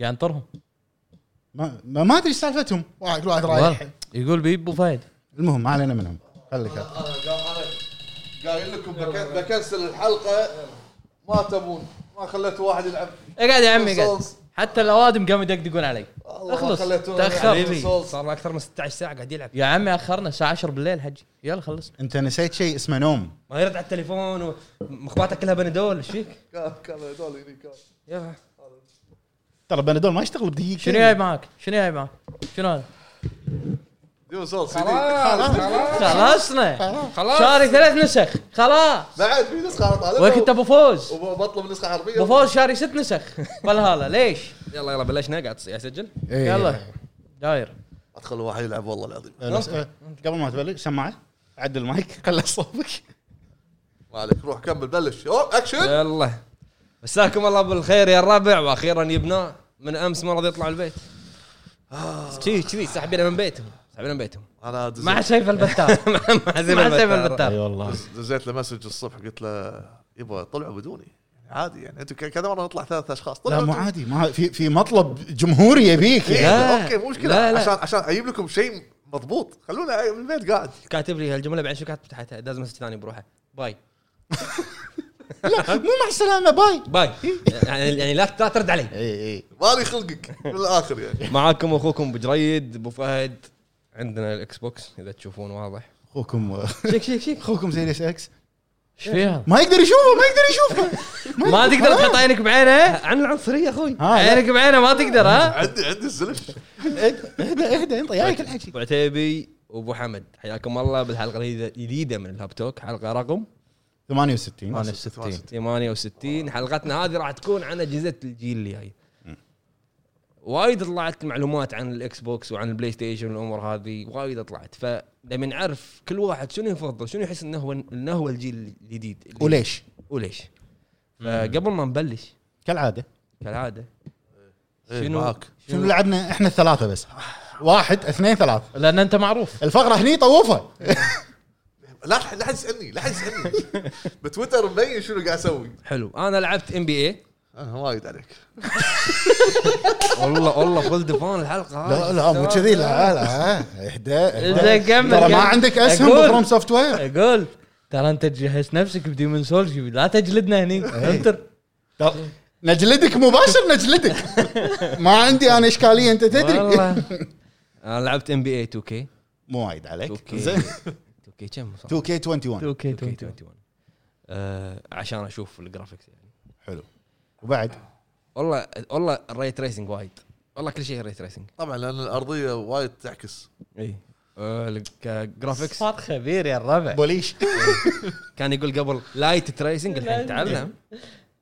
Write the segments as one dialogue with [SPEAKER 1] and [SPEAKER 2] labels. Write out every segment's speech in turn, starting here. [SPEAKER 1] قاعد انطرهم
[SPEAKER 2] ما ما ما ادري إيش سالفتهم واحد واحد رايح
[SPEAKER 1] يقول بيب وفهد
[SPEAKER 2] المهم ما علينا منهم خليك أنت.
[SPEAKER 3] قايل لكم بك- بكنسل الحلقه ما تبون ما خليت واحد يلعب
[SPEAKER 1] اقعد إيه يا عمي اقعد
[SPEAKER 3] Souls.
[SPEAKER 1] حتى الاوادم قاموا يدقدقون علي
[SPEAKER 3] والله ما
[SPEAKER 1] اخلص
[SPEAKER 3] خليتونا يعني.
[SPEAKER 1] تاخر
[SPEAKER 3] نلعب.
[SPEAKER 4] حبيبي صار له اكثر من 16 ساعه قاعد يلعب
[SPEAKER 1] يا عمي اخرنا الساعه 10 بالليل حجي يلا خلصنا
[SPEAKER 2] انت نسيت شيء اسمه نوم
[SPEAKER 4] ما يرد على التليفون ومخباته كلها بنادول ايش فيك؟
[SPEAKER 3] كان كان هذول هني كان
[SPEAKER 4] يا
[SPEAKER 2] ترى بنادول ما يشتغل بدقيقتين
[SPEAKER 1] شنو جاي معاك؟ شنو جاي معاك؟ شنو هذا؟
[SPEAKER 3] ديو سولز
[SPEAKER 4] خلاص خلاص
[SPEAKER 1] خلصنا
[SPEAKER 4] خلاص
[SPEAKER 1] شاري ثلاث نسخ خلاص
[SPEAKER 3] بعد في نسخه انا طالبها
[SPEAKER 1] وقت ابو فوز
[SPEAKER 3] وبطلب نسخه عربيه
[SPEAKER 1] ابو فوز شاري ست نسخ فالهالا ليش؟
[SPEAKER 4] يلا يلا بلشنا قاعد قاعد اسجل
[SPEAKER 2] إيه.
[SPEAKER 1] يلا داير
[SPEAKER 3] ادخل واحد يلعب والله العظيم
[SPEAKER 2] أه، نس- أه، قبل ما تبلش سماعه عدل المايك خلي صوبك
[SPEAKER 3] ما عليك روح كمل بلش أوه، اكشن
[SPEAKER 4] يلا مساكم الله بالخير يا الربع واخيرا يبنا من امس ما راضي يطلع البيت كذي كذي ساحبينه من بيتهم ساحبينه من بيتهم
[SPEAKER 3] انا
[SPEAKER 1] مع
[SPEAKER 3] دزيت,
[SPEAKER 1] سيف البتار
[SPEAKER 4] مع زي
[SPEAKER 1] مع سيف
[SPEAKER 4] البتار.
[SPEAKER 1] البتار
[SPEAKER 2] والله
[SPEAKER 3] دزيت له مسج الصبح قلت له يبا طلعوا بدوني عادي يعني انتم ك- كذا مره نطلع ثلاث اشخاص
[SPEAKER 2] لا
[SPEAKER 3] طلعوا
[SPEAKER 2] مو
[SPEAKER 3] بدوني.
[SPEAKER 2] عادي ما في في مطلب جمهوري يبيك
[SPEAKER 3] إيه.
[SPEAKER 2] يعني.
[SPEAKER 4] لا.
[SPEAKER 3] اوكي مو مشكله
[SPEAKER 4] لا، لا.
[SPEAKER 3] عشان عشان اجيب لكم شيء مضبوط خلونا من البيت قاعد
[SPEAKER 4] كاتب لي هالجمله بعدين شو كاتب تحتها داز مسج ثاني بروحه باي
[SPEAKER 2] لا مو مع السلامه باي
[SPEAKER 4] باي يعني يعني لا لا ترد علي
[SPEAKER 2] اي اي
[SPEAKER 3] مالي خلقك من الاخر يعني
[SPEAKER 4] معاكم اخوكم ابو جريد ابو فهد عندنا الاكس بوكس اذا تشوفون واضح
[SPEAKER 2] اخوكم
[SPEAKER 4] شيك شيك شيك
[SPEAKER 2] اخوكم سيريس اكس
[SPEAKER 1] ايش فيها؟
[SPEAKER 2] ما يقدر يشوفه ما يقدر يشوفه
[SPEAKER 1] ما تقدر تحط عينك بعينه
[SPEAKER 4] عن العنصريه اخوي
[SPEAKER 2] ها لا.
[SPEAKER 1] عينك بعينه ما تقدر ها؟
[SPEAKER 3] عندي عندي الزلف
[SPEAKER 2] اهدى اهدى انطي عليك الحكي
[SPEAKER 4] ابو طيب. عتيبي وابو حمد حياكم الله بالحلقه الجديده- الجديده من الهاب توك حلقه رقم
[SPEAKER 2] 68
[SPEAKER 1] 68
[SPEAKER 4] 68 حلقتنا هذه راح تكون عن اجهزه الجيل الجاي وايد طلعت معلومات عن الاكس بوكس وعن البلاي ستيشن والامور هذه وايد طلعت فلما نعرف كل واحد شنو يفضل شنو يحس انه هو انه هو الجيل الجديد اللي-
[SPEAKER 2] وليش؟
[SPEAKER 4] وليش فقبل ما نبلش
[SPEAKER 2] كالعاده
[SPEAKER 4] كالعاده
[SPEAKER 3] إيه،
[SPEAKER 4] شنو-
[SPEAKER 3] معاك.
[SPEAKER 2] شنو لعبنا احنا الثلاثه بس واحد اثنين ثلاث
[SPEAKER 1] لان انت معروف
[SPEAKER 2] الفقره هني طوفها
[SPEAKER 3] لا ح- لا حد يسالني لا حد يسالني بتويتر مبين شنو قاعد اسوي
[SPEAKER 4] حلو انا لعبت ام بي اي
[SPEAKER 3] انا وايد عليك
[SPEAKER 4] والله والله فول دفان الحلقه
[SPEAKER 2] لا
[SPEAKER 4] هاي.
[SPEAKER 2] لا مو كذي لا لا اهدى اهدى.
[SPEAKER 1] إذا كمل-
[SPEAKER 2] ترى ما
[SPEAKER 1] كمل.
[SPEAKER 2] عندك اسهم
[SPEAKER 1] أقول.
[SPEAKER 2] بفروم سوفت وير
[SPEAKER 1] اقول ترى انت جهزت نفسك بديمون سولز لا تجلدنا هني
[SPEAKER 4] إيه.
[SPEAKER 1] انطر
[SPEAKER 2] نجلدك مباشر نجلدك ما عندي انا اشكاليه انت تدري
[SPEAKER 4] والله انا لعبت ام بي اي 2 كي
[SPEAKER 2] مو وايد عليك
[SPEAKER 4] 2K.
[SPEAKER 2] زين
[SPEAKER 4] 2 كي كم صار؟
[SPEAKER 2] 2K 21
[SPEAKER 1] اوكي
[SPEAKER 4] 2K 21 آه، عشان اشوف الجرافكس يعني
[SPEAKER 2] حلو وبعد
[SPEAKER 4] والله والله الري تريسنج وايد والله كل شيء ري تريسنج
[SPEAKER 3] طبعا لان الارضيه وايد تعكس
[SPEAKER 4] اي آه، كجرافكس
[SPEAKER 1] صار خبير يا الربع
[SPEAKER 2] بوليش
[SPEAKER 4] كان يقول قبل لايت تريسنج الحين تعلم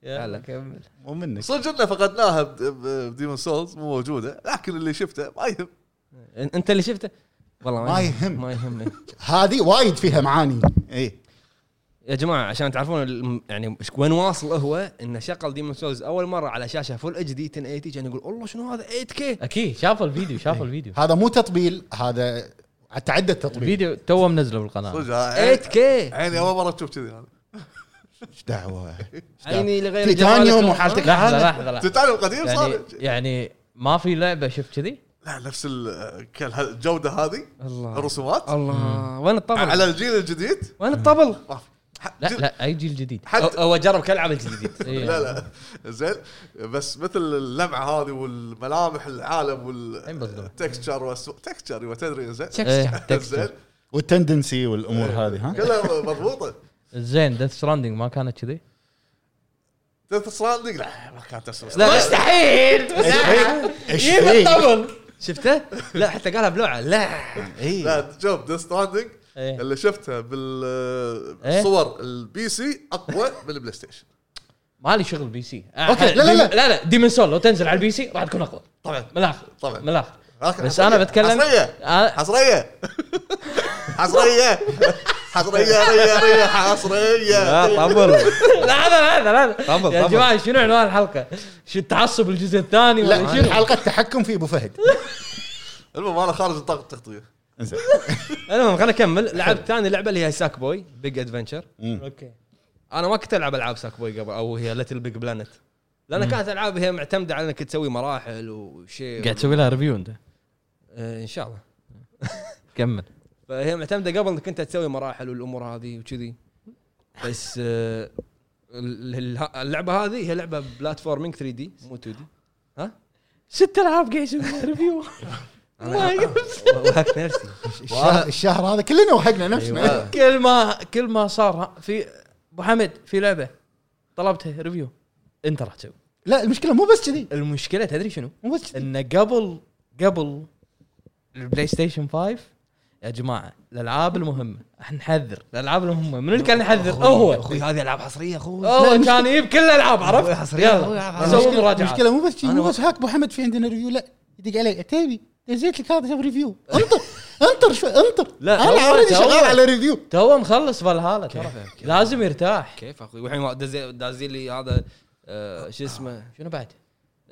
[SPEAKER 1] يلا
[SPEAKER 4] يلا.
[SPEAKER 1] كمل
[SPEAKER 2] مو منك
[SPEAKER 3] صدق انه فقدناها بد- ب- بديمون سولز مو موجوده لكن اللي شفته ما يهم
[SPEAKER 4] أن- انت اللي شفته والله
[SPEAKER 2] ما يهم.
[SPEAKER 4] ما يهمني
[SPEAKER 2] هذه وايد فيها معاني
[SPEAKER 1] إيه.
[SPEAKER 2] اي
[SPEAKER 4] يا جماعه عشان تعرفون الم- يعني إيش- وين واصل هو انه شغل ديمون سولز اول مره على شاشه فول اتش دي 1080 كان يقول الله شنو هذا 8
[SPEAKER 2] أه.
[SPEAKER 4] كي
[SPEAKER 1] اكيد شافوا الفيديو
[SPEAKER 4] إيه.
[SPEAKER 1] شافوا الفيديو
[SPEAKER 2] هذا مو تطبيل هذا تعدى التطبيل
[SPEAKER 1] الفيديو تو منزله بالقناه
[SPEAKER 3] صدق عيني-
[SPEAKER 4] 8
[SPEAKER 2] أه.
[SPEAKER 4] كي
[SPEAKER 3] عيني اول مره تشوف كذي انا
[SPEAKER 2] ايش دعوه
[SPEAKER 1] إيه،
[SPEAKER 4] عيني لغير
[SPEAKER 2] تيتانيوم
[SPEAKER 4] جمالك.
[SPEAKER 2] وحالتك
[SPEAKER 1] لحظه لحظه لحظه
[SPEAKER 3] تتعلم قديم
[SPEAKER 1] يعني
[SPEAKER 3] صار
[SPEAKER 1] يعني ما في لعبه شفت كذي
[SPEAKER 3] لا نفس ال- كان ه- الجوده هذه
[SPEAKER 4] الله
[SPEAKER 3] الرسومات
[SPEAKER 4] الله وين الطبل
[SPEAKER 3] على الجيل الجديد
[SPEAKER 4] وين الطبل
[SPEAKER 3] ما في ح-
[SPEAKER 1] لا
[SPEAKER 3] جيل-
[SPEAKER 1] لا اي جيل جديد
[SPEAKER 3] حتى
[SPEAKER 4] هو- هو جرب كل عام الجديد
[SPEAKER 1] إيه.
[SPEAKER 3] لا لا زين بس مثل اللمعه هذه والملامح العالم
[SPEAKER 1] عين بصدوم.
[SPEAKER 3] والتكستشر والسو... تكستشر يبا تدري زين
[SPEAKER 1] إيه،
[SPEAKER 3] زين
[SPEAKER 1] تكستشر.
[SPEAKER 2] والتندنسي والامور هذه ها
[SPEAKER 3] كلها مضبوطه
[SPEAKER 1] زين ديث ستراندنج ما كانت كذي
[SPEAKER 3] ديث ستراندنج لا ما كانت اسوء
[SPEAKER 4] لا مستحيل
[SPEAKER 1] إيه.
[SPEAKER 2] ايش
[SPEAKER 1] جيب
[SPEAKER 2] فيك؟
[SPEAKER 1] الطبل
[SPEAKER 4] شفته؟ لا حتى قالها بلوعه لا
[SPEAKER 2] اي
[SPEAKER 3] لا شوف ديث ستراندنج
[SPEAKER 1] إيه.
[SPEAKER 3] اللي شفتها بال- بالصور البي سي اقوى من البلاي ستيشن
[SPEAKER 1] مالي شغل بي سي
[SPEAKER 2] أوكي، لا، لا، لا.
[SPEAKER 1] لا لا ديمن سول لو تنزل على البي سي راح تكون اقوى
[SPEAKER 3] طبعا
[SPEAKER 1] من الاخر
[SPEAKER 3] طبعاً.
[SPEAKER 1] من الاخر
[SPEAKER 3] لكن
[SPEAKER 1] بس
[SPEAKER 3] حصرية.
[SPEAKER 1] أنا بتكلم- آه،
[SPEAKER 3] حصريه
[SPEAKER 1] أنا-
[SPEAKER 3] حصريه حصريه حصريه ريه ريه حصريه
[SPEAKER 4] طبل
[SPEAKER 1] لحظه لحظه لحظه
[SPEAKER 4] طبل،
[SPEAKER 1] يا
[SPEAKER 4] طبل.
[SPEAKER 1] جماعه شنو عنوان الحلقه؟ شو التعصب الجزء الثاني ولا
[SPEAKER 2] لا
[SPEAKER 1] شنو؟
[SPEAKER 2] حلقه التحكم في ابو فهد
[SPEAKER 3] المهم انا خارج نطاق التغطيه
[SPEAKER 2] انزين
[SPEAKER 4] المهم خليني اكمل لعبت ثاني لعبه اللي هي ساك بوي بيج ادفنشر
[SPEAKER 1] اوكي
[SPEAKER 4] انا ما كنت العب العاب ساك بوي قبل او هي ليتل بيج بلانت لان كانت العاب هي معتمده على انك تسوي مراحل وشيء
[SPEAKER 1] قاعد تسوي لها ريفيو انت
[SPEAKER 4] آه، ان شاء الله
[SPEAKER 1] كمل
[SPEAKER 4] فهي معتمده قبل انك انت تسوي مراحل والامور هذه وكذي بس آه، ال- ال- اللعبه هذه هي لعبه بلاتفورمينج 3 دي مو 2 دي
[SPEAKER 1] ست العاب قاعد يسوي لها ريفيو
[SPEAKER 4] وهك نفسي
[SPEAKER 2] الشهر- الشهر هذا كلنا وهقنا نفسنا
[SPEAKER 3] أيوة.
[SPEAKER 1] كل ما كل ما صار ها- في ابو حمد في لعبه طلبتها ريفيو انت راح تسوي
[SPEAKER 2] لا المشكله مو بس كذي
[SPEAKER 1] المشكله تدري شنو؟
[SPEAKER 2] مو بس كذي
[SPEAKER 1] انه قبل قبل البلاي ستيشن 5 يا جماعه الالعاب المهمه احنا نحذر الالعاب المهمه من اللي كان يحذر هو
[SPEAKER 4] اخوي هذه العاب حصريه اخوي
[SPEAKER 1] هو
[SPEAKER 2] المشكلة-
[SPEAKER 1] كان يجيب كل الالعاب
[SPEAKER 4] أخوي
[SPEAKER 1] عرفت؟
[SPEAKER 4] حصرية، أخوي
[SPEAKER 1] يلا
[SPEAKER 4] حصرية.
[SPEAKER 1] سووا
[SPEAKER 2] المشكلة-
[SPEAKER 1] مراجعه
[SPEAKER 2] المشكله مو بس كذي
[SPEAKER 4] أنا
[SPEAKER 2] مو
[SPEAKER 4] و-
[SPEAKER 2] بس هاك ابو حمد في عندنا ريفيو لا يدق علي عتيبي دزيت لك هذا شوف ريفيو انطر انطر شوي انطر
[SPEAKER 1] لا،
[SPEAKER 2] انا
[SPEAKER 1] هو-
[SPEAKER 2] اوريدي
[SPEAKER 1] هو-
[SPEAKER 2] شغال على ريفيو
[SPEAKER 1] تو مخلص فالهالا ترى
[SPEAKER 4] كيف- كيف؟
[SPEAKER 1] لازم يرتاح
[SPEAKER 4] كيف اخوي والحين دز- دازين لي هذا آه، شو اسمه
[SPEAKER 1] شنو بعد؟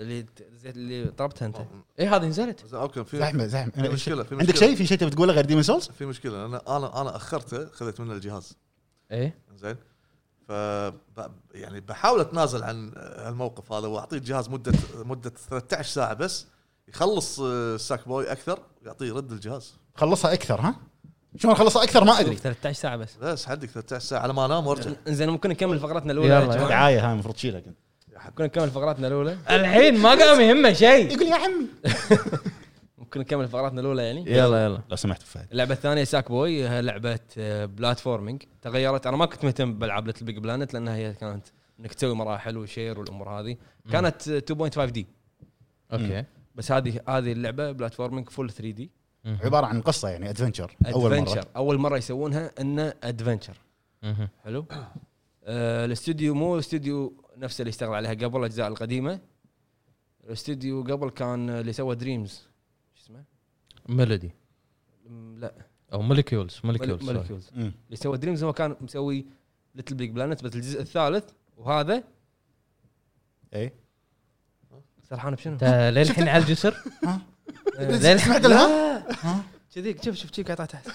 [SPEAKER 4] اللي ت- زيت- اللي طلبتها انت
[SPEAKER 1] اي إيه، هذه نزلت
[SPEAKER 3] زين، اوكي في
[SPEAKER 2] زحمه زحمه
[SPEAKER 3] في مشكلة،
[SPEAKER 2] عندك
[SPEAKER 3] في مشكلة.
[SPEAKER 2] طيب. يعني شيء في شيء تبي تقوله غير ديمون سولز؟
[SPEAKER 3] في مشكله انا انا انا اخرته خذيت منه الجهاز
[SPEAKER 1] اي
[SPEAKER 3] زين ف يعني بحاول اتنازل عن الموقف هذا واعطيه جهاز مده مده 13 ساعه بس يخلص آه، الساك بوي اكثر ويعطيه يرد الجهاز
[SPEAKER 2] خلصها اكثر ها؟ شلون اخلصها اكثر ما ادري
[SPEAKER 1] 13 ساعه بس
[SPEAKER 3] بس حدك 13 ساعه على ما انام وارجع
[SPEAKER 4] زين ممكن نكمل فقرتنا الاولى
[SPEAKER 1] يلا،
[SPEAKER 4] يا جماعة؟
[SPEAKER 2] دعايه هاي المفروض تشيلها كنت
[SPEAKER 4] ممكن نكمل فقراتنا الاولى
[SPEAKER 1] الحين ما قام يهمه شيء
[SPEAKER 2] يقول يا عمي
[SPEAKER 4] ممكن نكمل فقراتنا الاولى يعني
[SPEAKER 2] إيه.
[SPEAKER 1] يلا يلا
[SPEAKER 2] لو سمحت فهد
[SPEAKER 4] اللعبه الثانيه ساك بوي هي لعبه آه، بلاتفورمينج تغيرت انا ما كنت مهتم بالعاب ليتل بيج بلانت لانها هي كانت انك تسوي مراحل وشير والامور هذه كانت آه، 2.5 دي
[SPEAKER 1] اوكي
[SPEAKER 4] بس هذه هذه اللعبه بلاتفورمينج فول 3 دي
[SPEAKER 2] عباره عن قصه يعني ادفنشر اول مره
[SPEAKER 4] اول مره يسوونها انه ادفنشر
[SPEAKER 1] مهم.
[SPEAKER 4] حلو آه، الاستوديو مو الاستوديو نفسه اللي اشتغل عليها قبل الاجزاء القديمه الاستوديو قبل كان اللي سوى دريمز شو اسمه
[SPEAKER 1] ميلودي
[SPEAKER 4] م- لا
[SPEAKER 1] او موليكيولز موليكيولز سوري.
[SPEAKER 4] مولكيولز
[SPEAKER 2] مم.
[SPEAKER 4] اللي سوى دريمز هو كان مسوي ليتل بيج بلانت بس الجزء الثالث وهذا
[SPEAKER 2] اي
[SPEAKER 4] سرحان بشنو؟
[SPEAKER 1] انت للحين على الجسر
[SPEAKER 3] إيه.
[SPEAKER 1] زين.
[SPEAKER 2] سمعت الها؟
[SPEAKER 4] كذي شوف شوف شوف قاعد تحت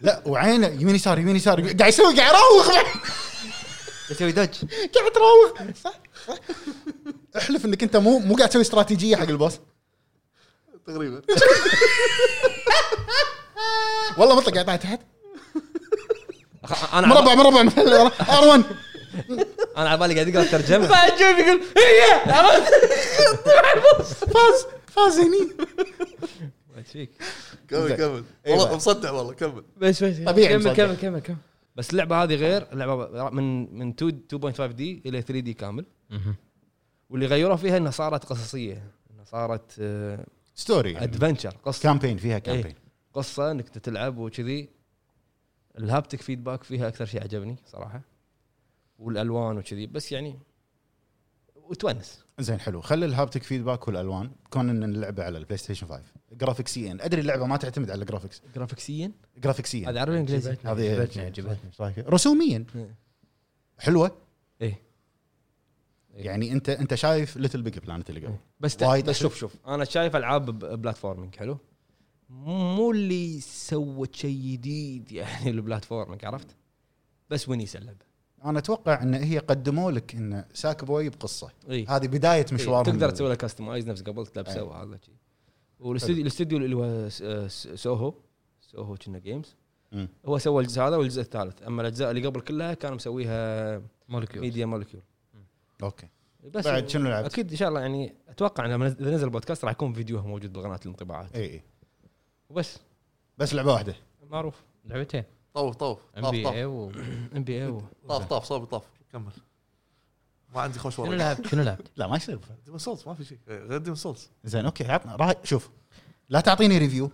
[SPEAKER 2] لا وعينه يمين يسار يمين يسار يمين- قاعد يسوي قاعد يراوغ
[SPEAKER 4] يسوي دوج
[SPEAKER 2] قاعد تراوغ احلف انك انت مو مو قاعد تسوي استراتيجيه حق البوس
[SPEAKER 3] تقريبا
[SPEAKER 2] والله مطلق قاعد تحت
[SPEAKER 4] انا على-
[SPEAKER 2] مربع مربع مثل ار 1
[SPEAKER 4] انا على بالي قاعد اقرا الترجمه
[SPEAKER 1] بعد شوف يقول
[SPEAKER 2] إيه،
[SPEAKER 1] هي عرفت؟
[SPEAKER 2] فاز فاز هني
[SPEAKER 4] ايش فيك؟
[SPEAKER 3] كمل
[SPEAKER 2] زين.
[SPEAKER 3] كمل
[SPEAKER 2] أيوة.
[SPEAKER 3] والله مصدق والله كمل
[SPEAKER 1] بس بس
[SPEAKER 2] طبيعي
[SPEAKER 1] كمل
[SPEAKER 2] مصدق.
[SPEAKER 1] كمل كمل كمل
[SPEAKER 4] بس اللعبه هذه غير اللعبه من من 2 2.5 دي الى 3 دي كامل واللي غيروا فيها انها صارت قصصيه انها صارت آه،
[SPEAKER 2] ستوري
[SPEAKER 4] ادفنشر قصه
[SPEAKER 2] كامبين فيها كامبين
[SPEAKER 4] قصه انك تلعب وكذي الهابتك فيدباك فيها اكثر شيء عجبني صراحه والالوان وكذي بس يعني وتونس
[SPEAKER 2] زين حلو خلي الهابتك فيدباك والالوان كون ان اللعبه على البلاي ستيشن 5 جرافيكسيا ادري اللعبه ما تعتمد على الجرافيكس
[SPEAKER 4] جرافيكسيا
[SPEAKER 2] جرافيكسيا
[SPEAKER 4] هذا عربي انجليزي
[SPEAKER 1] جبتني،
[SPEAKER 2] هذه
[SPEAKER 1] جبتني، جبتني.
[SPEAKER 2] إيش رأيك؟ رسوميا
[SPEAKER 4] إيه.
[SPEAKER 2] حلوه
[SPEAKER 4] ايه
[SPEAKER 2] يعني انت انت شايف ليتل بيج بلانت اللي قبل
[SPEAKER 4] بس
[SPEAKER 2] وايد
[SPEAKER 4] وايد بس
[SPEAKER 2] أسهل.
[SPEAKER 4] شوف شوف انا شايف العاب ب- بلاتفورمينج حلو مو اللي سوت شيء جديد يعني البلاتفورمينج عرفت بس ونيس اللعبه
[SPEAKER 2] انا اتوقع ان هي قدموا لك ان ساك بوي بقصه
[SPEAKER 4] اي
[SPEAKER 2] هذه بدايه مشوار
[SPEAKER 4] إيه،
[SPEAKER 2] إيه.
[SPEAKER 4] تقدر تسوي له كاستمايز نفس قبل تلبسه
[SPEAKER 2] أي.
[SPEAKER 4] وهذا شيء والاستوديو الاستوديو اللي هو س- آه، س- سوهو سوهو كنا جيمز
[SPEAKER 2] مم.
[SPEAKER 4] هو سوى الجزء هذا والجزء الثالث اما الاجزاء اللي قبل كلها كان مسويها
[SPEAKER 1] موليكيولز
[SPEAKER 4] ميديا مولكيول
[SPEAKER 2] اوكي
[SPEAKER 4] بس
[SPEAKER 2] بعد شنو لعبت؟
[SPEAKER 4] اكيد ان شاء الله يعني اتوقع لما نز- اذا نزل البودكاست راح يكون فيديوه موجود بقناه الانطباعات
[SPEAKER 2] اي اي
[SPEAKER 4] وبس
[SPEAKER 2] إيه، بس لعبه واحده
[SPEAKER 4] معروف
[SPEAKER 1] لعبتين
[SPEAKER 3] طوف طوف
[SPEAKER 1] ام
[SPEAKER 3] طاف
[SPEAKER 1] بي
[SPEAKER 3] طاف
[SPEAKER 1] اي و
[SPEAKER 4] ام بي اي
[SPEAKER 3] طاف طاف صوبي طاف كمل ما عندي خوش
[SPEAKER 1] شنو
[SPEAKER 3] ورق
[SPEAKER 1] لعبت شنو لعبت؟
[SPEAKER 2] لا ما يصير
[SPEAKER 3] ديمون سولز ما في شيء إيه، غير ديمون سولز
[SPEAKER 2] زين اوكي عطنا راح شوف لا تعطيني ريفيو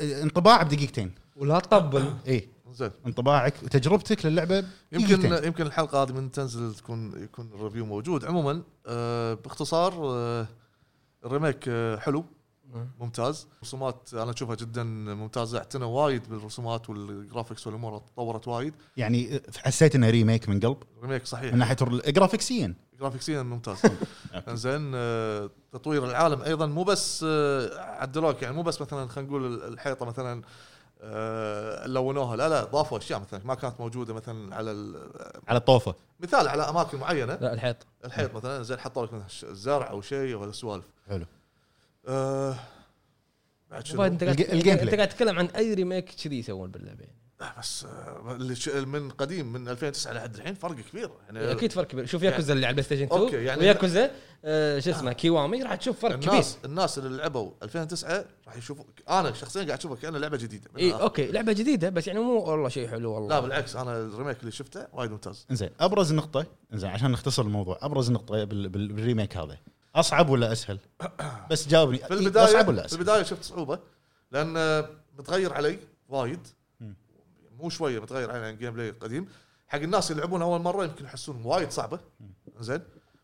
[SPEAKER 2] انطباع بدقيقتين
[SPEAKER 4] ولا تطبل
[SPEAKER 2] اي
[SPEAKER 3] زين
[SPEAKER 2] انطباعك وتجربتك للعبه بدقيقتين.
[SPEAKER 3] يمكن يمكن الحلقه هذه من تنزل تكون يكون الريفيو موجود عموما آه باختصار آه الريميك آه حلو ممتاز رسومات انا اشوفها جدا ممتازه اعتنوا وايد بالرسومات والجرافيكس والامور تطورت وايد
[SPEAKER 2] يعني حسيت انه ريميك من قلب
[SPEAKER 3] الريميك صحيح
[SPEAKER 2] من ناحيه ال- جرافيكسيا
[SPEAKER 3] جرافيكسيا ممتاز زين آه، تطوير العالم ايضا مو بس آه، عدلوك يعني مو بس مثلا خلينا نقول الحيطه مثلا آه، لونوها لا لا ضافوا اشياء مثلا ما كانت موجوده مثلا على ال-
[SPEAKER 2] على الطوفه
[SPEAKER 3] مثال على اماكن معينه
[SPEAKER 1] لا الحيط
[SPEAKER 3] الحيط مثلا زين حطوا لك مثلاً ش- زرع او شيء او هالسوالف
[SPEAKER 2] حلو
[SPEAKER 3] آه، بعد
[SPEAKER 4] فهد،
[SPEAKER 3] شنو
[SPEAKER 4] انت قاعد
[SPEAKER 2] الج- الجيم
[SPEAKER 4] انت
[SPEAKER 2] بلاي.
[SPEAKER 4] قاعد تتكلم عن اي ريميك كذي يسوون باللعبه يعني.
[SPEAKER 3] آه، بس آه، اللي ش- من قديم من 2009 لحد الحين فرق كبير يعني
[SPEAKER 4] اكيد فرق كبير شوف ياكوزا اللي على البلاي ستيشن 2
[SPEAKER 3] أوكي، يعني-
[SPEAKER 4] وياكوزا آه، شو اسمه كيوامي راح تشوف فرق كبير
[SPEAKER 3] الناس الناس اللي لعبوا 2009 راح يشوفوا انا شخصيا قاعد اشوفها كانها لعبه جديده من
[SPEAKER 4] اي
[SPEAKER 3] الآخر.
[SPEAKER 4] اوكي لعبه جديده بس يعني مو والله شيء حلو والله
[SPEAKER 3] لا بالعكس انا الريميك اللي شفته وايد ممتاز
[SPEAKER 2] انزين ابرز نقطه انزين عشان نختصر الموضوع ابرز نقطه بال- بال- بالريميك هذا اصعب ولا اسهل؟ يعني إيه، بس جاوبني
[SPEAKER 3] في البدايه
[SPEAKER 2] اصعب ولا
[SPEAKER 3] في
[SPEAKER 2] اسهل؟
[SPEAKER 3] البدايه شفت صعوبه لان آه، متغير علي وايد
[SPEAKER 2] مم.
[SPEAKER 3] مو شويه متغير علي عن الجيم بلاي القديم حق الناس اللي يلعبون اول مره يمكن يحسون وايد صعبه زين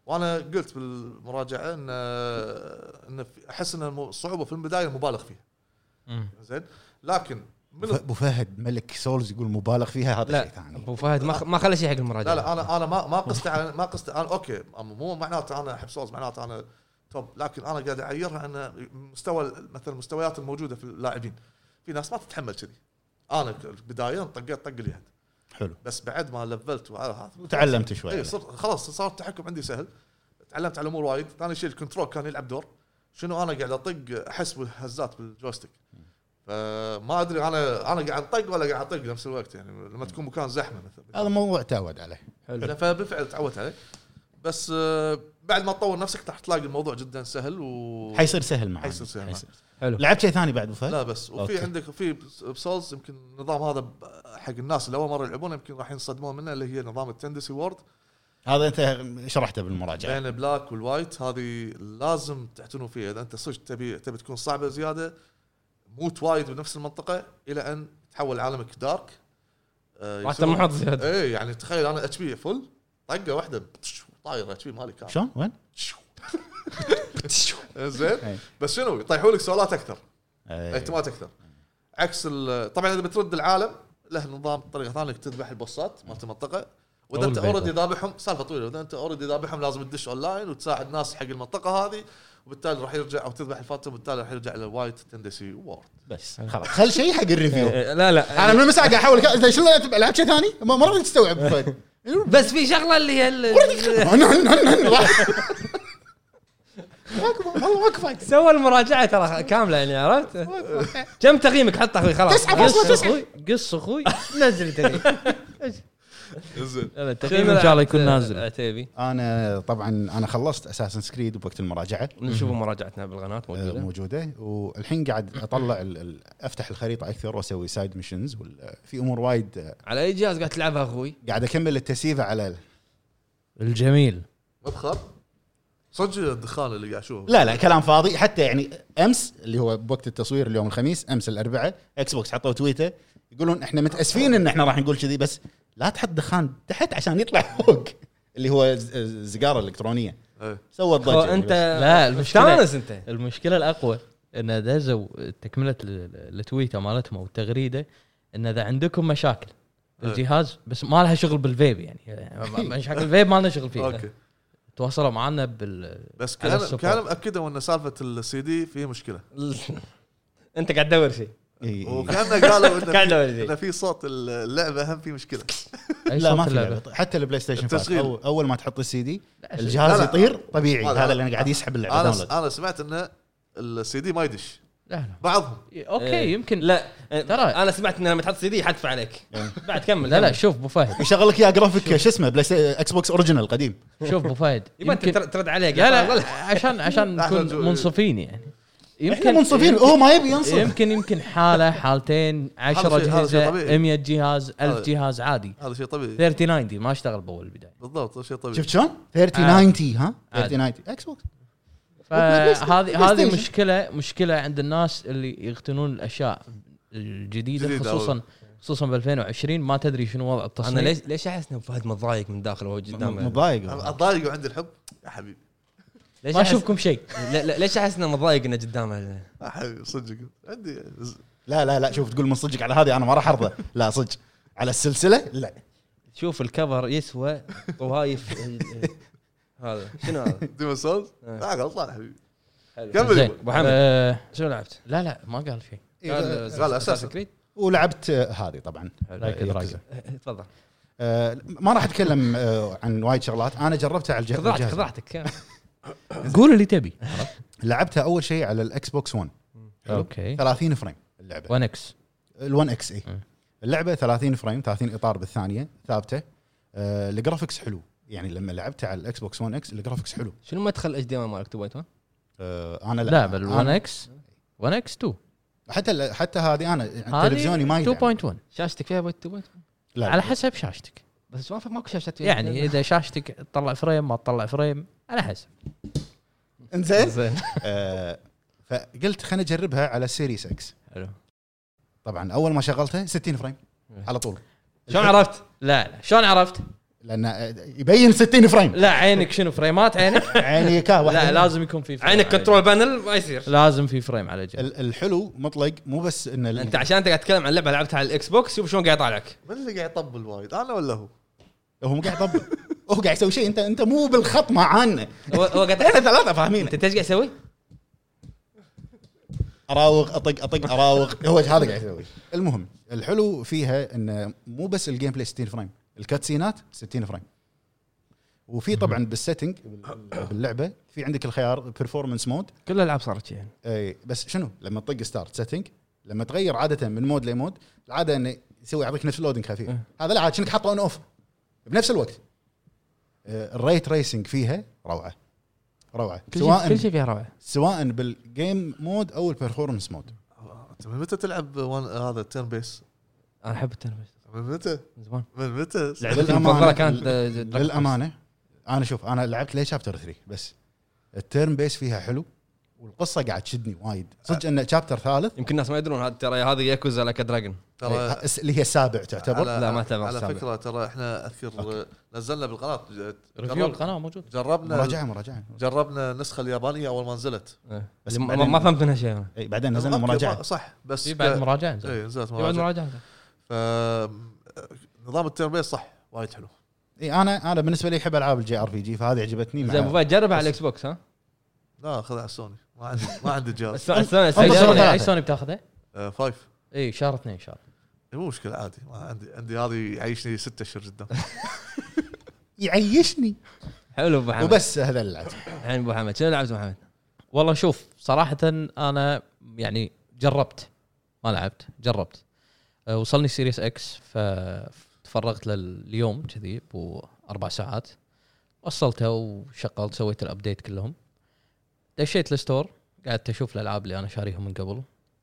[SPEAKER 3] وانا قلت بالمراجعه ان آه، ان في- احس ان المو- الصعوبه في البدايه مبالغ فيها زين لكن من
[SPEAKER 2] ف- ابو فهد ملك سولز يقول مبالغ فيها هذا شيء
[SPEAKER 4] لا
[SPEAKER 2] ثاني
[SPEAKER 4] ابو فهد ما خ- ما خلى شيء حق المراجعه
[SPEAKER 3] لا لا انا انا ما ما قصدي على ما قصدي انا اوكي أما مو معناته انا احب سولز معناته انا توب لكن انا قاعد اعيرها ان مستوى مثلا المستويات الموجوده في اللاعبين في ناس ما تتحمل كذي انا في البدايه طقيت طق اليد
[SPEAKER 2] حلو
[SPEAKER 3] بس بعد ما لفلت وعلى هذا
[SPEAKER 2] وتعلمت شوي
[SPEAKER 3] اي صرت خلاص صار التحكم عندي سهل تعلمت على الامور وايد ثاني شيء الكنترول كان يلعب دور شنو انا قاعد اطق احس بالهزات بالجويستيك فما ادري انا انا قاعد اطق ولا قاعد اطق نفس الوقت يعني لما تكون مكان زحمه مثلا
[SPEAKER 2] هذا موضوع تعود عليه
[SPEAKER 4] حلو
[SPEAKER 3] لا، فبالفعل تعودت عليه بس آه، بعد ما تطور نفسك راح تلاقي الموضوع جدا سهل و
[SPEAKER 2] حيصير سهل معك
[SPEAKER 3] حيصير سهل معك.
[SPEAKER 4] حلو
[SPEAKER 2] لعبت شيء ثاني بعد ابو فهد؟
[SPEAKER 3] لا بس وفي
[SPEAKER 2] أوكي.
[SPEAKER 3] عندك في بسولز يمكن النظام هذا ب- حق الناس اللي اول مره يلعبونه يمكن راح ينصدمون منه اللي هي نظام التندسي وورد
[SPEAKER 2] هذا انت شرحته بالمراجعه
[SPEAKER 3] بين البلاك والوايت هذه لازم تعتنوا فيها اذا انت صدق تبي تبي تكون صعبه زياده موت وايد بنفس المنطقه الى ان تحول عالمك دارك آه،
[SPEAKER 4] راح
[SPEAKER 3] يصير-
[SPEAKER 4] محط زياده
[SPEAKER 3] ايه يعني تخيل انا اتش بي فل طقه واحده بتش، طاير اتش بي مالي كامل
[SPEAKER 2] شلون وين؟
[SPEAKER 3] زين
[SPEAKER 2] أي.
[SPEAKER 3] بس شنو يطيحوا لك سؤالات اكثر
[SPEAKER 2] أي.
[SPEAKER 3] اهتمامات اكثر عكس ال- طبعا اذا بترد العالم له نظام طريقه ثانيه انك تذبح البوسات مالت المنطقه واذا
[SPEAKER 4] أو
[SPEAKER 3] انت
[SPEAKER 4] البيضة.
[SPEAKER 3] اوريدي ذابحهم سالفه طويله واذا انت اوريدي ذابحهم لازم تدش اون لاين وتساعد ناس حق المنطقه هذه وبالتالي راح يرجع او تذبح الفاتم وبالتالي راح يرجع للوايت تندسي وورد
[SPEAKER 2] بس خلاص خل شيء حق الريفيو
[SPEAKER 4] إيه، لا لا
[SPEAKER 2] انا من المساء قاعد احاول انت شنو لعبت- لعبت شيء ثاني؟ ما ما راح تستوعب ابو فهد
[SPEAKER 4] بس في شغله اللي هي ال-
[SPEAKER 2] والله وقفك
[SPEAKER 4] سوى المراجعه ترى كامله يعني عرفت؟ كم تقييمك حط اخوي خلاص
[SPEAKER 2] تسعة فاصلة
[SPEAKER 4] قص
[SPEAKER 2] تسعة.
[SPEAKER 4] اخوي قص اخوي نزل تقييم
[SPEAKER 3] زين
[SPEAKER 4] لا، لا،
[SPEAKER 1] تقييم إن شاء الله يكون نازل.
[SPEAKER 4] عتيبي
[SPEAKER 2] انا طبعا انا خلصت اساسن سكريد بوقت المراجعه
[SPEAKER 4] نشوفوا مراجعتنا بالقناه
[SPEAKER 2] آه،
[SPEAKER 4] موجوده
[SPEAKER 2] موجوده والحين قاعد اطلع ال- ال- افتح الخريطه اكثر واسوي سايد ميشنز في امور وايد آه،
[SPEAKER 4] على اي جهاز قاعد تلعبها اخوي؟
[SPEAKER 2] قاعد اكمل التسييفه على ال-
[SPEAKER 1] الجميل
[SPEAKER 3] مبخر صدق الدخان اللي قاعد اشوفه
[SPEAKER 2] لا لا كلام فاضي حتى يعني امس اللي هو بوقت التصوير اليوم الخميس امس الاربعاء اكس بوكس حطوا تويته يقولون احنا متاسفين ان احنا راح نقول كذي بس لا تحط دخان تحت عشان يطلع فوق اللي هو الز- الزقاره الالكترونيه
[SPEAKER 3] إيه.
[SPEAKER 2] سوى
[SPEAKER 4] خو
[SPEAKER 2] الضجه
[SPEAKER 4] انت
[SPEAKER 1] لا، المشكلة-
[SPEAKER 4] مستانس انت
[SPEAKER 1] المشكله الاقوى ان دزوا تكمله ال- ال- التويته مالتهم او التغريده ان اذا عندكم مشاكل
[SPEAKER 3] إيه.
[SPEAKER 1] الجهاز بس ما لها شغل بالفيب يعني يعني ما- ما- مشاكل الفيب ما لنا شغل فيه
[SPEAKER 3] اوكي
[SPEAKER 1] تواصلوا معنا بال
[SPEAKER 3] بس
[SPEAKER 1] على
[SPEAKER 3] كان
[SPEAKER 1] السبورت.
[SPEAKER 3] كان مأكدوا ان سالفه السي دي فيه مشكله
[SPEAKER 4] انت قاعد تدور شيء
[SPEAKER 2] إي- إي.
[SPEAKER 3] وكانه قالوا إن في-
[SPEAKER 4] قاعد أدور شيء.
[SPEAKER 3] ان في صوت اللعبه هم في مشكله
[SPEAKER 1] أي
[SPEAKER 2] لا
[SPEAKER 1] صوت
[SPEAKER 2] ما في
[SPEAKER 1] اللعبة.
[SPEAKER 2] لعبة. حتى البلاي ستيشن
[SPEAKER 3] التشغيل.
[SPEAKER 2] 5 أو اول ما تحط السي دي
[SPEAKER 3] لا،
[SPEAKER 2] الجهاز
[SPEAKER 3] لا.
[SPEAKER 2] يطير طبيعي
[SPEAKER 3] لا، لا.
[SPEAKER 2] هذا اللي انا قاعد يسحب اللعبه
[SPEAKER 3] انا
[SPEAKER 2] داونلود
[SPEAKER 3] انا سمعت ان السي دي ما يدش
[SPEAKER 1] لا لا
[SPEAKER 3] بعضهم
[SPEAKER 1] اوكي
[SPEAKER 4] إيه.
[SPEAKER 1] يمكن لا
[SPEAKER 4] لا ترى إيه. انا سمعت انه لما تحط سي دي حدفع عليك بعد كمل
[SPEAKER 1] لا لا
[SPEAKER 4] كمل.
[SPEAKER 1] شوف ابو فهد
[SPEAKER 2] يشغل لك اياه جرافيك شو اسمه بلاي ستيشن- اكس بوكس اوريجينال قديم
[SPEAKER 1] شوف ابو فهد
[SPEAKER 4] يبا انت
[SPEAKER 1] يمكن
[SPEAKER 4] تر- ترد عليه
[SPEAKER 1] لا لا عشان عشان
[SPEAKER 3] لحظة،
[SPEAKER 1] نكون
[SPEAKER 3] جو-
[SPEAKER 1] منصفين يعني
[SPEAKER 2] احنا منصفين هو ما يبي ينصف
[SPEAKER 1] يمكن يمكن حاله حالتين 10
[SPEAKER 3] شيء- هذا شيء
[SPEAKER 1] جهاز
[SPEAKER 3] طبيعي.
[SPEAKER 1] 100 جهاز 1000
[SPEAKER 3] هذا-
[SPEAKER 1] جهاز عادي
[SPEAKER 3] هذا شيء
[SPEAKER 1] إيه.
[SPEAKER 3] طبيعي
[SPEAKER 1] 3090 ما اشتغل باول البدايه
[SPEAKER 3] بالضبط هذا شيء طبيعي
[SPEAKER 2] شفت
[SPEAKER 1] آه.
[SPEAKER 2] شلون؟ 3090 ها؟ 3090 اكس بوكس وبلاي ستيشن-
[SPEAKER 1] فهذه
[SPEAKER 2] بلاي
[SPEAKER 1] هذه
[SPEAKER 2] ستيشن.
[SPEAKER 1] مشكله مشكله عند الناس اللي يقتنون الاشياء الجديده
[SPEAKER 3] جديدة
[SPEAKER 1] خصوصا خصوصا ب 2020 ما تدري شنو وضع التصميم
[SPEAKER 4] انا ليش ليش احس ان فهد متضايق من داخل وهو
[SPEAKER 1] يعني.
[SPEAKER 4] قدامه
[SPEAKER 2] مضايق
[SPEAKER 1] أه.
[SPEAKER 3] اتضايق وعندي الحب يا حبيبي
[SPEAKER 4] ليش
[SPEAKER 1] ما
[SPEAKER 4] أحس-
[SPEAKER 1] اشوفكم شيء
[SPEAKER 4] لا- لا، ليش احس انه متضايق انه قدامه
[SPEAKER 3] يا حبيبي صدق عندي ز-
[SPEAKER 2] لا لا لا شوف تقول من صدقك على هذه انا ما راح ارضى لا صدق على السلسله لا
[SPEAKER 4] شوف الكفر يسوى طوايف ال- هذا شنو هذا؟
[SPEAKER 3] ديمون سولز
[SPEAKER 4] إيه.
[SPEAKER 3] لا غلطان حبيبي
[SPEAKER 4] حلو.
[SPEAKER 3] كمل
[SPEAKER 1] زين.
[SPEAKER 3] يقول.
[SPEAKER 4] أبو حمد.
[SPEAKER 1] آه،
[SPEAKER 4] شنو لعبت؟
[SPEAKER 1] لا لا ما قال شيء
[SPEAKER 2] إيه،
[SPEAKER 4] قال
[SPEAKER 3] قال أساساً.
[SPEAKER 4] كريد
[SPEAKER 2] ولعبت آه، هذه طبعا
[SPEAKER 1] لايك
[SPEAKER 2] آه،
[SPEAKER 1] دراجون.
[SPEAKER 4] إيه، تفضل
[SPEAKER 2] آه، ما راح اتكلم آه، عن وايد شغلات انا جربتها على الجهاز
[SPEAKER 4] خذ راحتك
[SPEAKER 2] الجهاز.
[SPEAKER 4] خذ راحتك
[SPEAKER 1] قول اللي تبي
[SPEAKER 2] لعبتها اول شيء على الاكس بوكس 1
[SPEAKER 1] اوكي
[SPEAKER 2] 30 فريم اللعبه
[SPEAKER 1] ون اكس
[SPEAKER 2] ال1 اكس اي
[SPEAKER 1] مم.
[SPEAKER 2] اللعبه 30 فريم 30 اطار بالثانيه ثابته آه، الجرافكس حلو يعني لما لعبتها على الاكس بوكس 1 اكس الجرافكس حلو
[SPEAKER 4] شنو مدخل اتش دي ام مالك تبغى انت؟
[SPEAKER 2] آه، انا
[SPEAKER 1] لا بال 1
[SPEAKER 2] أنا-
[SPEAKER 1] اكس 1 اكس 2
[SPEAKER 2] حتى حتى هذه انا يعني تلفزيوني ما يدعم.
[SPEAKER 1] 2.1
[SPEAKER 4] شاشتك فيها تبغى
[SPEAKER 2] لا،
[SPEAKER 1] على حسب شاشتك
[SPEAKER 4] بس ما في ماكو شاشات فيها إيه.
[SPEAKER 1] يعني اذا شاشتك تطلع فريم ما تطلع فريم على حسب
[SPEAKER 2] انزين
[SPEAKER 4] زين
[SPEAKER 2] آه، فقلت خليني اجربها على سيريس اكس
[SPEAKER 1] حلو
[SPEAKER 2] طبعا اول ما شغلتها 60 فريم على طول
[SPEAKER 1] شلون عرفت؟ لا لا شلون عرفت؟
[SPEAKER 2] لان آه، يبين 60 فريم
[SPEAKER 1] لا عينك شنو فريمات عينك؟
[SPEAKER 2] يعني كا
[SPEAKER 1] لا
[SPEAKER 2] واحدة.
[SPEAKER 1] لازم يكون في فريم
[SPEAKER 4] عينك
[SPEAKER 1] على
[SPEAKER 4] كنترول بانل ما يصير
[SPEAKER 1] جنب. لازم في فريم على جنب
[SPEAKER 2] ال- الحلو مطلق مو بس ان ال-
[SPEAKER 4] انت عشان انت قاعد تتكلم عن لعبه لعبتها على الاكس بوكس شوف شلون قاعد يطالعك
[SPEAKER 3] من اللي قاعد يطبل وايد انا ولا هو؟
[SPEAKER 2] هو مو قاعد يطبل هو قاعد يسوي شيء انت انت مو بالخط معانا
[SPEAKER 4] هو هو قاعد
[SPEAKER 2] احنا ثلاثه فاهمين
[SPEAKER 4] انت ايش قاعد تسوي؟
[SPEAKER 2] اراوغ اطق اطق اراوغ هو هذا قاعد يسوي المهم الحلو فيها انه مو بس الجيم بلاي 60 فريم الكاتسينات 60 فريم وفي طبعا بالسيتنج بال- باللعبه في عندك الخيار بيرفورمانس مود
[SPEAKER 4] كل الالعاب صارت يعني. شيء
[SPEAKER 2] اي بس شنو لما تطق ستارت سيتنج لما تغير عاده من مود لمود العاده انه يسوي يعطيك نفس لودنج خفيف
[SPEAKER 4] إيه.
[SPEAKER 2] هذا لا عاد شنك حاطه اون اوف بنفس الوقت آه، الريت ريسنج فيها روعه روعه سواء
[SPEAKER 4] شيء فيها روعه
[SPEAKER 2] سواء بالجيم مود او البرفورمانس مود
[SPEAKER 3] انت من متى تلعب وان- هذا تيرن بيس؟
[SPEAKER 4] انا احب التنفس
[SPEAKER 3] من متى؟
[SPEAKER 4] من زمان
[SPEAKER 3] من متى؟
[SPEAKER 4] لعبتي
[SPEAKER 2] للأمانة-
[SPEAKER 4] المفضله يعني كانت
[SPEAKER 2] للامانه انا شوف انا لعبت لي شابتر 3 بس التيرن بيس فيها حلو والقصه قاعد تشدني وايد صدق انه شابتر ثالث
[SPEAKER 4] يمكن الناس ما يدرون هذا ترى هذه ياكوزا لك دراجون
[SPEAKER 3] ترى
[SPEAKER 2] إيه، اللي هي السابع تعتبر
[SPEAKER 3] على-
[SPEAKER 4] لا، ما تابع
[SPEAKER 3] على
[SPEAKER 4] السابع.
[SPEAKER 3] فكره ترى احنا اذكر نزلنا بالقناه
[SPEAKER 1] ريفيو
[SPEAKER 3] جرب-
[SPEAKER 1] القناه موجود
[SPEAKER 3] جربنا
[SPEAKER 2] مراجعه مراجعه
[SPEAKER 3] جربنا النسخه اليابانيه اول ما نزلت
[SPEAKER 2] بس
[SPEAKER 4] بس إيه. ما,
[SPEAKER 2] بعدين-
[SPEAKER 4] ما فهمت منها شيء انا
[SPEAKER 2] اي بعدين نزلنا مراجعه
[SPEAKER 3] صح بس
[SPEAKER 1] في إيه، بعد إيه، مراجعه
[SPEAKER 3] اي نزلت
[SPEAKER 1] يقعد
[SPEAKER 3] مراجعه
[SPEAKER 1] مراجعه
[SPEAKER 3] ف نظام التربيس صح وايد حلو
[SPEAKER 2] اي انا انا بالنسبه لي احب العاب الجي ار بي جي فهذه عجبتني
[SPEAKER 4] زين ابو
[SPEAKER 2] مع
[SPEAKER 4] فهد جربها على الاكس بوكس ها
[SPEAKER 3] لا خذها على السوني ما عندي ما عندي جهاز
[SPEAKER 4] الس- السنه
[SPEAKER 2] أنت شلون
[SPEAKER 4] السنه
[SPEAKER 2] ثلاثة.
[SPEAKER 1] اي سوني بتاخذه؟
[SPEAKER 3] آه، فايف
[SPEAKER 1] اي شهر إيه، اثنين ان شاء الله
[SPEAKER 3] مو مشكله عادي ما عندي عندي هذه يعيشني ستة اشهر قدام
[SPEAKER 2] يعيشني
[SPEAKER 4] حلو ابو حمد
[SPEAKER 2] وبس هذا اللي لعبت
[SPEAKER 4] الحين ابو حمد شنو لعبت ابو حمد؟
[SPEAKER 1] والله شوف صراحه انا يعني جربت ما لعبت جربت أه، وصلني سيريس اكس فتفرغت لليوم كذي باربع ساعات وصلتها وشغلت سويت الابديت كلهم دشيت الستور قعدت اشوف الالعاب اللي انا شاريها من قبل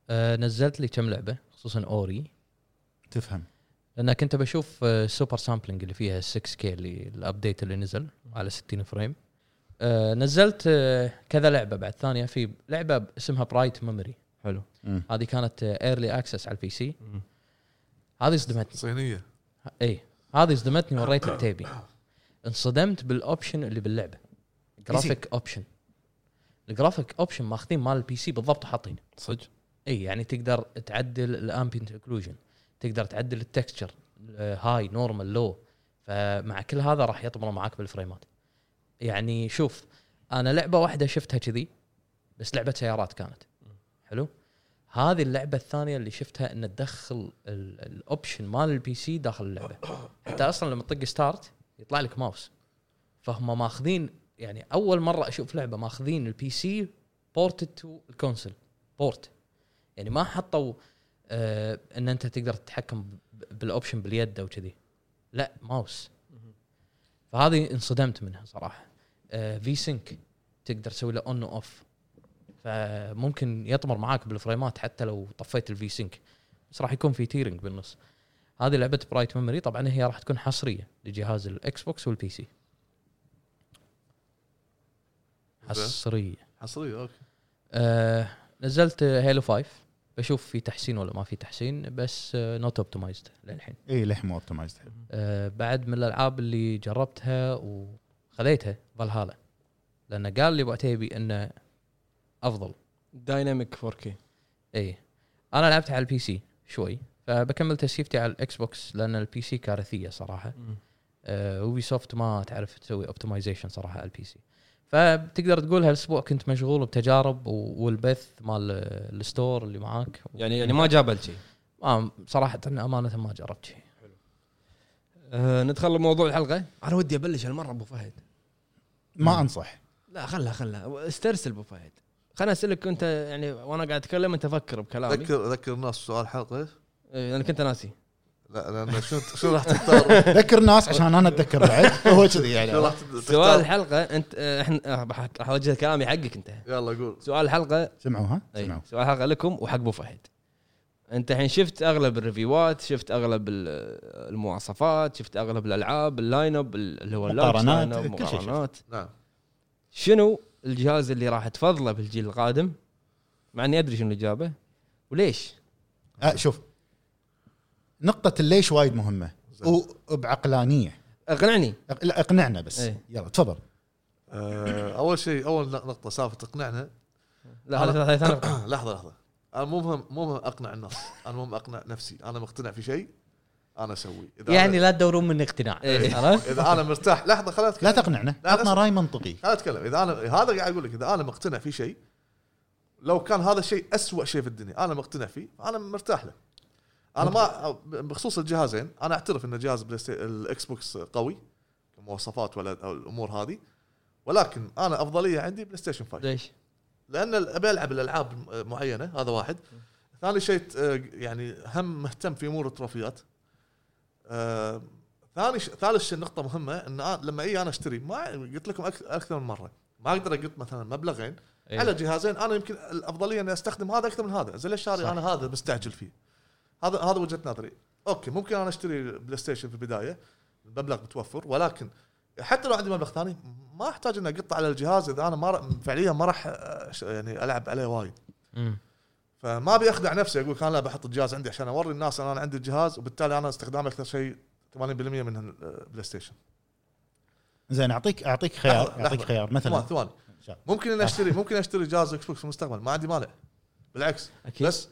[SPEAKER 1] أه، نزلت لي كم لعبه خصوصا اوري
[SPEAKER 2] تفهم
[SPEAKER 1] لان كنت بشوف آه، السوبر سامبلنج اللي فيها 6 كي اللي الابديت اللي نزل على 60 فريم آه، نزلت آه، كذا لعبه بعد ثانيه في لعبه اسمها برايت ميموري حلو
[SPEAKER 2] مم.
[SPEAKER 1] هذه كانت ايرلي اكسس على البي سي
[SPEAKER 4] مم.
[SPEAKER 1] هذه صدمتني
[SPEAKER 3] صينيه
[SPEAKER 1] اي هذه صدمتني وريت عتيبي انصدمت بالاوبشن اللي باللعبه جرافيك اوبشن الجرافيك اوبشن ماخذين مال البي سي بالضبط وحاطينه
[SPEAKER 4] صدق
[SPEAKER 1] اي يعني تقدر تعدل الامبينت اوكلوجن تقدر تعدل التكستشر هاي نورمال لو فمع كل هذا راح يطمر معاك بالفريمات يعني شوف انا لعبه واحده شفتها كذي بس لعبه سيارات كانت حلو هذه اللعبه الثانيه اللي شفتها ان تدخل ال- الاوبشن مال البي سي داخل اللعبه حتى اصلا لما تطق ستارت يطلع لك ماوس فهم ماخذين يعني اول مره اشوف لعبه ماخذين البي سي بورتد تو الكونسل بورت يعني ما حطوا آه ان انت تقدر تتحكم ب- بالاوبشن باليد او كذي لا ماوس فهذه انصدمت منها صراحه آه في سync تقدر تسوي له اون اوف فممكن يطمر معاك بالفريمات حتى لو طفيت الفي سينك بس راح يكون في تيرنج بالنص هذه لعبه برايت ميموري طبعا هي راح تكون حصريه لجهاز الاكس بوكس والبي سي حصريه
[SPEAKER 3] حصريه اوكي
[SPEAKER 1] آه نزلت هيلو 5 بشوف في تحسين ولا ما في تحسين بس نوت اوبتمايزد للحين
[SPEAKER 2] اي للحين مو اوبتمايزد
[SPEAKER 1] آه بعد من الالعاب اللي جربتها وخذيتها فالهالا لانه قال لي ابو عتيبي انه افضل
[SPEAKER 4] دايناميك 4 كي
[SPEAKER 1] اي انا لعبت إيه. على البي سي شوي فبكمل تسيفتي على الاكس بوكس لان البي سي كارثيه صراحه آه، اوبي سوفت ما تعرف تسوي اوبتمايزيشن صراحه على البي سي فتقدر تقول هالاسبوع كنت مشغول بتجارب و- والبث مال الستور اللي معاك
[SPEAKER 4] يعني يعني ما جابل شيء
[SPEAKER 1] ما صراحه امانه ما جربت شيء
[SPEAKER 4] أه ندخل لموضوع الحلقه انا ودي ابلش هالمره ابو فهد
[SPEAKER 5] ما انصح
[SPEAKER 4] لا خلها خلها استرسل ابو فهد خلنا اسالك انت يعني وانا قاعد اتكلم انت فكر بكلامي
[SPEAKER 3] ذكر ذكر الناس سؤال حلقه
[SPEAKER 4] إيه، انا كنت ناسي
[SPEAKER 3] لا لان شنو شنو راح تختار؟
[SPEAKER 5] ذكر الناس عشان انا اتذكر بعد هو كذي
[SPEAKER 3] شنو
[SPEAKER 5] يعني
[SPEAKER 3] راح تختار؟
[SPEAKER 4] سؤال الحلقه انت آه، احنا آه، راح راح اوجه كلامي حقك انت
[SPEAKER 3] يلا قول
[SPEAKER 4] سؤال الحلقه
[SPEAKER 5] سمعوا ها
[SPEAKER 4] أي.
[SPEAKER 5] سمعوا
[SPEAKER 4] سؤال الحلقه لكم وحق ابو فهد انت الحين شفت اغلب الريفيوات شفت اغلب ال- المواصفات شفت اغلب الالعاب اللاين اب ال- اللي هو اللونش
[SPEAKER 5] مقارنات،
[SPEAKER 4] لاين أب،
[SPEAKER 5] كل شيء شفت.
[SPEAKER 4] مقارنات
[SPEAKER 3] نعم
[SPEAKER 4] شنو الجهاز اللي راح تفضله بالجيل القادم مع اني ادري شنو الاجابه وليش
[SPEAKER 5] آه شوف نقطة الليش وايد مهمة
[SPEAKER 3] زين.
[SPEAKER 5] وبعقلانية
[SPEAKER 4] اقنعني
[SPEAKER 5] أق- لا، اقنعنا بس
[SPEAKER 4] إيه.
[SPEAKER 5] يلا تفضل
[SPEAKER 3] آه، اول شيء اول نقطه سالفه تقنعنا
[SPEAKER 4] لا هذا هذا ثاني رقم.
[SPEAKER 3] لحظه لحظه انا مو مهم مو مهم اقنع الناس انا مو مهم اقنع نفسي انا مقتنع في شيء انا اسويه إذا
[SPEAKER 1] يعني
[SPEAKER 3] أنا
[SPEAKER 1] لا تدورون من اقتناع
[SPEAKER 4] إيه.
[SPEAKER 1] عرفت؟
[SPEAKER 3] اذا انا مرتاح لحظه خليني
[SPEAKER 5] لا
[SPEAKER 3] اتكلم
[SPEAKER 5] تقنعنا
[SPEAKER 3] لا،
[SPEAKER 5] عطنا
[SPEAKER 3] بس-
[SPEAKER 5] راي منطقي
[SPEAKER 3] خليني اتكلم اذا انا هذا قاعد اقول لك اذا انا مقتنع في شيء لو كان هذا الشيء أسوأ شيء في الدنيا انا مقتنع فيه فانا مرتاح له انا ما بخصوص الجهازين انا اعترف ان جهاز بلاي ستي- الاكس بوكس قوي مواصفات ولا أو الامور هذه ولكن انا افضليه عندي بلاي ستيشن 5
[SPEAKER 4] ليش؟
[SPEAKER 3] لان ال- ابي العب الالعاب م- معينه هذا واحد ثاني شيء آه، يعني هم مهتم في امور التروفيات آه، ثاني ش... ثالث شيء نقطه مهمه ان أنا لما اجي انا اشتري ما قلت لكم أك- اكثر من مره ما اقدر اقط مثلا مبلغين
[SPEAKER 1] إيه.
[SPEAKER 3] على جهازين انا يمكن الافضليه اني استخدم هذا اكثر من هذا زين ليش شاري انا هذا مستعجل فيه هذا هذا وجهه نظري اوكي ممكن انا اشتري بلاي ستيشن في البدايه المبلغ متوفر ولكن حتى لو عندي مبلغ ثاني ما احتاج اني اقطع على الجهاز اذا انا ما ر- فعليا ما راح أش- يعني العب عليه وايد
[SPEAKER 1] مم.
[SPEAKER 3] فما ابي اخدع نفسي اقول كان لا بحط الجهاز عندي عشان اوري الناس ان انا عندي الجهاز وبالتالي انا استخدامه اكثر شيء 80% من البلاي ستيشن
[SPEAKER 5] زين اعطيك اعطيك خيار
[SPEAKER 3] لحظة،
[SPEAKER 5] اعطيك
[SPEAKER 3] لحظة.
[SPEAKER 5] خيار
[SPEAKER 3] ثواني
[SPEAKER 5] مثلا
[SPEAKER 3] ثواني
[SPEAKER 5] إن شاء الله.
[SPEAKER 3] ممكن اني اشتري ممكن اشتري جهاز اكس بوكس في المستقبل ما عندي مانع بالعكس
[SPEAKER 4] اكيد
[SPEAKER 3] بس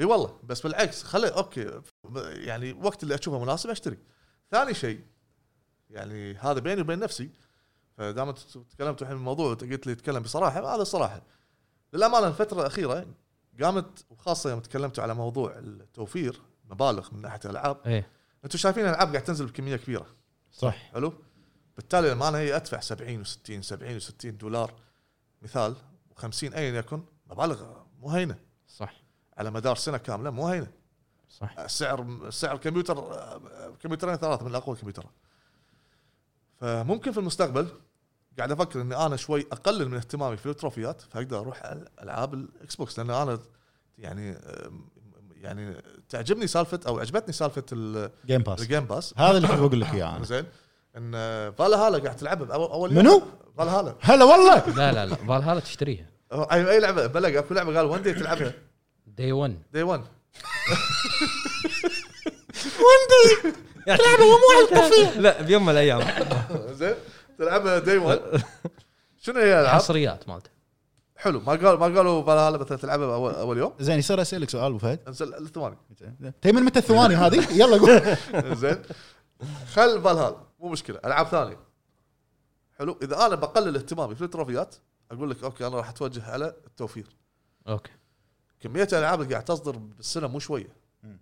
[SPEAKER 3] اي والله بس بالعكس خلي اوكي يعني وقت اللي اشوفه مناسب اشتري ثاني شيء يعني هذا بيني وبين نفسي فدام أنت تكلمت الحين الموضوع قلت لي تكلم بصراحه هذا الصراحه للامانه الفتره الاخيره قامت وخاصه يوم تكلمتوا على موضوع التوفير مبالغ من ناحيه الالعاب
[SPEAKER 1] ايه
[SPEAKER 3] انتم شايفين الالعاب قاعد تنزل بكميه كبيره
[SPEAKER 5] صح
[SPEAKER 3] حلو بالتالي لما انا هي ادفع 70 و60 70 و60 دولار مثال و50 ايا يكن مبالغ مو هينه
[SPEAKER 1] صح
[SPEAKER 3] على مدار سنه كامله مو هينه
[SPEAKER 1] صح
[SPEAKER 3] سعر سعر كمبيوتر آه، كمبيوترين ثلاثه من اقوى الكمبيوترات فممكن في المستقبل قاعد افكر اني انا شوي اقلل من اهتمامي في التروفيات فاقدر اروح على العاب الاكس بوكس لان انا يعني آم، يعني تعجبني سالفه او عجبتني سالفه ال-
[SPEAKER 5] جيم باس
[SPEAKER 3] الجيم باس
[SPEAKER 5] هذا اللي كنت بقول لك اياه انا
[SPEAKER 3] زين ان فالا هالا قاعد تلعبها بأو- اول
[SPEAKER 5] منو؟
[SPEAKER 3] فالا هالا
[SPEAKER 5] هلا والله
[SPEAKER 1] لا لا لا فالهالا تشتريها
[SPEAKER 3] اي لعبه بلا اكو لعبه قال وان دي تلعبها
[SPEAKER 1] دي 1
[SPEAKER 3] دي 1
[SPEAKER 4] لا بيوم من الايام
[SPEAKER 3] زين تلعبها دي 1 شنو هي الالعاب؟
[SPEAKER 1] حصريات مالته
[SPEAKER 3] حلو ما قال ما قالوا بلا هلا مثلا تلعبها اول اول يوم
[SPEAKER 5] زين يصير اسالك سؤال ابو فهد
[SPEAKER 3] انزل الثواني
[SPEAKER 5] تي من متى الثواني هذه يلا قول
[SPEAKER 3] زين خل بالهال مو مشكله العاب ثانيه حلو اذا انا بقلل اهتمامي في التروفيات اقول لك اوكي انا راح اتوجه على التوفير
[SPEAKER 1] اوكي
[SPEAKER 3] كميه الالعاب اللي قاعد تصدر بالسنه مو شويه
[SPEAKER 5] مم.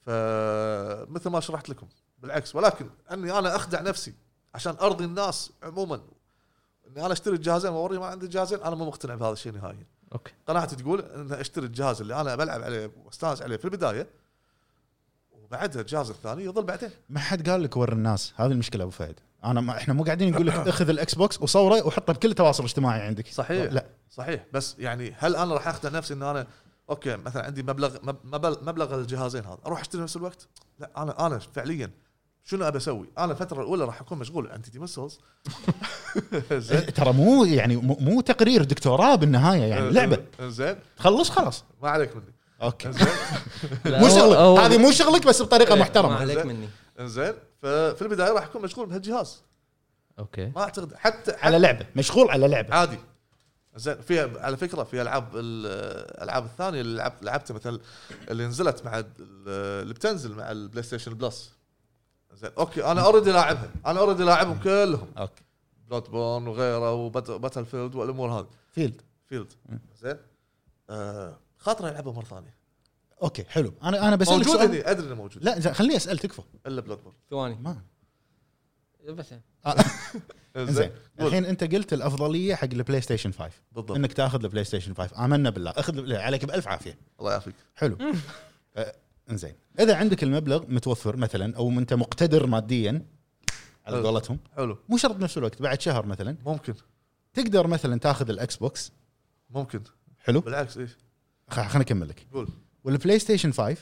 [SPEAKER 3] فمثل ما شرحت لكم بالعكس ولكن اني انا اخدع نفسي عشان ارضي الناس عموما اني انا اشتري الجهازين واوري ما عندي جهازين انا مو مقتنع بهذا الشيء نهائيا
[SPEAKER 1] اوكي
[SPEAKER 3] قناعتي تقول ان اشتري الجهاز اللي انا بلعب عليه واستانس عليه في البدايه وبعدها الجهاز الثاني يظل بعدين
[SPEAKER 5] ما حد قال لك ور الناس هذه المشكله ابو فهد انا ما احنا مو قاعدين نقول لك اخذ الاكس بوكس وصوره وحطه بكل التواصل الاجتماعي عندك
[SPEAKER 3] صحيح.
[SPEAKER 5] لا
[SPEAKER 3] صحيح بس يعني هل انا راح اخدع نفسي ان انا اوكي مثلا عندي مبلغ مب- مبل- مبلغ الجهازين هذا اروح اشتري نفس الوقت لا انا انا فعليا شنو ابى اسوي؟ انا الفتره الاولى راح اكون مشغول انتي ديمسلز زين
[SPEAKER 5] ترى مو يعني مو- مو تقرير دكتوراه بالنهايه
[SPEAKER 3] إيه،
[SPEAKER 5] يعني لعبه
[SPEAKER 3] زين
[SPEAKER 5] خلص خلاص
[SPEAKER 3] ما عليك مني
[SPEAKER 5] اوكي
[SPEAKER 3] زين
[SPEAKER 5] مو شغلك هذه مو شغلك بس بطريقه
[SPEAKER 4] ما
[SPEAKER 5] محترمه
[SPEAKER 4] عليك مني
[SPEAKER 3] زين ففي البدايه راح اكون مشغول بهالجهاز
[SPEAKER 1] اوكي
[SPEAKER 3] ما اعتقد حتى, حتى
[SPEAKER 5] على لعبه مشغول على لعبه
[SPEAKER 3] عادي زين في على فكره في العاب الالعاب الثانيه اللي لعب- لعبتها مثلا اللي نزلت مع ال- اللي بتنزل مع البلاي ستيشن بلس زين اوكي انا اوريدي لاعبها انا اوريدي لاعبهم كلهم
[SPEAKER 5] اوكي
[SPEAKER 3] بلاد بورن وغيره وباتل فيلد والامور هذه
[SPEAKER 5] فيلد
[SPEAKER 3] فيلد زين آه خاطر العبها مره ثانيه
[SPEAKER 2] اوكي حلو انا انا بسالك
[SPEAKER 3] موجود
[SPEAKER 2] سؤال
[SPEAKER 3] هني ادري انه موجود
[SPEAKER 2] لا زين، خليني اسال تكفى
[SPEAKER 3] الا بلاد بورن
[SPEAKER 4] ثواني
[SPEAKER 2] ما
[SPEAKER 4] بس
[SPEAKER 2] زين
[SPEAKER 3] قول.
[SPEAKER 2] الحين انت قلت الافضليه حق البلاي ستيشن 5
[SPEAKER 3] بالضبط
[SPEAKER 2] انك تاخذ البلاي ستيشن 5 امنا بالله اخذ البلاي- عليك بالف عافيه
[SPEAKER 3] الله يعافيك
[SPEAKER 2] حلو آه، انزين اذا عندك المبلغ متوفر مثلا او انت مقتدر ماديا على
[SPEAKER 3] حلو.
[SPEAKER 2] قولتهم
[SPEAKER 3] حلو
[SPEAKER 2] مو شرط بنفس الوقت بعد شهر مثلا
[SPEAKER 3] ممكن
[SPEAKER 2] تقدر مثلا تاخذ الاكس بوكس
[SPEAKER 3] ممكن
[SPEAKER 2] حلو
[SPEAKER 3] بالعكس ايش
[SPEAKER 2] خليني اكمل لك
[SPEAKER 3] قول
[SPEAKER 2] والبلاي ستيشن 5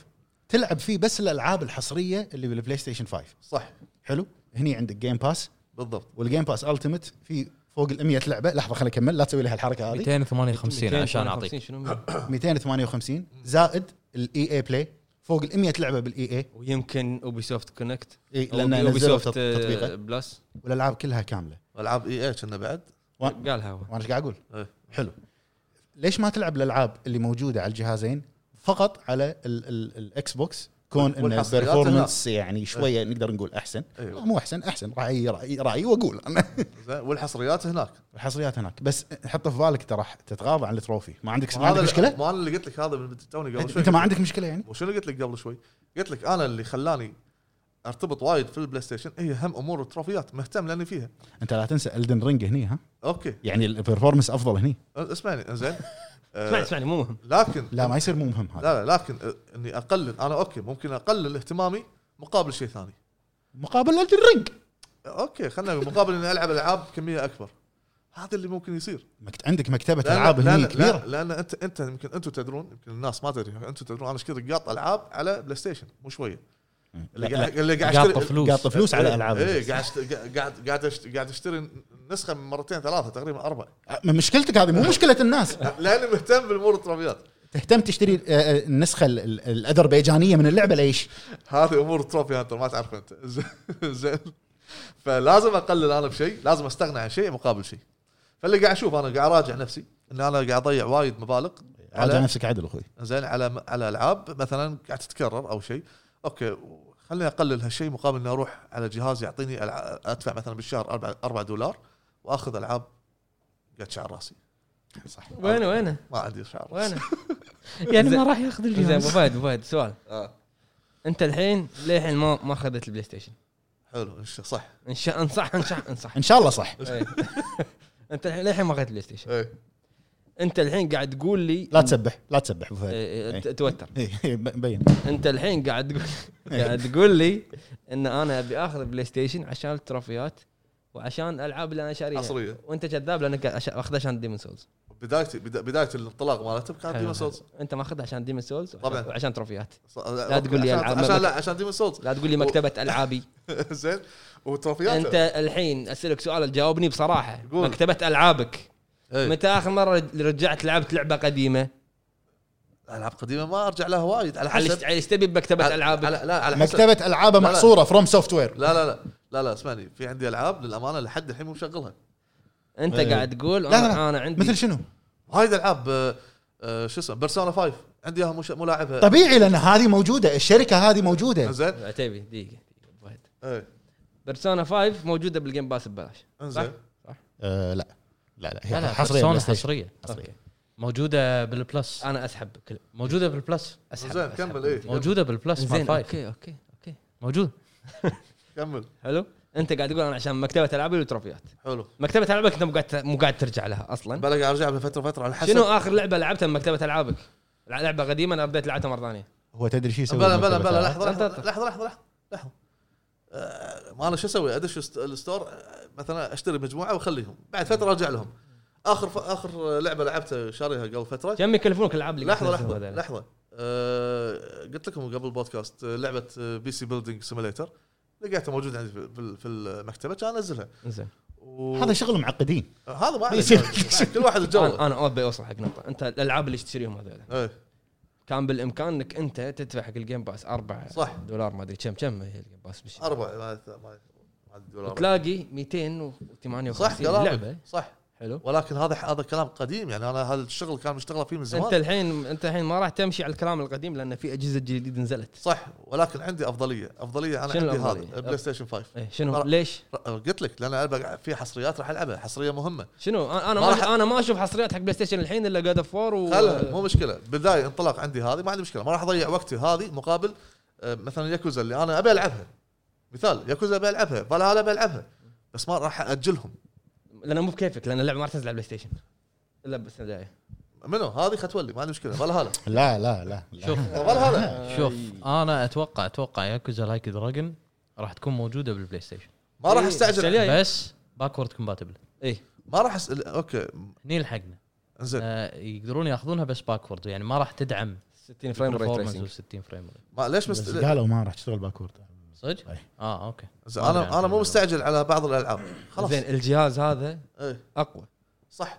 [SPEAKER 2] تلعب فيه بس الالعاب الحصريه اللي بالبلاي ستيشن 5
[SPEAKER 3] صح
[SPEAKER 2] حلو هني عندك جيم باس
[SPEAKER 3] بالضبط
[SPEAKER 2] والجيم باس التيمت في فوق ال 100 لعبه لحظه خليني اكمل لا تسوي لي هالحركه هذه
[SPEAKER 1] 258 عشان اعطيك
[SPEAKER 4] 258 شنو؟
[SPEAKER 2] 258 زائد الاي اي بلاي فوق ال 100 لعبه بالاي
[SPEAKER 4] ويمكن اوبي سوفت كونكت
[SPEAKER 2] اي
[SPEAKER 4] أو
[SPEAKER 2] لان
[SPEAKER 4] أوبي
[SPEAKER 2] نزلوا
[SPEAKER 4] سوفت
[SPEAKER 2] تطبيقه
[SPEAKER 4] آه، بلس
[SPEAKER 2] والالعاب كلها كامله
[SPEAKER 3] العاب اي اي إيه كنا بعد
[SPEAKER 2] و-
[SPEAKER 4] قالها هو
[SPEAKER 2] وانا ايش قاعد اقول؟
[SPEAKER 3] إيه.
[SPEAKER 2] حلو ليش ما تلعب الالعاب اللي موجوده على الجهازين فقط على ال- ال- الاكس بوكس كون ان
[SPEAKER 3] والحصريات
[SPEAKER 2] البرفورمنس يعني شويه نقدر نقول احسن
[SPEAKER 3] أيوة.
[SPEAKER 2] لا، مو احسن احسن رايي رايي رايي واقول انا
[SPEAKER 3] زين والحصريات هناك
[SPEAKER 2] الحصريات هناك بس حط في بالك ترى راح تتغاضى عن التروفي ما عندك ما
[SPEAKER 3] وهذا
[SPEAKER 2] عندك
[SPEAKER 3] ال-
[SPEAKER 2] مشكله؟
[SPEAKER 3] ما انا اللي قلت لك هذا من توني قبل
[SPEAKER 2] أنت-
[SPEAKER 3] شوي
[SPEAKER 2] انت ما عندك مشكله يعني؟
[SPEAKER 3] وشنو قلت لك قبل شوي؟ قلت لك انا اللي خلاني ارتبط وايد في البلاي ستيشن هي هم امور التروفيات مهتم لاني فيها
[SPEAKER 2] انت لا تنسى الدن رينج هني ها
[SPEAKER 3] اوكي
[SPEAKER 2] يعني البرفورمنس افضل هني
[SPEAKER 3] اسمعني زين
[SPEAKER 4] اسمعني اسمعني مو مهم
[SPEAKER 3] لكن
[SPEAKER 2] لا ما يصير مو مهم هذا
[SPEAKER 3] لا لا لكن آه، اني اقلل انا اوكي ممكن اقلل اهتمامي مقابل شيء ثاني
[SPEAKER 2] مقابل الدن رينج
[SPEAKER 3] آه، اوكي خلينا نقول مقابل اني العب العاب كميه اكبر هذا اللي ممكن يصير
[SPEAKER 2] مكت... عندك مكتبه
[SPEAKER 3] لأن-
[SPEAKER 2] العاب
[SPEAKER 3] لأن-
[SPEAKER 2] هني كبيره
[SPEAKER 3] لأن, لان انت انت يمكن انتم تدرون يمكن الناس ما تدري انتم تدرون انا ايش كثر قاط العاب على بلاي ستيشن مو شويه اللي
[SPEAKER 2] لا،
[SPEAKER 3] قاعد- اللي قاعد
[SPEAKER 1] قاطه
[SPEAKER 3] أشتري-
[SPEAKER 1] فلوس
[SPEAKER 2] قاطه فلوس على العاب
[SPEAKER 3] ايه قاعد أشت- قاعد قاعد أشت- قاعد اشتري نسخه من مرتين ثلاثه تقريبا اربع
[SPEAKER 2] من أه، مشكلتك هذه مو مشكله الناس
[SPEAKER 3] لاني مهتم بالامور الترفيهات
[SPEAKER 2] تهتم تشتري آه، آه، النسخه ال- ال- الاذربيجانيه من اللعبه ليش؟
[SPEAKER 3] هذه امور تروفي هانتر ما تعرف انت زين- زين فلازم اقلل انا بشيء لازم استغنى عن شيء مقابل شيء فاللي قاعد اشوف انا قاعد اراجع نفسي ان انا قاعد اضيع وايد مبالغ
[SPEAKER 2] راجع
[SPEAKER 3] على
[SPEAKER 2] نفسك عدل اخوي
[SPEAKER 3] زين على على العاب مثلا قاعد تتكرر او شيء اوكي خليني اقلل هالشيء مقابل اني اروح على جهاز يعطيني ألع- ادفع مثلا بالشهر 4 4 دولار واخذ العاب قد شعر راسي
[SPEAKER 2] صح
[SPEAKER 4] وينه وينه
[SPEAKER 3] ما عندي شعر راسي
[SPEAKER 4] وينه
[SPEAKER 1] يعني ما راح ياخذ
[SPEAKER 4] زين ابو
[SPEAKER 1] الجهاز
[SPEAKER 4] فهد ابو فهد سؤال
[SPEAKER 3] آه.
[SPEAKER 4] انت الحين للحين ما ما اخذت البلاي ستيشن
[SPEAKER 3] حلو إن شاء- صح
[SPEAKER 4] ان شاء انصح انصح انصح
[SPEAKER 2] ان شاء الله صح
[SPEAKER 4] إيه. انت الحين للحين ما اخذت البلاي ستيشن
[SPEAKER 3] إيه.
[SPEAKER 4] انت الحين قاعد تقول لي
[SPEAKER 2] لا تسبح لا تسبح ابو فهد
[SPEAKER 4] إيه، إيه،
[SPEAKER 2] إيه.
[SPEAKER 4] توتر
[SPEAKER 2] إيه، إيه، ب- مبين
[SPEAKER 4] انت الحين قاعد تقول قاعد تقول لي ان انا ابي اخذ بلاي ستيشن عشان التروفيات وعشان الالعاب اللي انا شاريها
[SPEAKER 3] حصرية.
[SPEAKER 4] وانت كذاب لانك قاعد عشان- اخذها عشان ديمون سولز
[SPEAKER 3] بدايتي بدا- بدايه الانطلاق مالته كانت ديمون سولز
[SPEAKER 4] انت ماخذها عشان ديمون سولز وعشان-
[SPEAKER 3] طبعاً.
[SPEAKER 4] وعشان تروفيات
[SPEAKER 3] لا
[SPEAKER 4] تقول لي ألعاب-
[SPEAKER 3] عشان, عشان لا عشان ديمون سولز
[SPEAKER 4] لا تقول لي مكتبه العابي
[SPEAKER 3] زين وتروفياته
[SPEAKER 4] انت الحين اسالك سؤال جاوبني بصراحه
[SPEAKER 3] قول.
[SPEAKER 4] مكتبه العابك
[SPEAKER 3] إيه.
[SPEAKER 4] متى اخر مره رجعت لعبت لعبه قديمه
[SPEAKER 3] العاب قديمه ما ارجع لها وايد على
[SPEAKER 4] على
[SPEAKER 3] حسب
[SPEAKER 4] على ايش تبي بمكتبه العابك
[SPEAKER 3] على لا على حسب
[SPEAKER 2] مكتبه العابه
[SPEAKER 3] لا، لا.
[SPEAKER 2] محصوره فروم سوفت وير
[SPEAKER 3] لا لا لا لا لا اسمعني في عندي العاب للامانه لحد الحين مو مشغلها
[SPEAKER 4] انت
[SPEAKER 2] إيه.
[SPEAKER 4] قاعد تقول
[SPEAKER 2] لا، لا،
[SPEAKER 4] انا انا عندي
[SPEAKER 2] مثل شنو؟
[SPEAKER 3] هاي الالعاب آه، آه، شو اسمه بيرسونا 5 عندي اياها مو ش- مو لاعبها
[SPEAKER 2] طبيعي لان هذه موجوده الشركه هذه موجوده
[SPEAKER 3] زين
[SPEAKER 4] عتيبي دقيقه دقيقة، أبو فهد.
[SPEAKER 3] إيه،
[SPEAKER 4] بيرسونا 5 موجوده بالجيم باس ببلاش
[SPEAKER 3] انزين
[SPEAKER 2] آه، لا لا لا
[SPEAKER 1] لا
[SPEAKER 2] هي
[SPEAKER 1] لا
[SPEAKER 2] حصريه
[SPEAKER 1] حصريه
[SPEAKER 2] بلاي ستيشن.
[SPEAKER 1] حصريه
[SPEAKER 4] اوكي
[SPEAKER 1] موجوده بالبلس
[SPEAKER 4] انا اسحب كل
[SPEAKER 1] موجوده بالبلس
[SPEAKER 4] اسحب
[SPEAKER 3] زين،
[SPEAKER 4] أسحب.
[SPEAKER 3] كمل، إيه.
[SPEAKER 1] موجوده بالبلس مال
[SPEAKER 4] زين
[SPEAKER 1] فايف
[SPEAKER 4] اوكي اوكي اوكي
[SPEAKER 1] موجود
[SPEAKER 3] كمل
[SPEAKER 4] حلو انت قاعد تقول انا عشان مكتبه العابي والتروفيات
[SPEAKER 3] حلو
[SPEAKER 4] مكتبه العابك انت مو قاعد مو قاعد ترجع لها اصلا
[SPEAKER 3] بلا قاعد ارجع فتره فتره على حسب
[SPEAKER 4] شنو اخر لعبه لعبتها بمكتبه العابك؟ لع- لعبه قديمه انا رديت لعبتها مره ثانيه
[SPEAKER 2] هو تدري شو يسوي
[SPEAKER 3] بلا بلا
[SPEAKER 2] بالمكتبة
[SPEAKER 3] بلا
[SPEAKER 2] ترى؟
[SPEAKER 3] لحظه لحظه
[SPEAKER 4] لا، لا، لا.
[SPEAKER 3] لحظه لحظه لحظه آه، ما انا شو اسوي ادش الست- الستور آه، مثلا اشتري مجموعه واخليهم بعد فتره ارجع لهم اخر ف... اخر لعبه لعبتها شاريها قبل فتره
[SPEAKER 4] كم يكلفونك الالعاب اللي
[SPEAKER 3] لحظه
[SPEAKER 4] قاعد
[SPEAKER 3] لحظه
[SPEAKER 4] تنزلها هذيلا؟
[SPEAKER 3] لحظه أه قلت لكم قبل البودكاست آه، لعبه بي سي بيلدينج سيميليتر لقيتها موجوده عندي في- في في المكتبه كان انزلها
[SPEAKER 4] زين
[SPEAKER 3] و...
[SPEAKER 2] هذا شغل معقدين
[SPEAKER 3] هذا ما
[SPEAKER 2] بي سي.
[SPEAKER 3] عليك. كل واحد
[SPEAKER 4] انا
[SPEAKER 3] الجو
[SPEAKER 4] انا ابي اوصل حق نقطه انت الالعاب اللي تشتريهم هذول
[SPEAKER 3] إيه،
[SPEAKER 4] كان بالامكان انك انت تدفع حق الجيم باس 4
[SPEAKER 3] صح.
[SPEAKER 4] دولار ما ادري كم كم هي الجيم باس بالشي.
[SPEAKER 3] اربع ما ما- ما- دولار
[SPEAKER 4] تلاقي 258
[SPEAKER 3] صح كلامك
[SPEAKER 4] لعبه
[SPEAKER 3] صح
[SPEAKER 4] حلو
[SPEAKER 3] ولكن هذا هذا كلام قديم يعني انا هالشغل كان مشتغله فيه من
[SPEAKER 4] انت
[SPEAKER 3] زمان
[SPEAKER 4] الحين انت الحين ما راح تمشي على الكلام القديم لان في اجهزه جديده نزلت
[SPEAKER 3] صح ولكن عندي افضليه افضليه انا
[SPEAKER 4] شنو
[SPEAKER 3] عندي
[SPEAKER 4] الأفضلية؟
[SPEAKER 3] هذا بلاي ستيشن 5
[SPEAKER 4] إيه شنو
[SPEAKER 3] مرة.
[SPEAKER 4] ليش؟
[SPEAKER 3] قلت لك لان أنا في حصريات راح العبها حصريه مهمه
[SPEAKER 4] شنو انا انا
[SPEAKER 3] ما
[SPEAKER 4] ما,
[SPEAKER 3] راح-
[SPEAKER 4] انا ما اشوف حصريات حق بلاي ستيشن الحين الا جاد اوف 4 و
[SPEAKER 3] خلها مو مشكله بدايه انطلاق عندي هذه ما عندي مشكله ما راح اضيع وقتي هذه مقابل آه، مثلا ياكوزا اللي انا ابي العبها مثال ياكوزا ابي العبها فلا انا ابي العبها بس ما راح اجلهم
[SPEAKER 4] لان مو بكيفك لان اللعبه ما راح تنزل على بلاي ستيشن الا بس الجايه
[SPEAKER 3] منو هذه ختولي ما عندي مشكله فلا هلا
[SPEAKER 2] لا لا لا, لا.
[SPEAKER 1] شوف
[SPEAKER 3] فلا هلا
[SPEAKER 1] شوف انا اتوقع اتوقع ياكوزا لايك دراجون راح تكون موجوده بالبلاي ستيشن
[SPEAKER 3] ما راح
[SPEAKER 4] إيه،
[SPEAKER 3] استعجل
[SPEAKER 4] الجاية.
[SPEAKER 1] بس باكورد كومباتبل
[SPEAKER 4] اي
[SPEAKER 3] ما راح أس... اوكي
[SPEAKER 1] هني لحقنا
[SPEAKER 3] انزين
[SPEAKER 1] آه، يقدرون ياخذونها بس باكورد يعني ما راح تدعم
[SPEAKER 4] 60 فريم ريت
[SPEAKER 1] performance و
[SPEAKER 4] ريسنج
[SPEAKER 1] 60 فريم
[SPEAKER 3] ما- ليش
[SPEAKER 2] بس
[SPEAKER 3] مست...
[SPEAKER 2] قالوا ما راح تشتغل باكورد
[SPEAKER 1] صدق؟
[SPEAKER 2] أي.
[SPEAKER 1] اه اوكي
[SPEAKER 3] زين،
[SPEAKER 1] ما أدري عن
[SPEAKER 3] انا انا مو
[SPEAKER 1] الموضوع.
[SPEAKER 3] مستعجل على بعض الالعاب خلاص
[SPEAKER 4] زين الجهاز هذا
[SPEAKER 3] ايه
[SPEAKER 4] اقوى
[SPEAKER 3] صح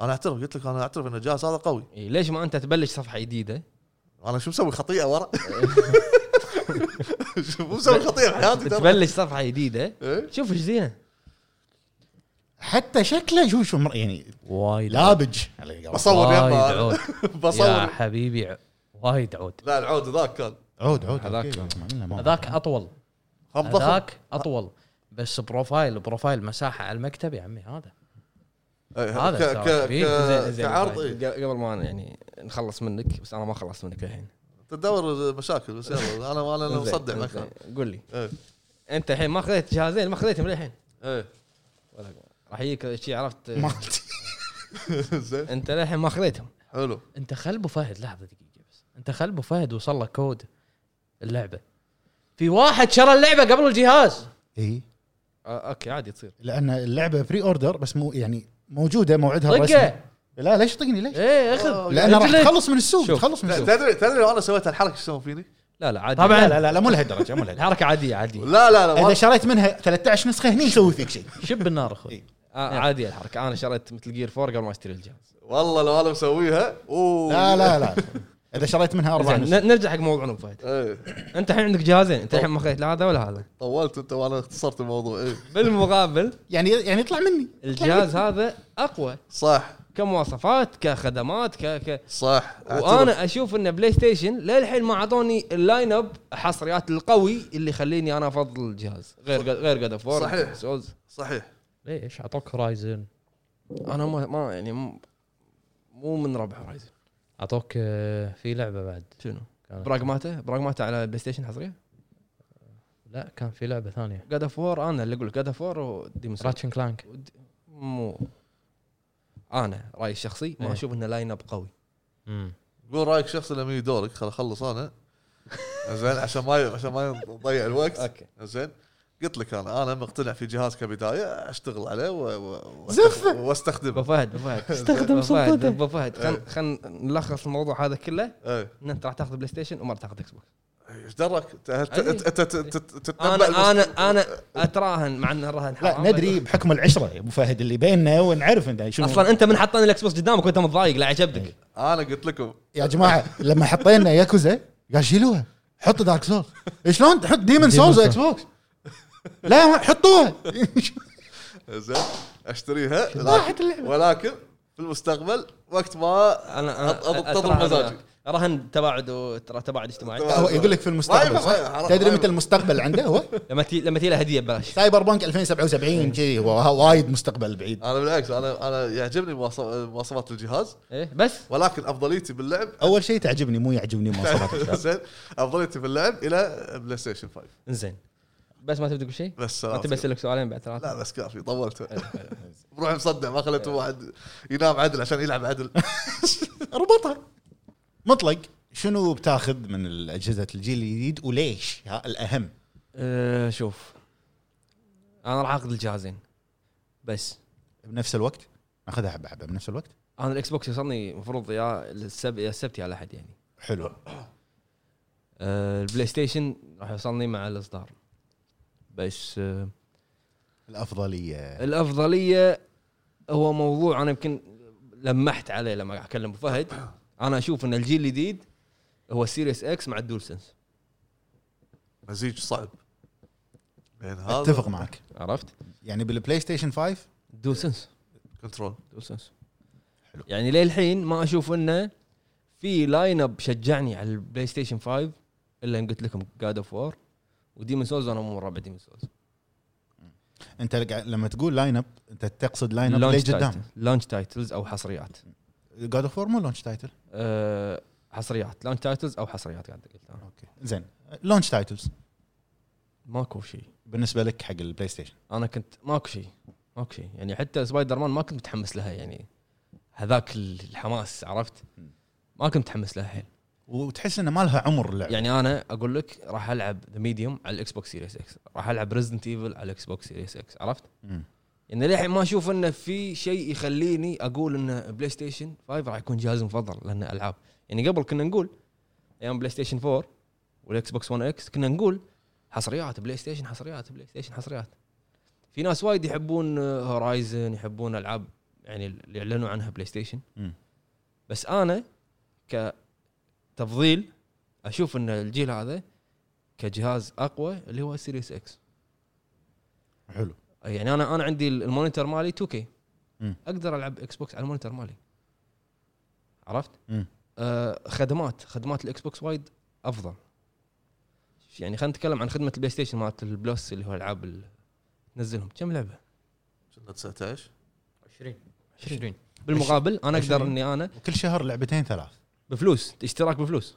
[SPEAKER 3] انا اعترف قلت لك انا اعترف ان الجهاز هذا قوي
[SPEAKER 4] إيه ليش ما انت تبلش صفحه جديده
[SPEAKER 3] انا شو مسوي خطيئه ورا شو مو مسوي خطيئه بحياتي ترى
[SPEAKER 4] تبلش صفحه جديده
[SPEAKER 3] إيه؟
[SPEAKER 4] شوف ايش زينه
[SPEAKER 2] حتى شكله شوف شو مر- يعني
[SPEAKER 1] وايد
[SPEAKER 2] لابج
[SPEAKER 3] بصور
[SPEAKER 1] وايد
[SPEAKER 3] يما أنا.
[SPEAKER 1] عود يا
[SPEAKER 3] بصور
[SPEAKER 1] حبيبي ع- وايد عود
[SPEAKER 3] لا العود ذاك كان
[SPEAKER 2] عود عود
[SPEAKER 4] هذاك.
[SPEAKER 2] أوكي، ما منه ما-
[SPEAKER 1] هذاك اطول
[SPEAKER 3] هم ضخم
[SPEAKER 1] هذاك اطول بس بروفايل بروفايل مساحه على المكتب يا عمي هذا
[SPEAKER 3] إيه،
[SPEAKER 1] هذا
[SPEAKER 3] ك-
[SPEAKER 1] صار
[SPEAKER 3] ك-
[SPEAKER 1] كبير.
[SPEAKER 3] ك-
[SPEAKER 4] زين زين
[SPEAKER 3] كعرض
[SPEAKER 4] طيب.
[SPEAKER 3] إيه.
[SPEAKER 4] قبل قبل ما أنا يعني نخلص منك بس انا ما خلصت منك الحين
[SPEAKER 3] تدور مشاكل بس يلا انا انا
[SPEAKER 4] زين،
[SPEAKER 3] مصدع
[SPEAKER 4] زين.
[SPEAKER 3] مكان
[SPEAKER 4] قول لي
[SPEAKER 3] إيه.
[SPEAKER 4] انت الحين ما خذيت جهازين ما خذيتهم للحين
[SPEAKER 3] ايه
[SPEAKER 4] راح يجيك شيء عرفت
[SPEAKER 2] مالتي
[SPEAKER 3] زين
[SPEAKER 4] انت للحين ما خذيتهم
[SPEAKER 3] حلو
[SPEAKER 1] انت خل ابو فهد لحظه دقيقه بس انت خل ابو فهد وصل له كود اللعبه في واحد شرى اللعبه قبل الجهاز
[SPEAKER 2] اي
[SPEAKER 4] آه، اوكي عادي تصير
[SPEAKER 2] لان اللعبه بري اوردر بس مو يعني موجوده موعدها الرسمي
[SPEAKER 1] طقه
[SPEAKER 2] لا ليش طقني ليش؟
[SPEAKER 1] ايه اخذ
[SPEAKER 2] لان راح
[SPEAKER 1] رجلك.
[SPEAKER 2] تخلص من السوق
[SPEAKER 4] شوف.
[SPEAKER 2] تخلص من
[SPEAKER 3] لا،
[SPEAKER 2] السوق
[SPEAKER 3] تدري تدري لو انا سويت الحركه ايش يسوون فيني؟
[SPEAKER 4] لا لا عادي
[SPEAKER 1] طبعاً.
[SPEAKER 2] لا لا لا, لا مو لهالدرجه مو لهالدرجه
[SPEAKER 4] الحركه عاديه عاديه
[SPEAKER 3] لا لا لا
[SPEAKER 2] اذا
[SPEAKER 3] ما-
[SPEAKER 2] شريت منها 13 نسخه هني نسوي فيك شيء
[SPEAKER 1] شب النار اخوي
[SPEAKER 2] إيه.
[SPEAKER 4] آه عادي الحركه انا شريت مثل جير 4 قبل ما اشتري الجهاز
[SPEAKER 3] والله لو انا مسويها اوه
[SPEAKER 2] لا لا لا اذا شريت منها اربع
[SPEAKER 4] زين
[SPEAKER 2] نسخ
[SPEAKER 4] ن- نرجع حق موضوعنا أبو فهد
[SPEAKER 3] ايه
[SPEAKER 4] انت الحين عندك جهازين انت الحين ما خذيت لا هذا ولا هذا
[SPEAKER 3] طولت انت وانا اختصرت الموضوع ايه
[SPEAKER 4] بالمقابل
[SPEAKER 2] يعني يعني يطلع مني
[SPEAKER 4] الجهاز هذا اقوى
[SPEAKER 3] صح
[SPEAKER 4] كمواصفات كخدمات ك ك
[SPEAKER 3] صح أعترف.
[SPEAKER 4] وانا اشوف ان بلاي ستيشن للحين ما اعطوني اللاين اب حصريات القوي اللي يخليني انا افضل الجهاز غير God- غير جاد اوف
[SPEAKER 3] صحيح.
[SPEAKER 4] سولز
[SPEAKER 3] صحيح
[SPEAKER 1] ليش اعطوك هورايزن
[SPEAKER 4] انا ما ما يعني مو- مو من ربع هورايزن
[SPEAKER 1] اعطوك آه، في لعبه بعد
[SPEAKER 4] شنو
[SPEAKER 1] كانت
[SPEAKER 4] براغماتا براغماتا على بلاي ستيشن حصريه
[SPEAKER 1] لا كان في لعبه ثانيه
[SPEAKER 4] جاد اوف وور انا اللي اقول لك جاد اوف وور وديمون سولز.
[SPEAKER 1] راتشن كلانك
[SPEAKER 4] ود- مو انا رايي الشخصي ما
[SPEAKER 1] إيه.
[SPEAKER 4] اشوف انه لاين اب قوي
[SPEAKER 1] امم
[SPEAKER 3] قول رايك شخصي لما يجي دورك خل اخلص انا زين عشان ما عشان ما نضيع الوقت
[SPEAKER 4] اوكي
[SPEAKER 3] زين قلت لك انا انا مقتنع في جهاز كبدايه اشتغل عليه و... و...
[SPEAKER 2] زفة.
[SPEAKER 4] ابو
[SPEAKER 3] واستخدمه
[SPEAKER 4] فهد ابو فهد
[SPEAKER 1] استخدم
[SPEAKER 4] أبو فهد،
[SPEAKER 1] سلطته.
[SPEAKER 4] ابو فهد خل خل نلخص الموضوع هذا كله
[SPEAKER 3] ايه
[SPEAKER 4] ان انت راح تاخذ بلاي ستيشن وما راح تاخذ اكس بوكس
[SPEAKER 3] ايش درك؟ انت أنت-
[SPEAKER 4] أي.
[SPEAKER 3] أنت- أنت- أنت- تتنبأ
[SPEAKER 4] انا
[SPEAKER 3] المستقبل.
[SPEAKER 4] انا انا اتراهن مع انه راهن
[SPEAKER 2] لا
[SPEAKER 4] حرام
[SPEAKER 2] ندري بحكم العشره يا ابو فهد اللي بيننا ونعرف انت شنو
[SPEAKER 4] اصلا انت من حطينا الاكس بوكس قدامك وانت متضايق لا
[SPEAKER 3] إيه.
[SPEAKER 4] عجبتك
[SPEAKER 3] انا قلت لكم
[SPEAKER 2] يا جماعه لما حطينا ياكوزا قال شيلوها حطوا دارك سولز شلون تحط ديمن سولز اكس بوكس لا حطوها
[SPEAKER 3] زين اشتريها
[SPEAKER 2] راحت
[SPEAKER 3] لكن-
[SPEAKER 2] اللعبه
[SPEAKER 3] ولكن في المستقبل وقت ما
[SPEAKER 4] انا انا
[SPEAKER 3] أط- أط- تضرب
[SPEAKER 4] أتراهن
[SPEAKER 3] مزاجي.
[SPEAKER 4] وياك. رهن تباعد وترى تباعد اجتماعي
[SPEAKER 2] هو يقول لك في
[SPEAKER 3] ما يبغى-
[SPEAKER 2] المستقبل
[SPEAKER 3] ما-
[SPEAKER 2] تدري
[SPEAKER 3] ما-
[SPEAKER 4] أيوه.
[SPEAKER 2] متى المستقبل عنده هو
[SPEAKER 4] لما تي لما تي له هديه ببلاش
[SPEAKER 2] سايبر بانك 2077 كذي هو ها- وايد مستقبل بعيد
[SPEAKER 3] انا بالعكس انا انا يعجبني مواصف- مواصفات الجهاز
[SPEAKER 4] ايه بس
[SPEAKER 3] ولكن افضليتي باللعب
[SPEAKER 2] اول شيء تعجبني مو يعجبني مواصفات
[SPEAKER 3] زين افضليتي باللعب الى بلاي ستيشن 5
[SPEAKER 4] انزين بس ما تبي تقول شيء؟
[SPEAKER 3] بس
[SPEAKER 4] ما
[SPEAKER 3] سلامتك.
[SPEAKER 4] تبي اسالك سؤالين بعد ثلاثة
[SPEAKER 3] لا بس كافي طولت بروح مصدع ما خليته واحد ينام عدل عشان يلعب عدل
[SPEAKER 2] ربطها مطلق شنو بتاخذ من الاجهزه الجيل الجديد وليش ها الاهم
[SPEAKER 4] أه شوف انا راح اخذ الجهازين بس
[SPEAKER 2] بنفس الوقت ناخذها حبه حبه بنفس الوقت
[SPEAKER 4] انا الاكس بوكس يوصلني المفروض يا السب... يا السبت يا الاحد يعني
[SPEAKER 2] حلو
[SPEAKER 4] أه البلاي ستيشن راح يوصلني مع الاصدار بس أه
[SPEAKER 2] الافضليه
[SPEAKER 4] الافضليه هو موضوع انا يمكن لمحت عليه لما قاعد اكلم ابو فهد انا اشوف ان الجيل الجديد هو السيريس اكس مع الدول سنس
[SPEAKER 3] مزيج صعب بين هذا
[SPEAKER 2] اتفق معك
[SPEAKER 4] عرفت؟
[SPEAKER 2] يعني بالبلاي ستيشن 5
[SPEAKER 4] الدول سنس
[SPEAKER 3] كنترول
[SPEAKER 4] DualSense.
[SPEAKER 5] حلو.
[SPEAKER 4] يعني للحين ما اشوف انه في لاين اب شجعني على البلاي ستيشن 5 الا ان قلت لكم جاد اوف وور وديمن سولز انا مو من ربع ديمن سولز
[SPEAKER 5] انت قاعد- لما تقول لاين اب انت تقصد لاين اب اللي قدام
[SPEAKER 4] لانش تايتلز او حصريات
[SPEAKER 5] جاد اوف مو لونش تايتل
[SPEAKER 4] أه حصريات لانش تايتلز او حصريات قاعد قلت أنا.
[SPEAKER 5] اوكي زين لونش تايتلز
[SPEAKER 4] ماكو شيء
[SPEAKER 5] بالنسبه لك حق البلاي ستيشن
[SPEAKER 4] انا كنت ماكو شيء ماكو شيء يعني حتى سبايدر مان ما كنت متحمس لها يعني هذاك الحماس عرفت ما كنت متحمس لها حيل
[SPEAKER 5] وتحس انه ما لها عمر اللعبه
[SPEAKER 4] يعني انا اقول لك راح العب ذا ميديوم على الاكس بوكس سيريس اكس راح العب ريزدنت ايفل على الاكس بوكس سيريس اكس عرفت
[SPEAKER 5] مم.
[SPEAKER 4] يعني للحين ما اشوف انه في شيء يخليني اقول ان بلاي ستيشن 5 راح يكون جهازي المفضل لان العاب يعني قبل كنا نقول ايام بلاي ستيشن 4 والاكس بوكس 1 اكس كنا نقول حصريات بلاي ستيشن حصريات بلاي ستيشن حصريات في ناس وايد يحبون هورايزن يحبون العاب يعني اللي اعلنوا عنها بلاي ستيشن
[SPEAKER 5] مم.
[SPEAKER 4] بس انا كتفضيل اشوف ان الجيل هذا كجهاز اقوى اللي هو سيريس اكس
[SPEAKER 5] حلو
[SPEAKER 4] يعني انا انا عندي المونيتر مالي 2 كي
[SPEAKER 5] مم.
[SPEAKER 4] اقدر العب اكس بوكس على المونيتر مالي عرفت؟
[SPEAKER 5] مم.
[SPEAKER 4] آه خدمات خدمات الاكس بوكس وايد افضل يعني خلينا نتكلم عن خدمه البلاي ستيشن مالت البلس اللي هو العاب ال- تنزلهم كم لعبه؟
[SPEAKER 3] كنا 19
[SPEAKER 1] 20 20
[SPEAKER 4] بالمقابل انا اقدر
[SPEAKER 5] عشرين.
[SPEAKER 4] اني انا
[SPEAKER 5] وكل شهر لعبتين ثلاث
[SPEAKER 4] بفلوس اشتراك بفلوس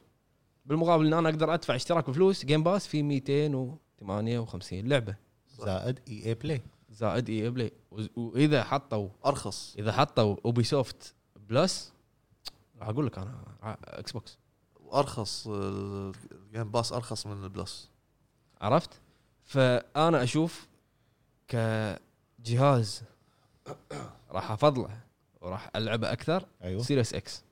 [SPEAKER 4] بالمقابل ان انا اقدر ادفع اشتراك بفلوس جيم باس في 258 لعبه
[SPEAKER 5] زائد E اي اي بلاي
[SPEAKER 4] زائد اي بلاي وز- واذا حطوا
[SPEAKER 3] ارخص
[SPEAKER 4] اذا حطوا اوبي سوفت بلس راح اقول لك انا ع- اكس بوكس
[SPEAKER 3] ارخص آه، الجيم باس ارخص من البلس
[SPEAKER 4] عرفت؟ فانا اشوف كجهاز راح افضله وراح العبه اكثر
[SPEAKER 2] أيوه.
[SPEAKER 5] ايوه
[SPEAKER 4] سيريس اكس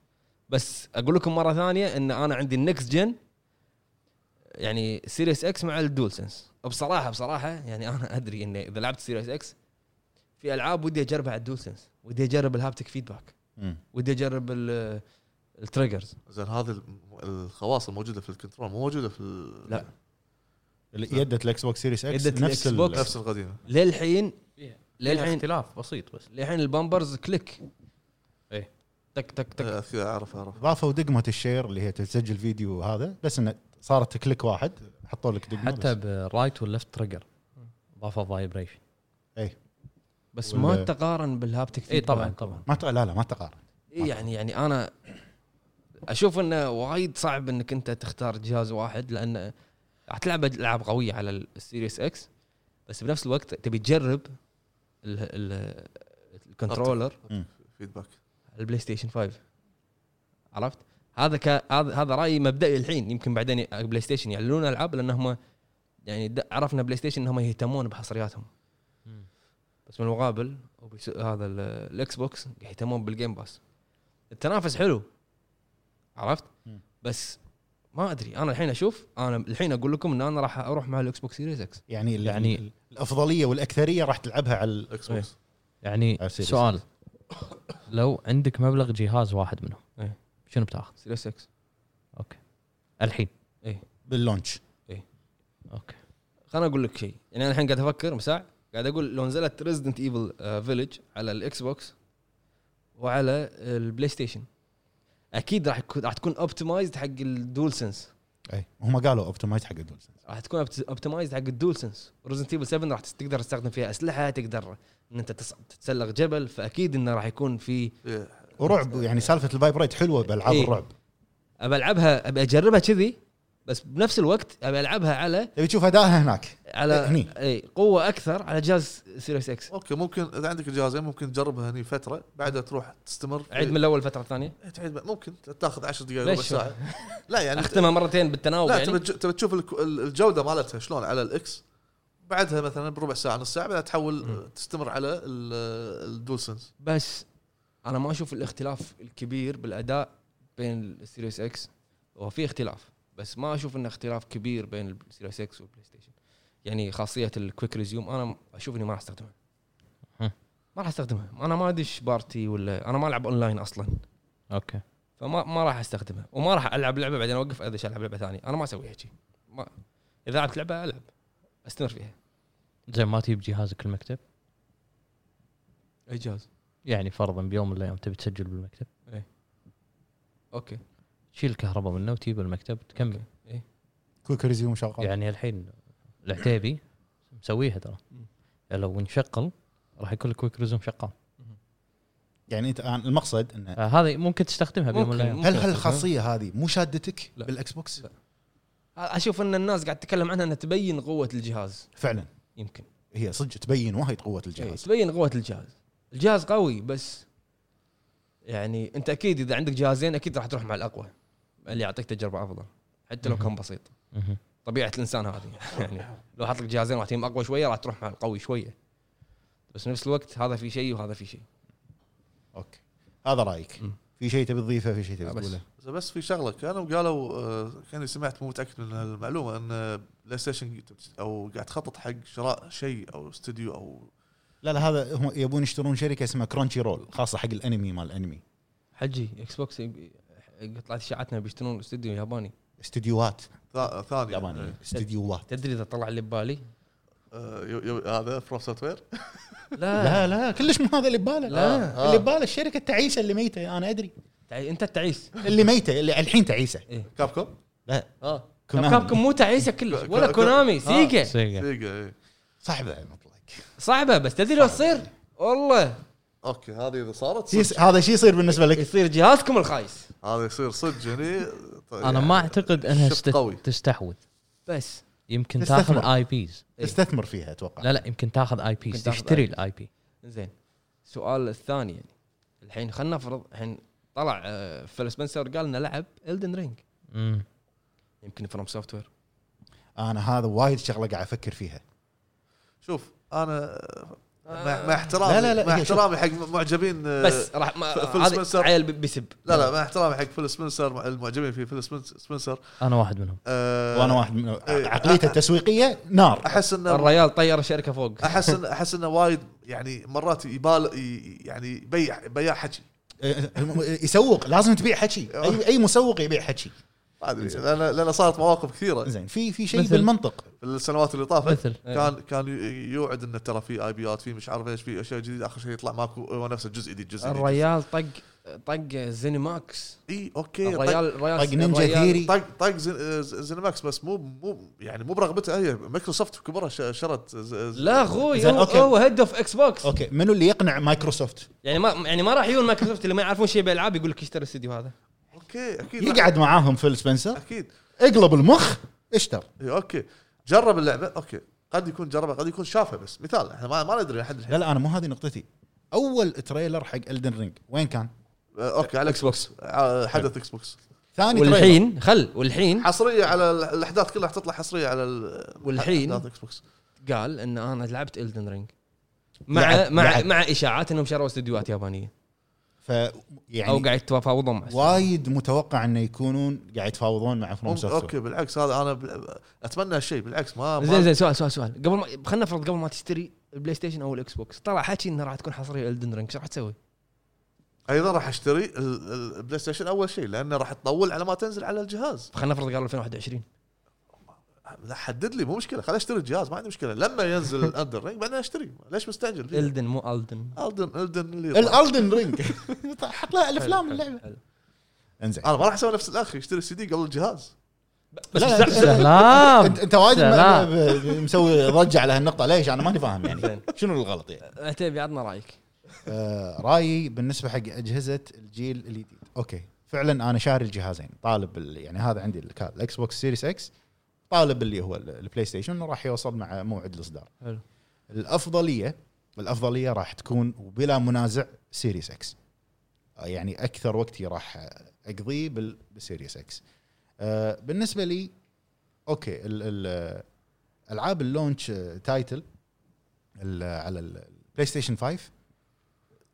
[SPEAKER 4] بس اقول لكم مره ثانيه ان انا عندي النكست جن يعني سيريس اكس مع الدول سنس بصراحه بصراحه يعني انا ادري ان اذا لعبت سيريس اكس في العاب ودي اجربها على الدول سنس ودي اجرب الهابتك فيدباك
[SPEAKER 5] مم.
[SPEAKER 4] ودي اجرب ال- التريجرز
[SPEAKER 3] زين هذه الم- الخواص الموجوده في الكنترول مو موجوده في ال-
[SPEAKER 4] لا.
[SPEAKER 5] يدة الاكس بوكس سيريس اكس
[SPEAKER 4] يدة
[SPEAKER 5] نفس
[SPEAKER 4] الإكس
[SPEAKER 5] ال-
[SPEAKER 4] بوكس.
[SPEAKER 3] نفس القديمه
[SPEAKER 4] للحين
[SPEAKER 1] للحين
[SPEAKER 4] للحين
[SPEAKER 1] اختلاف بسيط بس
[SPEAKER 4] للحين البامبرز كليك
[SPEAKER 1] إيه.
[SPEAKER 4] تك تك تك
[SPEAKER 3] آه، أذكر- اعرف اعرف
[SPEAKER 5] ضافوا دقمه الشير اللي هي تسجل فيديو هذا بس انه صارت كليك واحد حطوا لك دقمه
[SPEAKER 1] حتى
[SPEAKER 5] بس.
[SPEAKER 1] بالرايت واللفت تريجر ضافه فايبريشن
[SPEAKER 4] بس
[SPEAKER 5] ولا-
[SPEAKER 4] ما تقارن بالهابتك
[SPEAKER 1] اي طبعا طبعا
[SPEAKER 5] ما تق- لا لا ما تقارن
[SPEAKER 4] إيه يعني يعني انا اشوف انه وايد صعب انك انت تختار جهاز واحد لان راح تلعب العاب قويه على السيريس اكس بس بنفس الوقت تبي تجرب ال- ال- الكنترولر
[SPEAKER 3] فيدباك
[SPEAKER 4] البلاي ستيشن 5 عرفت؟ هذا ك... هذا هذا رايي مبدئي الحين يمكن بعدين ي- بلاي ستيشن يعلنون العاب لان هم يعني د- عرفنا بلاي ستيشن انهم يهتمون بحصرياتهم
[SPEAKER 1] مم.
[SPEAKER 4] بس من المقابل وبيس- هذا ال- الاكس بوكس يهتمون بالجيم باس التنافس حلو عرفت؟
[SPEAKER 5] مم.
[SPEAKER 4] بس ما ادري انا الحين اشوف انا الحين اقول لكم ان انا راح اروح مع الاكس بوكس سيريز اكس
[SPEAKER 5] يعني ال-
[SPEAKER 1] يعني-
[SPEAKER 5] الافضليه والاكثريه راح تلعبها على ال-
[SPEAKER 3] اكس
[SPEAKER 4] إيه.
[SPEAKER 3] بوكس
[SPEAKER 1] يعني
[SPEAKER 5] أو سيريس.
[SPEAKER 1] سؤال لو عندك مبلغ جهاز واحد منهم
[SPEAKER 4] إيه.
[SPEAKER 1] شنو بتاخذ
[SPEAKER 4] سيريز اكس
[SPEAKER 1] الحين
[SPEAKER 5] باللونش
[SPEAKER 1] اوكي
[SPEAKER 4] خليني اقول لك شيء يعني انا الحين قاعد افكر مساع قاعد اقول لو نزلت ريزدنت ايفل فيلج على الاكس بوكس وعلى البلاي ستيشن اكيد راح يكون- راح تكون اوبتمايزد حق الدول سنس
[SPEAKER 5] اي هم قالوا اوبتمايز حق الدول سنس
[SPEAKER 4] راح تكون اوبتمايزد حق الدول سنس ريزدنت ايفل 7 راح تس- تقدر تستخدم فيها اسلحه تقدر ان انت تس- تتسلق جبل فاكيد انه راح يكون في
[SPEAKER 3] إيه،
[SPEAKER 5] ورعب يعني سالفه الفايبريت حلوه بالعاب
[SPEAKER 4] إيه.
[SPEAKER 5] الرعب
[SPEAKER 4] ابى العبها ابى اجربها كذي بس بنفس الوقت ابى العبها على
[SPEAKER 5] تبي تشوف ادائها هناك
[SPEAKER 4] على
[SPEAKER 5] هني.
[SPEAKER 4] اي قوه اكثر على جهاز سيريس اكس
[SPEAKER 3] اوكي ممكن اذا عندك الجهازين ممكن تجربها هني فتره بعدها تروح تستمر في-
[SPEAKER 4] عيد من الاول فتره ثانيه
[SPEAKER 3] إيه، تعيد بعد- ممكن تاخذ 10 دقائق
[SPEAKER 4] ليش
[SPEAKER 3] ربع ساعه لا يعني
[SPEAKER 4] اختمها مرتين بالتناوب
[SPEAKER 3] لا
[SPEAKER 4] يعني
[SPEAKER 3] تبي تج- تبي تشوف الك- ال- الجوده مالتها شلون على الاكس بعدها مثلا بربع ساعه نص ساعه بعدها تحول آه، تستمر على آه، الدولسنس
[SPEAKER 4] بس انا ما اشوف الاختلاف الكبير بالاداء بين السيريس اكس هو في اختلاف بس ما اشوف انه اختلاف كبير بين السيريس اكس والبلاي ستيشن يعني خاصيه الكويك ريزيوم انا اشوف اني ما راح استخدمها
[SPEAKER 1] هم.
[SPEAKER 4] ما راح استخدمها انا ما ادش بارتي ولا انا ما العب اونلاين اصلا
[SPEAKER 1] اوكي
[SPEAKER 4] فما ما راح استخدمها وما راح العب لعبه بعدين اوقف ادش العب لعبه ثانيه انا ما اسوي هيك شي. ما اذا لعبت لعبه العب استمر فيها
[SPEAKER 1] زين ما تجيب جهازك المكتب
[SPEAKER 4] اي جهاز
[SPEAKER 1] يعني فرضا بيوم من الايام تبي تسجل بالمكتب
[SPEAKER 4] اوكي
[SPEAKER 1] تشيل الكهرباء منه وتجيب المكتب تكمل
[SPEAKER 2] كويك ريزيوم شغال
[SPEAKER 1] يعني الحين العتيبي مسويها ترى
[SPEAKER 4] مم.
[SPEAKER 1] لو نشغل راح يكون الكويك ريزوم شغال
[SPEAKER 5] يعني انت الآن المقصد انه
[SPEAKER 1] فهذه آه، ممكن تستخدمها بيوم من
[SPEAKER 4] ممكن.
[SPEAKER 1] الايام
[SPEAKER 4] ممكن.
[SPEAKER 2] هل هالخاصيه هذه مو شادتك
[SPEAKER 4] لا.
[SPEAKER 2] بالاكس بوكس؟
[SPEAKER 4] اشوف ان الناس قاعد تتكلم عنها انها تبين قوه الجهاز
[SPEAKER 2] فعلا
[SPEAKER 4] يمكن
[SPEAKER 2] هي صدق تبين وايد قوه
[SPEAKER 4] إيه،
[SPEAKER 2] الجهاز
[SPEAKER 4] تبين قوه الجهاز الجهاز قوي بس يعني انت اكيد اذا عندك جهازين اكيد راح تروح مع الاقوى اللي يعطيك تجربه افضل حتى لو كان بسيط
[SPEAKER 1] مهم.
[SPEAKER 4] طبيعه الانسان هذه يعني لو حط لك جهازين راح تجيب اقوى شويه راح تروح مع القوي شويه بس نفس الوقت هذا في شيء وهذا في شيء
[SPEAKER 2] اوكي هذا رايك
[SPEAKER 4] مم.
[SPEAKER 2] في شيء تبي تضيفه في شيء تبي
[SPEAKER 4] آه، بس.
[SPEAKER 2] تقوله
[SPEAKER 3] بس- بس في شغله كانوا قالوا آه، كاني سمعت مو متاكد من المعلومه ان بلاي ستيشن او قاعد تخطط حق شراء شيء او استوديو او
[SPEAKER 2] لا لا هذا هم يبون يشترون شركه اسمها كرونشي رول خاصه حق الانمي مال الانمي
[SPEAKER 4] حجي اكس بوكس يب- طلعت اشاعتنا بيشترون استوديو ياباني
[SPEAKER 2] استديوهات
[SPEAKER 3] ثا- آه، ثاني
[SPEAKER 2] يابانيه استديوهات
[SPEAKER 4] تدري اذا طلع اللي ببالي
[SPEAKER 3] آه، يو- يو- هذا فروم سوفت وير
[SPEAKER 4] لا
[SPEAKER 2] لا لا كلش مو هذا اللي بباله آه.
[SPEAKER 4] لا.
[SPEAKER 2] اللي بباله الشركه التعيسه اللي ميته انا ادري
[SPEAKER 4] تعي... انت التعيس
[SPEAKER 2] اللي ميته اللي الحين تعيسه
[SPEAKER 3] كاب كوم
[SPEAKER 4] اه
[SPEAKER 2] كونامي.
[SPEAKER 4] كابكم مو تعيسه كلش
[SPEAKER 3] ك-
[SPEAKER 4] ولا
[SPEAKER 3] ك-
[SPEAKER 4] كونامي
[SPEAKER 3] آه.
[SPEAKER 4] سيجا
[SPEAKER 1] سيجا.
[SPEAKER 3] دقيقه إيه.
[SPEAKER 2] صعبه مطلق
[SPEAKER 4] صعبه بس تدري لو تصير والله
[SPEAKER 3] اوكي هذه اذا صارت
[SPEAKER 2] شي-
[SPEAKER 3] صدق.
[SPEAKER 2] هذا شو يصير بالنسبه لك
[SPEAKER 4] يصير جهازكم الخايس
[SPEAKER 3] هذا يصير صدق هني طيب،
[SPEAKER 1] انا ما اعتقد انها
[SPEAKER 3] شق
[SPEAKER 1] است-
[SPEAKER 3] قوي.
[SPEAKER 1] تستحوذ
[SPEAKER 4] بس
[SPEAKER 1] يمكن
[SPEAKER 2] تستثمر.
[SPEAKER 1] تاخذ اي بيز
[SPEAKER 2] استثمر فيها اتوقع
[SPEAKER 1] لا لا يمكن تاخذ اي بيز
[SPEAKER 4] يمكن تاخذ
[SPEAKER 1] تشتري
[SPEAKER 4] IPs.
[SPEAKER 1] الاي بي
[SPEAKER 4] زين السؤال الثاني يعني الحين خلينا نفرض الحين طلع آه، فيل سبنسر قال انه لعب الدن رينج يمكن فروم سوفت وير
[SPEAKER 2] انا هذا وايد شغله قاعد افكر فيها
[SPEAKER 3] شوف انا آه، مع مع احترامي
[SPEAKER 2] لا، لا، لا،
[SPEAKER 3] مع
[SPEAKER 2] هي شوف.
[SPEAKER 3] احترامي حق معجبين آه،
[SPEAKER 4] بس راح ما
[SPEAKER 3] فيل
[SPEAKER 4] هذا
[SPEAKER 3] سبنسر.
[SPEAKER 4] عيل بي- بيسب
[SPEAKER 3] لا لا مع احترامي حق فيل سبنسر مع المعجبين في فيل سبنس- سبنسر
[SPEAKER 1] انا واحد منهم
[SPEAKER 3] آه،
[SPEAKER 2] وانا واحد من
[SPEAKER 3] إيه.
[SPEAKER 2] عقليته التسويقيه نار
[SPEAKER 3] احس انه
[SPEAKER 4] الريال طير الشركه فوق
[SPEAKER 3] احس ان احس انه وايد يعني مرات يبال ي- يعني يبيع بياع حكي
[SPEAKER 2] إيه، يسوق لازم تبيع حكي اي اي مسوق يبيع حكي
[SPEAKER 3] ما ادري
[SPEAKER 2] إيه.
[SPEAKER 3] لان لان صارت مواقف كثيره
[SPEAKER 2] زين في في شيء
[SPEAKER 1] مثل؟
[SPEAKER 2] بالمنطق
[SPEAKER 3] في السنوات اللي طافت
[SPEAKER 1] مثل
[SPEAKER 2] إيه.
[SPEAKER 3] كان كان ي- يوعد انه ترى في اي بيات في مش عارف ايش في اشياء جديده اخر شيء يطلع ماكو هو نفسه الجزء دي الجزء دي
[SPEAKER 4] الريال طق طق زينماكس
[SPEAKER 3] اي اوكي طق
[SPEAKER 4] الريال الريال
[SPEAKER 2] طق نينجا
[SPEAKER 4] الريال-
[SPEAKER 2] ثيري
[SPEAKER 3] طق طق زين- آه، زينماكس بس مو مو يعني مو برغبته هي مايكروسوفت كبرها ش- شرت ز- ز-
[SPEAKER 4] لا اخوي
[SPEAKER 2] زين،
[SPEAKER 4] هو-
[SPEAKER 2] أوكي.
[SPEAKER 4] هو هيد اوف اكس بوكس
[SPEAKER 2] اوكي منو اللي يقنع مايكروسوفت
[SPEAKER 4] يعني ما يعني ما راح يجون مايكروسوفت اللي ما يعرفون شيء بالالعاب يقول لك اشتري الاستديو هذا
[SPEAKER 3] اوكي اكيد لا،
[SPEAKER 2] يقعد معاهم فيل سبنسر
[SPEAKER 3] اكيد
[SPEAKER 2] اقلب المخ اشتر
[SPEAKER 3] إي، اوكي إيه، جرب اللعبه اوكي قد يكون جربها قد يكون شافها بس مثال احنا ما, ما ندري لحد الحين
[SPEAKER 2] لا لا انا مو هذه نقطتي اول تريلر حق الدن رينج وين كان؟
[SPEAKER 3] آه، اوكي على
[SPEAKER 4] اكس بوكس
[SPEAKER 3] آه، حدث اكس بوكس
[SPEAKER 2] ثاني تريلر
[SPEAKER 4] والحين خل والحين
[SPEAKER 3] حصريه على ال- الاحداث كلها تطلع حصريه على ال-
[SPEAKER 4] والحين؟
[SPEAKER 3] احداث اكس بوكس
[SPEAKER 4] قال ان انا لعبت الدن رينج مع
[SPEAKER 2] لعب-
[SPEAKER 4] مع
[SPEAKER 2] لعب.
[SPEAKER 4] مع اشاعات انهم شروا استديوهات يابانيه
[SPEAKER 2] ف يعني
[SPEAKER 4] او قاعد يتفاوضون مع استديوهات.
[SPEAKER 2] وايد متوقع انه يكونون قاعد يتفاوضون مع فروم
[SPEAKER 3] ممكن-
[SPEAKER 2] سوفت
[SPEAKER 3] اوكي بالعكس هذا انا بال- اتمنى هالشيء بالعكس ما, ما
[SPEAKER 4] زين زين سؤال سؤال سؤال قبل ما خلينا نفرض قبل ما تشتري البلاي ستيشن او الاكس بوكس طلع حكي انه راح تكون حصريه الدن رينج شو راح تسوي؟
[SPEAKER 3] ايضا راح اشتري ال- ال- البلاي ستيشن اول شيء لانه راح تطول على ما تنزل على الجهاز
[SPEAKER 4] خلينا نفرض قالوا 2021
[SPEAKER 3] لا حدد لي مو مشكله خليني اشتري الجهاز ما عندي مشكله لما ينزل الاندر رينج بعدين اشتري ليش مستعجل فيه؟
[SPEAKER 4] الدن مو الدن
[SPEAKER 3] الدن الدن اللي يطلع.
[SPEAKER 2] الالدن رينج حط لها الافلام اللعبه
[SPEAKER 4] حلو.
[SPEAKER 2] انزين
[SPEAKER 3] انا ما راح اسوي نفس الاخ يشتري السي دي قبل الجهاز
[SPEAKER 2] لا، لا،
[SPEAKER 1] سلام. سلام.
[SPEAKER 2] انت انت وايد
[SPEAKER 1] سلام.
[SPEAKER 2] م- م- مسوي ضجه على هالنقطه ليش انا ماني فاهم يعني شنو الغلط يعني
[SPEAKER 4] عتيبي عطنا رايك
[SPEAKER 2] آه، رايي بالنسبه حق اجهزه الجيل الجديد اوكي فعلا انا شاري الجهازين طالب ال- يعني هذا عندي ال- كان الاكس بوكس سيريس اكس طالب اللي هو ال- البلاي ستيشن انه راح يوصل مع موعد الاصدار
[SPEAKER 4] حلو.
[SPEAKER 2] الافضليه الافضليه راح تكون وبلا منازع سيريس اكس آه، يعني اكثر وقتي راح اقضيه بال- بالسيريس اكس آه، بالنسبه لي اوكي ال- ال- العاب اللونش آه، تايتل ال- على البلاي ستيشن 5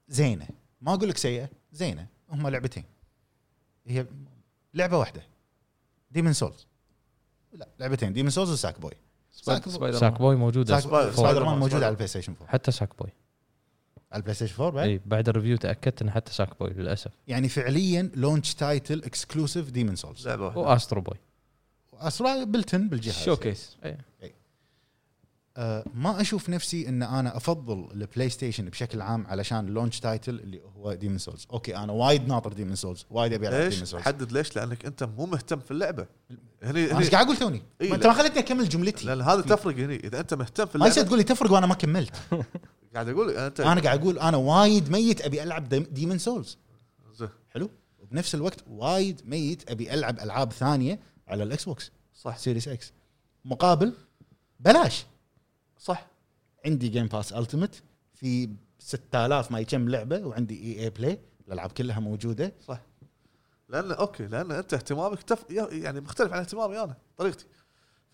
[SPEAKER 2] زينه ما اقول لك سيئه زينه هم لعبتين هي لعبه واحده ديمن سولز لا لعبتين ديمن سولز وساك بوي ساك بوي
[SPEAKER 4] سبايدر
[SPEAKER 1] ساك
[SPEAKER 4] مان.
[SPEAKER 1] بوي موجوده
[SPEAKER 2] ساك بوي
[SPEAKER 1] فوق.
[SPEAKER 2] سبايدر مان موجود
[SPEAKER 3] سبايدر.
[SPEAKER 2] على البلاي ستيشن 4
[SPEAKER 1] حتى ساك بوي
[SPEAKER 2] على البلاي ستيشن 4 بعد
[SPEAKER 1] اي بعد الريفيو تاكدت ان حتى ساك بوي للاسف
[SPEAKER 2] يعني فعليا لونش تايتل اكسكلوسيف ديمن سولز
[SPEAKER 3] لعبه واحده
[SPEAKER 1] واسترو بوي
[SPEAKER 2] اسرع بلتن بالجهاز
[SPEAKER 4] شوكيس
[SPEAKER 2] آه، ما اشوف نفسي ان انا افضل البلاي ستيشن بشكل عام علشان لونش تايتل اللي هو ديمن سولز اوكي انا وايد ناطر ديمن سولز وايد ابي العب ديمن
[SPEAKER 3] ليش؟
[SPEAKER 2] سولز
[SPEAKER 3] حدد ليش؟ لانك انت مو مهتم في اللعبه. هني
[SPEAKER 2] انا ايش
[SPEAKER 3] هني
[SPEAKER 2] قاعد اقول توني
[SPEAKER 3] إي،
[SPEAKER 2] ما انت
[SPEAKER 3] لا.
[SPEAKER 2] ما خليتني اكمل جملتي
[SPEAKER 3] لان هذا تفرق هني اذا انت مهتم في
[SPEAKER 2] ما يصير
[SPEAKER 3] اللعبه
[SPEAKER 2] تقول لي تفرق وانا ما كملت
[SPEAKER 3] قاعد اقول لك انت
[SPEAKER 2] انا قاعد اقول انا وايد ميت ابي العب ديمن سولز
[SPEAKER 3] زين،
[SPEAKER 2] حلو وبنفس الوقت وايد ميت ابي العب العاب ثانيه على الاكس بوكس
[SPEAKER 3] صح
[SPEAKER 2] سيريس اكس مقابل بلاش
[SPEAKER 3] صح
[SPEAKER 2] عندي جيم باس التيمت في 6000 ما كم لعبه وعندي E اي اي بلاي الالعاب كلها موجوده
[SPEAKER 3] لان اوكي لان انت اهتمامك تف... يعني مختلف عن اهتمامي انا طريقتي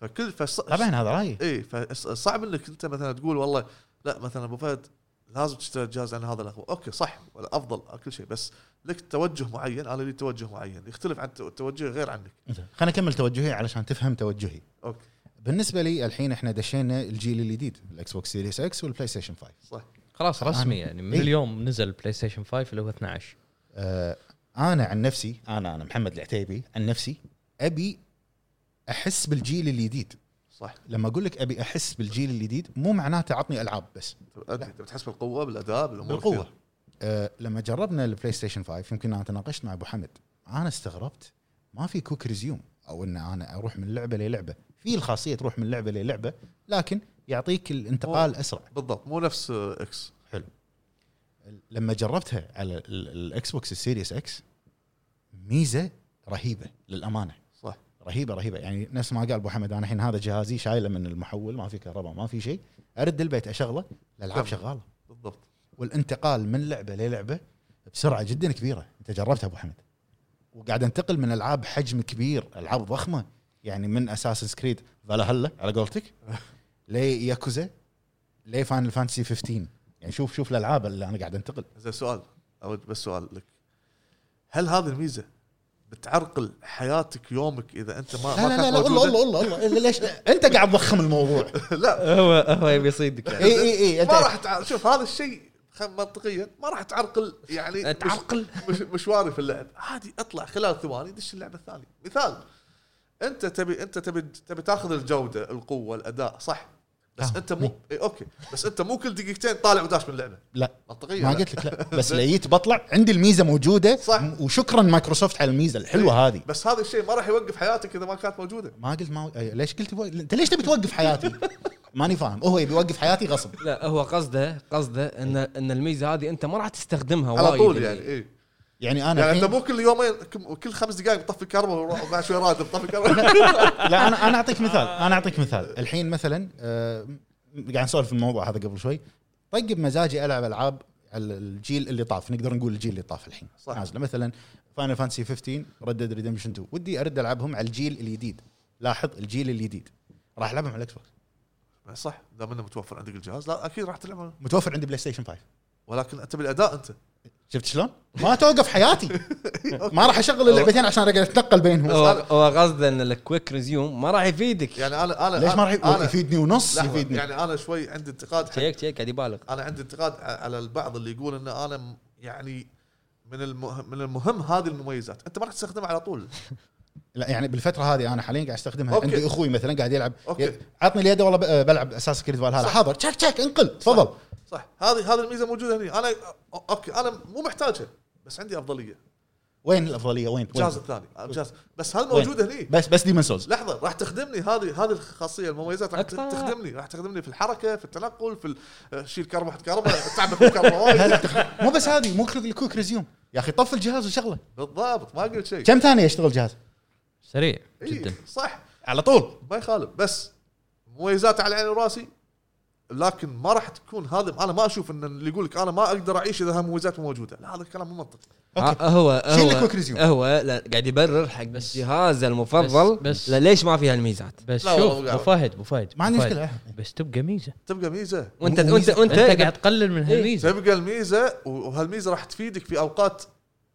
[SPEAKER 3] فكل فص...
[SPEAKER 2] طبعا هذا رايي
[SPEAKER 3] اي فصعب انك انت مثلا تقول والله لا مثلا ابو فهد لازم تشتري الجهاز عن هذا الاخوه اوكي صح ولا افضل كل شيء بس لك توجه معين انا لي توجه معين يختلف عن تو- توجهي غير عنك
[SPEAKER 2] زين، خليني اكمل توجهي علشان تفهم توجهي
[SPEAKER 3] اوكي
[SPEAKER 2] بالنسبه لي الحين احنا دشينا الجيل الجديد الاكس بوكس سيريس اكس والبلاي ستيشن 5
[SPEAKER 3] صح
[SPEAKER 1] خلاص
[SPEAKER 2] خلاص.
[SPEAKER 1] رسمي يعني من
[SPEAKER 2] إيه.
[SPEAKER 1] اليوم نزل بلاي ستيشن 5 اللي هو 12
[SPEAKER 2] آه، انا عن نفسي انا انا محمد العتيبي عن نفسي ابي احس بالجيل الجديد
[SPEAKER 3] صح
[SPEAKER 2] لما اقول لك ابي احس بالجيل الجديد مو معناته عطني العاب بس
[SPEAKER 3] انت أنت بتحس بالقوه بالاداء بالامور
[SPEAKER 2] نعم. بالقوة.
[SPEAKER 3] كثير.
[SPEAKER 2] أه لما جربنا البلاي ستيشن 5 يمكن انا تناقشت مع ابو حمد انا استغربت ما في كوك ريزيوم او ان انا اروح من لعبه للعبه في الخاصيه تروح من لعبه للعبه لكن يعطيك الانتقال اسرع
[SPEAKER 3] بالضبط مو نفس آه، اكس
[SPEAKER 2] لما جربتها على ال- ال- الاكس بوكس السيريس اكس ميزه رهيبه للامانه
[SPEAKER 3] صح.
[SPEAKER 2] رهيبه رهيبه يعني نفس ما قال ابو حمد انا الحين هذا جهازي شايله من المحول ما في كهرباء ما في شيء ارد البيت اشغله الالعاب
[SPEAKER 3] تمام.
[SPEAKER 2] شغاله
[SPEAKER 3] بالضبط
[SPEAKER 2] والانتقال من لعبه للعبه بسرعه جدا كبيره انت جربتها ابو حمد وقاعد انتقل من العاب حجم كبير العاب ضخمه يعني من اساس سكريد فلا هلا على قولتك لي ياكوزا لي فاينل فانتسي 15 يعني شوف شوف الالعاب اللي انا قاعد انتقل
[SPEAKER 3] زين سؤال اود بس سؤال لك هل هذه الميزه بتعرقل حياتك يومك اذا انت آه،
[SPEAKER 2] لا
[SPEAKER 3] ما
[SPEAKER 2] لا
[SPEAKER 3] ما كانت
[SPEAKER 2] لا والله
[SPEAKER 3] موجودة؟
[SPEAKER 2] والله والله إلا ليش انت قاعد تضخم الموضوع
[SPEAKER 3] لا
[SPEAKER 1] هو هو يبي يصيدك
[SPEAKER 4] يعني.
[SPEAKER 2] اي اي اي
[SPEAKER 3] ما
[SPEAKER 2] انت
[SPEAKER 3] راح تع... شوف هذا الشيء خ- منطقيا ما راح تعرقل يعني مش-
[SPEAKER 1] تعرقل.
[SPEAKER 3] مش... مشواري في اللعب عادي اطلع خلال ثواني دش اللعبه الثانيه مثال انت تبي انت تبي تبي تاخذ الجوده القوه الاداء صح بس
[SPEAKER 2] فاهم.
[SPEAKER 3] انت مو اي اوكي بس انت مو كل دقيقتين طالع وداش من إيه. اللعبه
[SPEAKER 2] لا
[SPEAKER 3] منطقيا
[SPEAKER 2] ما
[SPEAKER 3] لا.
[SPEAKER 2] قلت لك لا بس لقيت بطلع عندي الميزه موجوده
[SPEAKER 3] صح. إيه.
[SPEAKER 2] وشكرا مايكروسوفت على الميزه الحلوه هذه
[SPEAKER 3] بس هذا الشيء ما راح يوقف حياتك اذا ما كانت موجوده
[SPEAKER 2] ما قلت ما أي- ليش قلت بو... انت ليش تبي توقف حياتي؟ ماني فاهم هو يبي يوقف حياتي غصب
[SPEAKER 4] لا هو قصده قصده ان ان الميزه هذه انت ما راح تستخدمها
[SPEAKER 3] على
[SPEAKER 4] وايد
[SPEAKER 3] طول يعني اي
[SPEAKER 2] يعني انا
[SPEAKER 3] يعني
[SPEAKER 2] الحين-
[SPEAKER 3] انت مو كل يومين كم- كل خمس دقائق طفي كهرباء وروح بعد شوي راتب طفي كهرباء
[SPEAKER 2] لا انا انا اعطيك مثال انا اعطيك مثال الحين مثلا آه، قاعد نسولف في الموضوع هذا قبل شوي طيب مزاجي العب العاب على الجيل اللي طاف نقدر نقول الجيل اللي طاف الحين
[SPEAKER 3] صح.
[SPEAKER 2] نازله مثلا فاينل فانسي 15 ردد ريدمشن 2 ودي ارد العبهم على الجيل الجديد لاحظ الجيل الجديد راح العبهم على الاكس بوكس
[SPEAKER 3] صح دام انه متوفر عندك الجهاز لا اكيد راح تلعبها
[SPEAKER 2] متوفر عندي بلاي ستيشن 5
[SPEAKER 3] ولكن انت بالاداء انت
[SPEAKER 2] شفت شلون؟ ما توقف حياتي ما راح اشغل اللعبتين عشان اقعد اتنقل بينهم
[SPEAKER 4] هو هو قصده ان الكويك ريزيوم ما راح يفيدك
[SPEAKER 3] يعني انا انا
[SPEAKER 2] ليش ما راح
[SPEAKER 3] أنا-
[SPEAKER 2] يقول يفيدني ونص
[SPEAKER 3] لحظة،
[SPEAKER 2] يفيدني
[SPEAKER 3] يعني انا شوي عندي انتقاد حق
[SPEAKER 4] شيك شيك قاعد يبالغ
[SPEAKER 3] انا عندي انتقاد ع- على البعض اللي يقول ان انا م- يعني من المهم من المهم هذه المميزات انت ما راح تستخدمها على طول
[SPEAKER 2] لا يعني بالفتره هذه انا حاليا قاعد استخدمها
[SPEAKER 3] أوكي.
[SPEAKER 2] أوكي. عندي اخوي مثلا قاعد يلعب
[SPEAKER 3] أوكي.
[SPEAKER 2] ي- عطني اليد والله ب- بلعب اساس كريد فالهالا حاضر تشك تشك انقل تفضل
[SPEAKER 3] صح هذه هذه الميزه موجوده هنا انا أ- اوكي انا مو محتاجها بس عندي افضليه
[SPEAKER 2] وين الافضليه وين وين؟
[SPEAKER 3] الجهاز الثاني الجهاز آه، بس هل موجوده هني
[SPEAKER 2] بس بس ديمن سولز
[SPEAKER 3] لحظه راح تخدمني هذه هذه الخاصيه المميزات راح
[SPEAKER 4] أكثر.
[SPEAKER 3] تخدمني راح تخدمني في الحركه في التنقل في ال- آه، شيل كهرباء حط كهرباء تعبك بالكهرباء وايد.
[SPEAKER 2] مو بس هذه مو كل كويك ريزيوم يا اخي طف الجهاز وشغله
[SPEAKER 3] بالضبط ما قلت شيء
[SPEAKER 2] كم ثانيه يشتغل الجهاز
[SPEAKER 1] سريع
[SPEAKER 3] إي،
[SPEAKER 1] جدا
[SPEAKER 3] صح
[SPEAKER 2] على طول
[SPEAKER 3] ما يخالف بس مميزات على عيني وراسي لكن ما راح تكون هذا انا ما اشوف ان اللي يقول لك انا ما اقدر اعيش اذا هالمميزات مو موجوده لا هذا الكلام مو منطقي
[SPEAKER 4] ه- هو
[SPEAKER 2] شيل
[SPEAKER 4] هو
[SPEAKER 2] الكويك ريزيوم.
[SPEAKER 4] هو لا قاعد يبرر حق
[SPEAKER 1] بس-
[SPEAKER 4] جهازه المفضل
[SPEAKER 1] بس- بس-
[SPEAKER 4] لا ليش ما فيها الميزات
[SPEAKER 1] بس
[SPEAKER 3] لا
[SPEAKER 1] شوف
[SPEAKER 3] والله
[SPEAKER 1] ابو فهد ابو فهد
[SPEAKER 2] ما عندي
[SPEAKER 1] أبو فهد،
[SPEAKER 2] مشكله
[SPEAKER 1] بس تبقى ميزه
[SPEAKER 3] تبقى ميزه
[SPEAKER 4] وانت
[SPEAKER 2] مو
[SPEAKER 4] وانت
[SPEAKER 2] ميزة.
[SPEAKER 4] وانت
[SPEAKER 1] انت قاعد تقلل من
[SPEAKER 4] إيه.
[SPEAKER 1] هالميزه
[SPEAKER 3] تبقى الميزه وهالميزه راح تفيدك في اوقات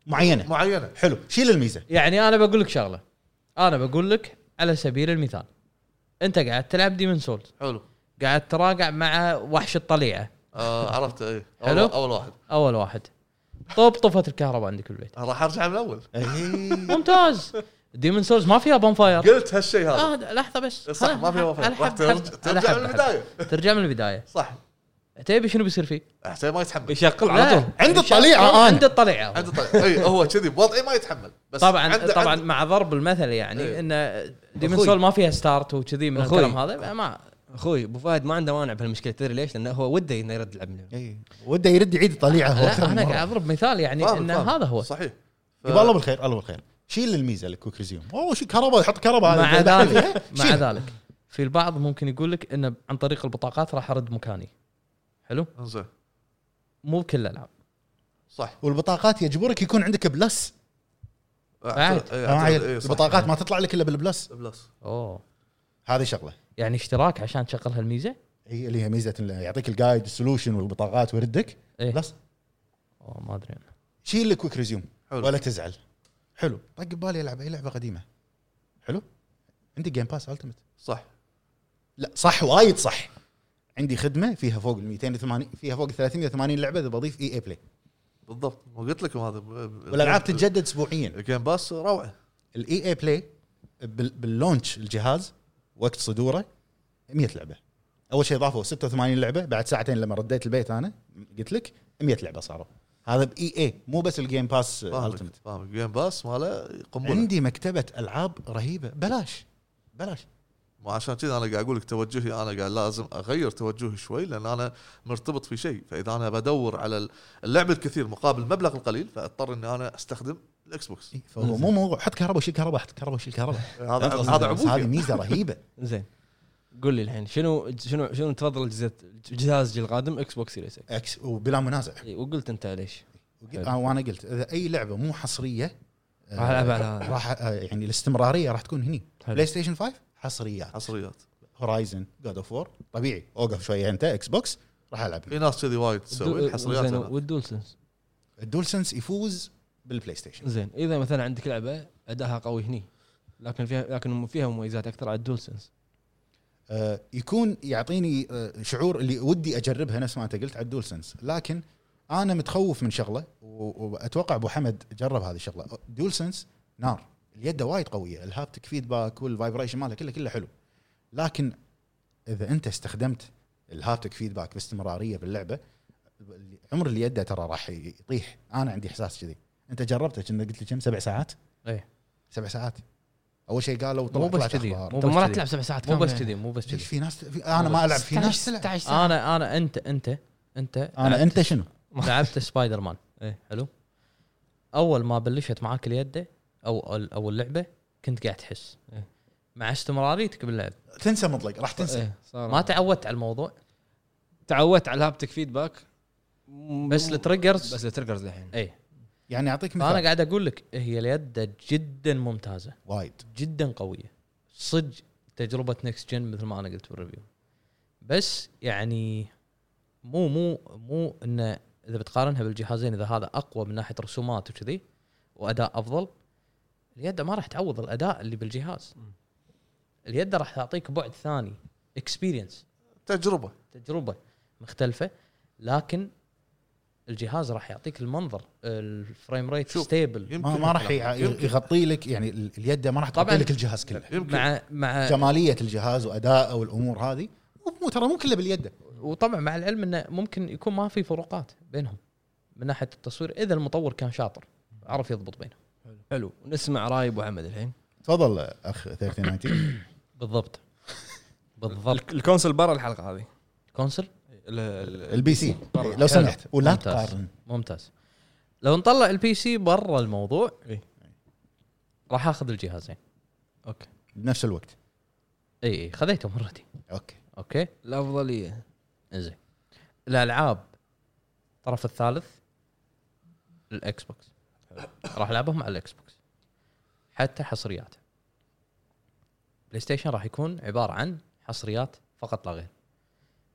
[SPEAKER 2] معينه
[SPEAKER 3] معينه
[SPEAKER 2] حلو شيل الميزه
[SPEAKER 1] يعني انا بقول لك شغله انا بقول لك على سبيل المثال انت قاعد تلعب ديمن سولز
[SPEAKER 3] حلو
[SPEAKER 1] قاعد تراقع مع وحش الطليعه
[SPEAKER 3] آه عرفت ايه أول-
[SPEAKER 1] حلو.
[SPEAKER 3] اول واحد
[SPEAKER 1] اول واحد طب طفت الكهرباء عندك بالبيت
[SPEAKER 3] راح ارجع من الاول
[SPEAKER 2] إيه.
[SPEAKER 1] ممتاز ديمن سولز ما فيها بونفاير
[SPEAKER 3] قلت هالشيء هذا
[SPEAKER 1] آه لحظه بس
[SPEAKER 3] إيه، صح ما فيها وفاة راح ترج- ترجع من البدايه
[SPEAKER 1] ترجع من البدايه
[SPEAKER 3] صح
[SPEAKER 1] تبي شنو بيصير فيه؟
[SPEAKER 3] حسين ما يتحمل
[SPEAKER 4] يشغل على طول
[SPEAKER 5] عند
[SPEAKER 1] الشخص
[SPEAKER 5] الطليعة أنا.
[SPEAKER 1] عند الطليعه
[SPEAKER 3] عنده طيب اي هو كذي بوضعي ما يتحمل بس
[SPEAKER 1] طبعا
[SPEAKER 3] عنده-
[SPEAKER 1] طبعا
[SPEAKER 3] عنده-
[SPEAKER 1] مع ضرب المثل يعني
[SPEAKER 3] إيه.
[SPEAKER 1] ان ديمن
[SPEAKER 4] أخوي.
[SPEAKER 1] سول ما فيها ستارت وكذي من
[SPEAKER 4] أخوي.
[SPEAKER 1] الكلام هذا ما
[SPEAKER 4] اخوي ابو فهد ما عنده مانع بهالمشكله تدري ليش؟ لانه هو وده انه يرد يلعب من
[SPEAKER 3] إيه.
[SPEAKER 2] اي وده يرد يعيد الطليعه هو
[SPEAKER 1] لا
[SPEAKER 2] أكثر من
[SPEAKER 1] انا
[SPEAKER 2] مرة.
[SPEAKER 1] قاعد اضرب مثال يعني
[SPEAKER 3] فاهم-
[SPEAKER 1] ان
[SPEAKER 3] فاهم.
[SPEAKER 1] هذا هو
[SPEAKER 3] صحيح ف-
[SPEAKER 2] يبا الله بالخير الله بالخير شيل الميزه الكويك ريزيوم اوه شو كهرباء حط كهرباء هذه.
[SPEAKER 1] مع ذلك مع
[SPEAKER 2] شيل.
[SPEAKER 1] ذلك في البعض ممكن يقول لك انه عن طريق البطاقات راح ارد مكاني حلو
[SPEAKER 3] انزين
[SPEAKER 1] مو بكل الالعاب
[SPEAKER 3] صح
[SPEAKER 2] والبطاقات يجبرك يكون عندك بلس
[SPEAKER 1] بعد.
[SPEAKER 3] إيه،
[SPEAKER 2] معي
[SPEAKER 3] أعتقد- إيه، صح.
[SPEAKER 2] البطاقات ما تطلع لك الا بالبلس
[SPEAKER 3] بلس
[SPEAKER 1] اوه
[SPEAKER 2] هذه شغله
[SPEAKER 1] يعني اشتراك عشان تشغل هالميزه
[SPEAKER 2] هي اللي هي ميزه ال- يعطيك الجايد السولوشن والبطاقات ويردك
[SPEAKER 1] إيه.
[SPEAKER 2] بلس
[SPEAKER 1] اوه ما ادري أنا.
[SPEAKER 2] شيل الكويك ريزيوم
[SPEAKER 3] حلو.
[SPEAKER 2] ولا تزعل حلو طق ببالي العب اي لعبه قديمه حلو عندي جيم باس التمت
[SPEAKER 3] صح
[SPEAKER 2] لا صح وايد صح عندي خدمه فيها فوق ال 280 فيها فوق ال 380 لعبه اذا بضيف اي اي بلاي
[SPEAKER 3] بالضبط وقلت لكم هذا ب- ب-
[SPEAKER 2] والالعاب تتجدد اسبوعيا
[SPEAKER 3] الجيم باس روعه
[SPEAKER 2] الاي اي بلاي E بال- باللونش الجهاز وقت صدوره 100 لعبه اول شيء ضافوا 86 لعبه بعد ساعتين لما رديت البيت انا قلت لك 100 لعبه صاروا هذا باي اي مو بس الجيم باس
[SPEAKER 3] فاهمك
[SPEAKER 2] التمت
[SPEAKER 3] فاهمك الجيم باس ماله قنبله
[SPEAKER 2] إيه، عندي مكتبه العاب رهيبه بلاش بلاش
[SPEAKER 3] ما عشان كذا انا قاعد اقول لك توجهي انا قاعد لازم اغير توجهي شوي لان انا مرتبط في شيء فاذا انا بدور على اللعب الكثير مقابل المبلغ القليل فاضطر اني انا استخدم الاكس بوكس
[SPEAKER 2] إي، إيه، فهو مو موضوع حط كهرباء وشيل كهرباء حط كهرباء وشيل كهرباء
[SPEAKER 3] هذا
[SPEAKER 2] بس
[SPEAKER 3] هذا
[SPEAKER 2] هذه
[SPEAKER 3] عبودي
[SPEAKER 2] ميزه رهيبه
[SPEAKER 4] زين قول لي الحين شنو شنو شنو تفضل جزء- جهاز الجيل القادم اكس بوكس سيريس اكس
[SPEAKER 2] اكس وبلا منازع
[SPEAKER 4] إي، إيه، وقلت انت ليش؟
[SPEAKER 2] وقل- آه، وانا قلت اذا اي لعبه مو حصريه آه،
[SPEAKER 4] راح ألعب على هذا.
[SPEAKER 2] راح آه، يعني الاستمراريه راح تكون هني
[SPEAKER 4] حلو.
[SPEAKER 2] بلاي ستيشن 5 حصريات
[SPEAKER 3] حصريات
[SPEAKER 2] هورايزن جود اوف وور طبيعي اوقف شويه انت اكس بوكس راح العب
[SPEAKER 3] في ناس كذي وايد تسوي الحصريات
[SPEAKER 4] زين،
[SPEAKER 3] هذا.
[SPEAKER 4] والدول سنس
[SPEAKER 2] الدول سنس يفوز بالبلاي ستيشن
[SPEAKER 4] زين اذا مثلا عندك لعبه اداها قوي هني لكن فيها لكن فيها مميزات اكثر على الدول سنس
[SPEAKER 2] آه يكون يعطيني آه شعور اللي ودي اجربها نفس ما انت قلت على الدول سنس لكن انا متخوف من شغله و- واتوقع ابو حمد جرب هذه الشغله دول سنس نار اليد وايد قويه الهابتك فيدباك والفايبريشن ماله كله كله حلو لكن اذا انت استخدمت الهابتك فيدباك باستمراريه باللعبه عمر اليد ترى راح يطيح انا عندي احساس كذي انت جربته كنا قلت لي كم سبع ساعات؟
[SPEAKER 1] إيه.
[SPEAKER 2] سبع ساعات اول شيء قالوا طلع
[SPEAKER 1] مو بس
[SPEAKER 2] طلعت
[SPEAKER 1] كذي
[SPEAKER 2] أخبار.
[SPEAKER 1] مو
[SPEAKER 4] طب ما راح
[SPEAKER 1] بس كذي
[SPEAKER 4] تلعب سبع ساعات
[SPEAKER 1] مو
[SPEAKER 4] كاملة
[SPEAKER 1] بس
[SPEAKER 4] يعني.
[SPEAKER 1] كذي مو بس
[SPEAKER 2] ليش
[SPEAKER 1] كذي
[SPEAKER 2] في ناس في انا ما العب في
[SPEAKER 4] 16
[SPEAKER 2] ناس تلعب
[SPEAKER 4] 16 ساعة.
[SPEAKER 1] انا انا انت انت انت
[SPEAKER 2] انا انت شنو؟
[SPEAKER 1] لعبت سبايدر مان
[SPEAKER 4] إيه.
[SPEAKER 1] حلو اول ما بلشت معاك اليد او او اللعبه كنت قاعد تحس
[SPEAKER 4] إيه.
[SPEAKER 1] مع استمراريتك باللعب
[SPEAKER 2] تنسى مطلق راح تنسى
[SPEAKER 4] إيه، صار
[SPEAKER 1] ما تعودت على الموضوع
[SPEAKER 4] تعودت على الهابتك فيدباك م-
[SPEAKER 1] بس التريجرز إيه.
[SPEAKER 4] بس التريجرز الحين
[SPEAKER 1] اي
[SPEAKER 2] يعني اعطيك
[SPEAKER 1] فانا
[SPEAKER 2] مثال
[SPEAKER 1] قاعد اقول لك هي اليد جدا ممتازه
[SPEAKER 2] وايد
[SPEAKER 1] جدا قويه صدق تجربه نكست جن مثل ما انا قلت بالريفيو بس يعني مو مو مو انه اذا بتقارنها بالجهازين اذا هذا اقوى من ناحيه رسومات وكذي واداء افضل اليد ما راح تعوض الاداء اللي بالجهاز اليد راح تعطيك بعد ثاني اكسبيرينس
[SPEAKER 3] تجربه
[SPEAKER 1] تجربه مختلفه لكن الجهاز راح يعطيك المنظر الفريم ريت
[SPEAKER 3] شوف،
[SPEAKER 1] ستيبل
[SPEAKER 2] ما, ما راح يع- يغطي لك يعني ال- اليد ما راح تغطي
[SPEAKER 1] طبعاً.
[SPEAKER 2] لك الجهاز كله
[SPEAKER 3] يمكن
[SPEAKER 1] مع مع
[SPEAKER 2] جماليه الجهاز وادائه والامور هذه مو- مو ترى مو كله باليد
[SPEAKER 1] وطبعا مع العلم انه ممكن يكون ما في فروقات بينهم من ناحيه التصوير اذا المطور كان شاطر عرف يضبط بينهم
[SPEAKER 4] حلو نسمع راي ابو حمد الحين
[SPEAKER 2] تفضل اخ 3090
[SPEAKER 1] بالضبط بالضبط
[SPEAKER 4] الكونسل برا الحلقه هذه
[SPEAKER 1] كونسل
[SPEAKER 2] البي سي لو سمحت ولا تقارن
[SPEAKER 1] ممتاز لو نطلع البي سي برا الموضوع
[SPEAKER 4] إيه.
[SPEAKER 1] راح اخذ الجهازين إيه،
[SPEAKER 4] اوكي
[SPEAKER 2] بنفس الوقت
[SPEAKER 1] اي اي خذيتهم اوريدي
[SPEAKER 2] اوكي
[SPEAKER 1] اوكي
[SPEAKER 4] الافضليه
[SPEAKER 1] انزين الالعاب الطرف الثالث الاكس بوكس راح العبهم على الاكس بوكس حتى حصرياته بلاي ستيشن راح يكون عباره عن حصريات فقط لا غير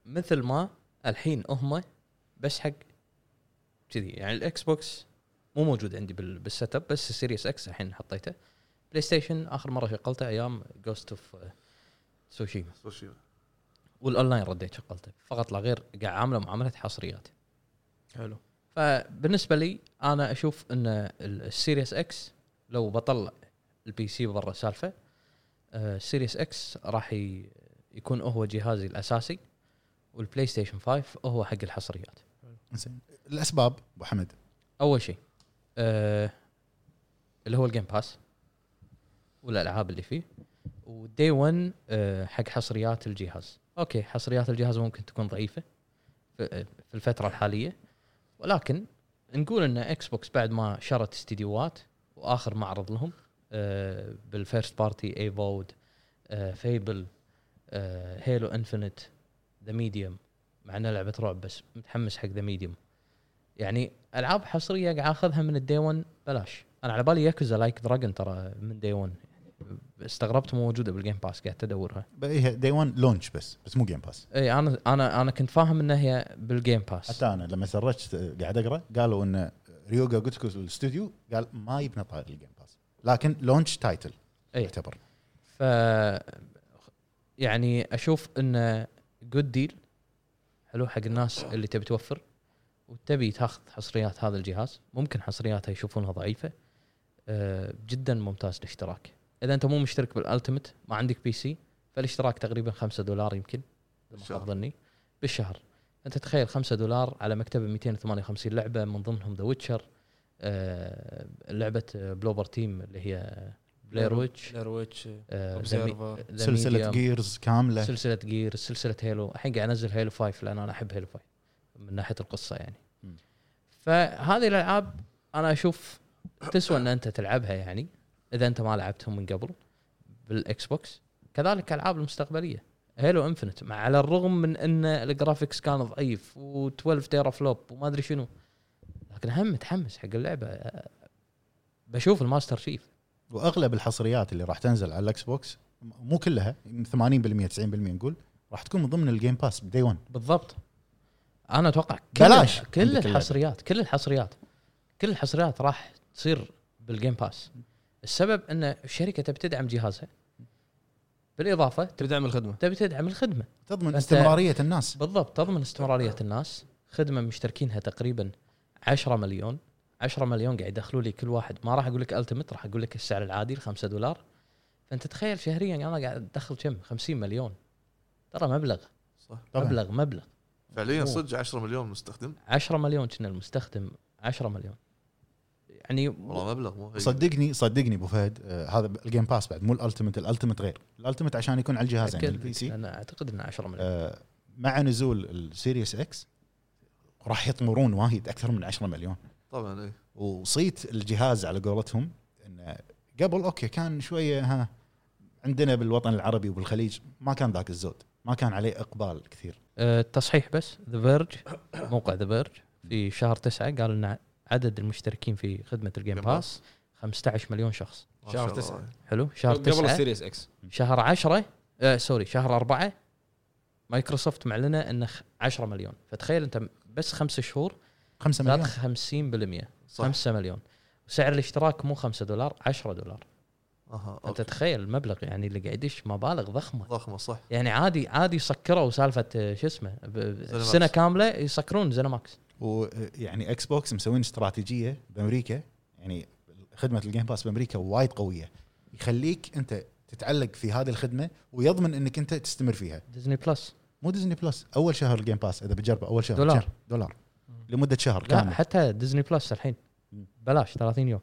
[SPEAKER 1] مثل ما الحين هم بس حق كذي يعني الاكس بوكس مو موجود عندي بال- بالسيت اب بس السيريس اكس الحين حطيته بلاي ستيشن اخر مره شغلته ايام جوست اوف سوشيما
[SPEAKER 3] سوشيما.
[SPEAKER 1] والاونلاين رديت شغلته فقط لا غير قاعد عامله معامله حصريات
[SPEAKER 4] حلو
[SPEAKER 1] فبالنسبه لي انا اشوف ان السيريس اكس لو بطلع البي سي برا سالفه آه، سيريس اكس راح ي- يكون هو جهازي الاساسي والبلاي ستيشن 5 هو حق الحصريات
[SPEAKER 2] زين الاسباب ابو حمد
[SPEAKER 1] اول شيء آه اللي هو الجيم باس والالعاب اللي فيه ودي 1 آه حق حصريات الجهاز اوكي حصريات الجهاز ممكن تكون ضعيفه ف- آه، في الفتره الحاليه ولكن نقول ان اكس بوكس بعد ما شرت استديوهات واخر معرض لهم آه بالفيرست بارتي ايفود آه فيبل آه هيلو انفنت ذا ميديوم مع انها لعبه رعب بس متحمس حق ذا ميديوم يعني العاب حصريه قاعد اخذها من الدي 1 بلاش انا على بالي ياكوزا لايك دراجون ترى من دي 1 استغربت مو موجوده بالجيم باس قاعد إيه، ادورها
[SPEAKER 2] دي 1 لونش بس بس مو جيم باس
[SPEAKER 1] اي انا انا انا كنت فاهم انها هي بالجيم باس
[SPEAKER 2] حتى انا لما سرشت قاعد اقرا قالوا ان ريوغا جوتكو الاستوديو قال ما يبنى طاري الجيم باس لكن لونش تايتل
[SPEAKER 1] إي.
[SPEAKER 2] يعتبر
[SPEAKER 1] ف يعني اشوف انه جود ديل حلو حق الناس اللي تبي توفر وتبي تاخذ حصريات هذا الجهاز ممكن حصرياتها يشوفونها ضعيفه أه جدا ممتاز الاشتراك اذا انت مو مشترك بالالتيمت ما عندك بي سي فالاشتراك تقريبا 5 دولار يمكن إذا ما خاب
[SPEAKER 3] بالشهر.
[SPEAKER 1] ظني بالشهر انت تخيل 5 دولار على مكتبه 258 لعبه من ضمنهم ذا ويتشر أه لعبه بلوبر تيم اللي هي بلاير ويتش
[SPEAKER 4] بلاير ويتش
[SPEAKER 1] آه،
[SPEAKER 4] Observer.
[SPEAKER 1] The Me- The
[SPEAKER 2] سلسله
[SPEAKER 1] Medium،
[SPEAKER 2] جيرز كامله
[SPEAKER 1] سلسله جير سلسله هيلو الحين قاعد انزل هيلو 5 لان انا احب هيلو 5 من ناحيه القصه يعني
[SPEAKER 2] مم.
[SPEAKER 1] فهذه الالعاب انا اشوف تسوى ان انت تلعبها يعني اذا انت ما لعبتهم من قبل بالاكس بوكس كذلك العاب المستقبليه هيلو انفنت مع على الرغم من ان الجرافيكس كان ضعيف و12 تيرا فلوب وما ادري شنو لكن هم متحمس حق اللعبه آه، بشوف الماستر شيف
[SPEAKER 2] واغلب الحصريات اللي راح تنزل على الاكس بوكس مو كلها 80% 90% نقول راح تكون من ضمن الجيم باس بدي 1
[SPEAKER 1] بالضبط انا اتوقع كل
[SPEAKER 2] بلاش
[SPEAKER 1] كل
[SPEAKER 2] عندك
[SPEAKER 1] الحصريات كل الحصريات كل الحصريات راح تصير بالجيم باس السبب ان الشركه تبي تدعم جهازها بالاضافه
[SPEAKER 4] تبي تعمل الخدمه
[SPEAKER 1] تبي تدعم الخدمه
[SPEAKER 2] تضمن
[SPEAKER 1] فأنت-
[SPEAKER 2] استمراريه الناس
[SPEAKER 1] بالضبط تضمن استمراريه الناس خدمه مشتركينها تقريبا 10 مليون 10 مليون قاعد يدخلوا لي كل واحد ما راح اقول لك التمت راح اقول لك السعر العادي ال 5 دولار فانت تخيل شهريا انا قاعد ادخل كم 50 مليون ترى مبلغ
[SPEAKER 3] صح
[SPEAKER 2] طبعا
[SPEAKER 1] مبلغ مبلغ
[SPEAKER 3] فعليا
[SPEAKER 1] مو.
[SPEAKER 3] صدق 10 مليون مستخدم
[SPEAKER 1] 10 مليون كنا المستخدم 10 مليون يعني
[SPEAKER 3] والله مبلغ مو هي.
[SPEAKER 2] صدقني صدقني ابو فهد آه هذا الجيم باس بعد مو الالتيميت الالتيميت غير الالتيميت عشان يكون على الجهاز يعني
[SPEAKER 1] أكد.
[SPEAKER 2] البي سي
[SPEAKER 1] انا اعتقد انه 10 مليون
[SPEAKER 2] آه، مع نزول السيريس اكس راح يطمرون وايد اكثر من 10 مليون
[SPEAKER 3] طبعا اي
[SPEAKER 2] وصيت الجهاز على قولتهم انه قبل اوكي كان شويه ها عندنا بالوطن العربي وبالخليج ما كان ذاك الزود ما كان عليه اقبال كثير
[SPEAKER 1] أه التصحيح بس ذا فيرج موقع ذا فيرج في شهر 9 قال ان عدد المشتركين في خدمه الجيم
[SPEAKER 3] Game
[SPEAKER 1] باس 15 مليون شخص
[SPEAKER 3] ما
[SPEAKER 4] شهر
[SPEAKER 3] شاء الله.
[SPEAKER 4] تسعة.
[SPEAKER 1] حلو شهر
[SPEAKER 4] قبل
[SPEAKER 1] 9
[SPEAKER 4] السيريس اكس
[SPEAKER 1] شهر 10 آه سوري شهر 4 مايكروسوفت معلنه انه خ- 10 مليون فتخيل انت بس خمس شهور
[SPEAKER 2] 5
[SPEAKER 1] زاد
[SPEAKER 2] مليون
[SPEAKER 1] 50%
[SPEAKER 3] صح
[SPEAKER 1] 5 مليون سعر الاشتراك مو 5 دولار 10 دولار
[SPEAKER 3] اها
[SPEAKER 1] انت
[SPEAKER 3] أوكي.
[SPEAKER 1] تخيل المبلغ يعني اللي قاعد يدش مبالغ ضخمه
[SPEAKER 3] ضخمه صح
[SPEAKER 1] يعني عادي عادي سكروا سالفه آه، شو اسمه ب- ب-
[SPEAKER 3] زينماكس.
[SPEAKER 1] سنه كامله يسكرون زينماكس
[SPEAKER 2] ويعني اكس بوكس آه، يعني مسوين استراتيجيه بامريكا يعني خدمه الجيم باس بامريكا وايد قويه يخليك انت تتعلق في هذه الخدمه ويضمن انك انت تستمر فيها
[SPEAKER 1] ديزني بلس
[SPEAKER 2] مو ديزني بلس اول شهر الجيم باس اذا بتجربه اول شهر
[SPEAKER 1] دولار.
[SPEAKER 2] كم؟ دولار لمده شهر
[SPEAKER 1] لا
[SPEAKER 2] كامل
[SPEAKER 1] حتى ديزني بلس الحين
[SPEAKER 2] مم.
[SPEAKER 1] بلاش 30 يوم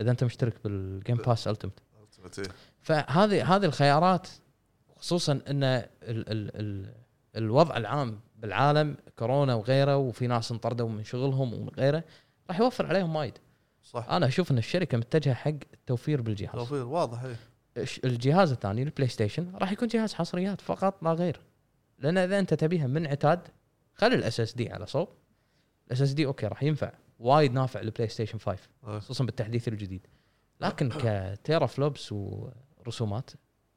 [SPEAKER 1] اذا انت مشترك بالجيم باس التمت
[SPEAKER 3] Ultimate، إيه.
[SPEAKER 1] فهذه هذه الخيارات خصوصا ان ال ال ال الوضع العام بالعالم كورونا وغيره وفي ناس انطردوا من شغلهم وغيره راح يوفر عليهم وايد
[SPEAKER 3] صح
[SPEAKER 1] انا اشوف ان الشركه متجهه حق التوفير بالجهاز
[SPEAKER 3] توفير واضح اي
[SPEAKER 1] الش- الجهاز الثاني البلاي ستيشن راح يكون جهاز حصريات فقط لا غير لان اذا انت تبيها من عتاد خلي الاس اس دي على صوب الاس اس دي اوكي راح ينفع وايد نافع للبلاي ستيشن 5
[SPEAKER 3] أي.
[SPEAKER 1] خصوصا بالتحديث الجديد لكن كتيرا فلوبس ورسومات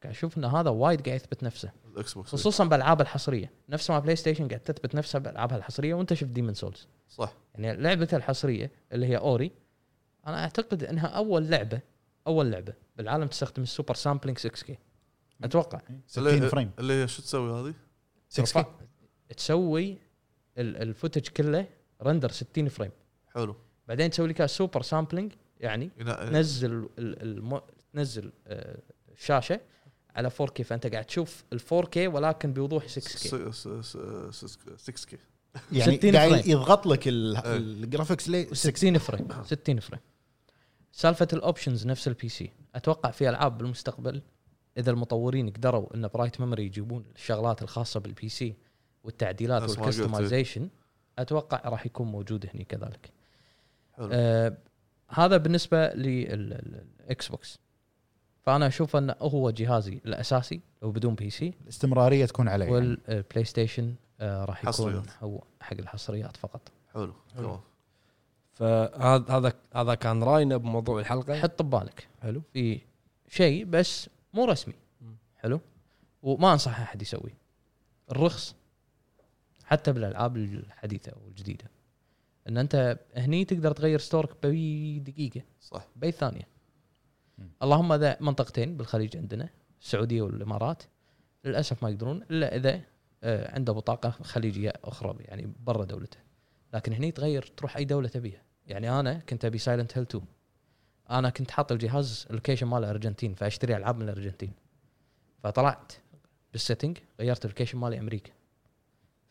[SPEAKER 1] قاعد اشوف ان هذا وايد قاعد يثبت نفسه
[SPEAKER 3] الاكس بوكس إيه.
[SPEAKER 1] خصوصا بالالعاب الحصريه نفس ما بلاي ستيشن قاعد تثبت نفسها بالالعابها الحصريه وانت شفت ديمن سولز
[SPEAKER 3] صح
[SPEAKER 1] يعني لعبته الحصريه اللي هي اوري انا اعتقد انها اول لعبه اول لعبه بالعالم تستخدم السوبر سامبلينج 6 كي اتوقع
[SPEAKER 2] 60 فريم
[SPEAKER 3] اللي هي شو تسوي هذه؟
[SPEAKER 2] 6
[SPEAKER 1] ترفع- تسوي ال- الفوتج كله رندر 60 فريم
[SPEAKER 3] حلو نعم،
[SPEAKER 1] بعدين تسوي لك سوبر سامبلينج يعني
[SPEAKER 3] ينا-
[SPEAKER 1] تنزل ال- الم... تنزل آه، الشاشه على 4K فانت قاعد تشوف ال 4K ولكن بوضوح 6K
[SPEAKER 3] س- س- س- س- 6K
[SPEAKER 2] يعني
[SPEAKER 1] 60
[SPEAKER 2] قاعد
[SPEAKER 1] فريم.
[SPEAKER 2] يضغط لك ال-
[SPEAKER 3] إيه.
[SPEAKER 2] الجرافكس ليه
[SPEAKER 1] 60
[SPEAKER 3] آه.
[SPEAKER 1] فريم 60 فريم سالفه الاوبشنز نفس البي سي اتوقع في العاب بالمستقبل اذا المطورين قدروا ان برايت ميموري يجيبون الشغلات الخاصه بالبي سي والتعديلات
[SPEAKER 3] نفس ما قلت.
[SPEAKER 1] والكستمايزيشن اتوقع راح يكون موجود هني كذلك
[SPEAKER 3] حلو.
[SPEAKER 1] آه هذا بالنسبه للاكس بوكس فانا اشوف انه هو جهازي الاساسي لو بدون بي سي
[SPEAKER 2] الاستمراريه تكون عليه يعني.
[SPEAKER 1] والبلاي ستيشن آه راح يكون
[SPEAKER 3] حصريات.
[SPEAKER 1] هو حق الحصريات فقط
[SPEAKER 3] حلو تمام
[SPEAKER 4] فهذا هذا هذا كان راينا بموضوع الحلقه
[SPEAKER 1] حط ببالك
[SPEAKER 4] حلو
[SPEAKER 1] في شيء بس مو رسمي
[SPEAKER 4] مم.
[SPEAKER 1] حلو وما انصح احد يسويه الرخص حتى بالالعاب الحديثه والجديده ان انت هني تقدر تغير ستورك باي دقيقه
[SPEAKER 3] صح
[SPEAKER 1] باي ثانيه
[SPEAKER 2] مم.
[SPEAKER 1] اللهم اذا منطقتين بالخليج عندنا السعوديه والامارات للاسف ما يقدرون الا اذا آه، عنده بطاقه خليجيه اخرى يعني برا دولته لكن هني تغير تروح اي دوله تبيها يعني انا كنت ابي سايلنت هيل 2 انا كنت حاط الجهاز اللوكيشن مال الارجنتين فاشتري العاب من الارجنتين فطلعت بالسيتنج غيرت اللوكيشن مالي امريكا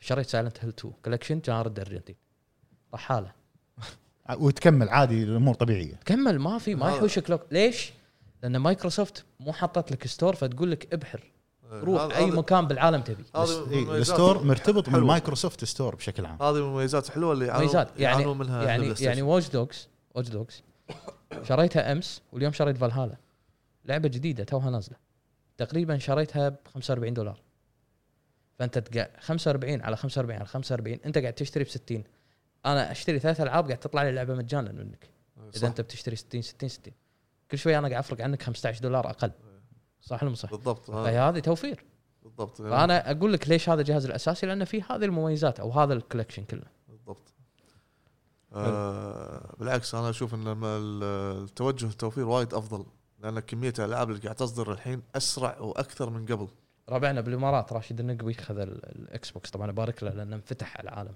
[SPEAKER 1] شريت سايلنت هيل 2 كولكشن كان ارد الارجنتين راح حاله
[SPEAKER 2] يعني. وتكمل عادي الامور طبيعيه
[SPEAKER 1] كمل ما في ما
[SPEAKER 3] هذا.
[SPEAKER 1] يحوشك لوك ليش؟ لان مايكروسوفت مو حطت لك ستور فتقول لك ابحر روح
[SPEAKER 3] هذا-
[SPEAKER 1] اي
[SPEAKER 3] هذا-
[SPEAKER 1] مكان بالعالم تبي
[SPEAKER 3] هذه من
[SPEAKER 2] إيه
[SPEAKER 3] المميزات-
[SPEAKER 2] الستور مرتبط
[SPEAKER 3] حلوة.
[SPEAKER 2] بالمايكروسوفت ستور بشكل عام
[SPEAKER 3] هذه من المميزات الحلوه اللي يعانون-
[SPEAKER 1] ميزات يعني
[SPEAKER 3] يعانون منها
[SPEAKER 1] يعني
[SPEAKER 3] البلاي
[SPEAKER 1] يعني
[SPEAKER 3] ستيشن.
[SPEAKER 1] واتش دوجز واتش دوجز شريتها امس واليوم شريت فالهالا لعبه جديده توها نازله تقريبا شريتها ب 45 دولار فانت تقع 45 على 45 على 45 انت قاعد تشتري ب 60 انا اشتري ثلاث العاب قاعد تطلع لي لعبه مجانا منك
[SPEAKER 3] صح.
[SPEAKER 1] اذا انت بتشتري 60 60 60 كل شوي انا قاعد افرق عنك 15 دولار اقل
[SPEAKER 3] إيه.
[SPEAKER 1] صح ولا مو صح؟
[SPEAKER 3] بالضبط هذا-
[SPEAKER 1] فهي طيب، هذه توفير
[SPEAKER 3] بالضبط يعني
[SPEAKER 1] فانا اقول لك ليش هذا الجهاز الاساسي لانه فيه هذه المميزات او هذا الكولكشن كله
[SPEAKER 3] بالضبط آه بالعكس انا اشوف ان لما ال- التوجه التوفير وايد افضل لان كميه الالعاب اللي قاعد تصدر الحين اسرع واكثر من قبل
[SPEAKER 1] ربعنا بالامارات راشد النقبي خذ ال- الاكس بوكس طبعا ابارك له لانه انفتح على العالم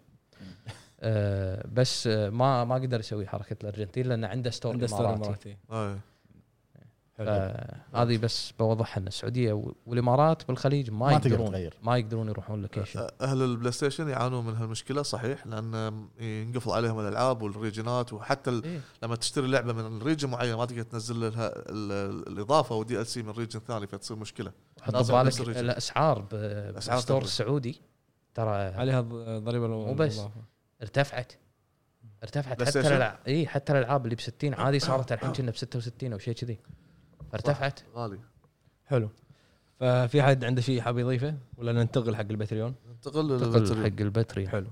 [SPEAKER 1] آه بس آه ما ما قدر يسوي حركه الارجنتين لان عنده ستور
[SPEAKER 4] عنده ستار
[SPEAKER 1] اماراتي
[SPEAKER 3] آه.
[SPEAKER 4] اماراتي
[SPEAKER 1] آه، هذه بس بوضحها ان السعوديه و- والامارات بالخليج ما,
[SPEAKER 2] ما تقدر
[SPEAKER 1] يقدرون
[SPEAKER 2] تغير.
[SPEAKER 1] ما يقدرون يروحون لوكيشن
[SPEAKER 3] اهل البلاي ستيشن أه، يعانون من هالمشكله صحيح لان ينقفل عليهم الالعاب والريجنات وحتى ال-
[SPEAKER 1] إيه.
[SPEAKER 3] لما تشتري لعبه من ريجن معين ما تقدر تنزل لها ال- الاضافه ودي ال سي من ريجن ثاني فتصير مشكله
[SPEAKER 1] حط
[SPEAKER 3] لازم
[SPEAKER 1] بالك
[SPEAKER 3] نفس الريجن.
[SPEAKER 1] الاسعار ب-
[SPEAKER 3] أسعار
[SPEAKER 1] بالستور
[SPEAKER 3] تغلي.
[SPEAKER 1] السعودي ترى
[SPEAKER 4] عليها ض- ضريبه
[SPEAKER 1] مو بس. ارتفعت ارتفعت
[SPEAKER 3] بلاي
[SPEAKER 1] حتى
[SPEAKER 3] ستيشن؟
[SPEAKER 1] الالعاب اي حتى الالعاب اللي ب 60
[SPEAKER 4] آه.
[SPEAKER 1] عادي صارت الحين كنا ب 66 او شيء كذي فارتفعت
[SPEAKER 3] غالي
[SPEAKER 4] حلو ففي حد عنده شيء حاب يضيفه ولا ننتقل حق الباتريون
[SPEAKER 3] ننتقل
[SPEAKER 4] طيب.
[SPEAKER 1] تقل
[SPEAKER 3] للباتريون
[SPEAKER 1] حق الباتري
[SPEAKER 4] حلو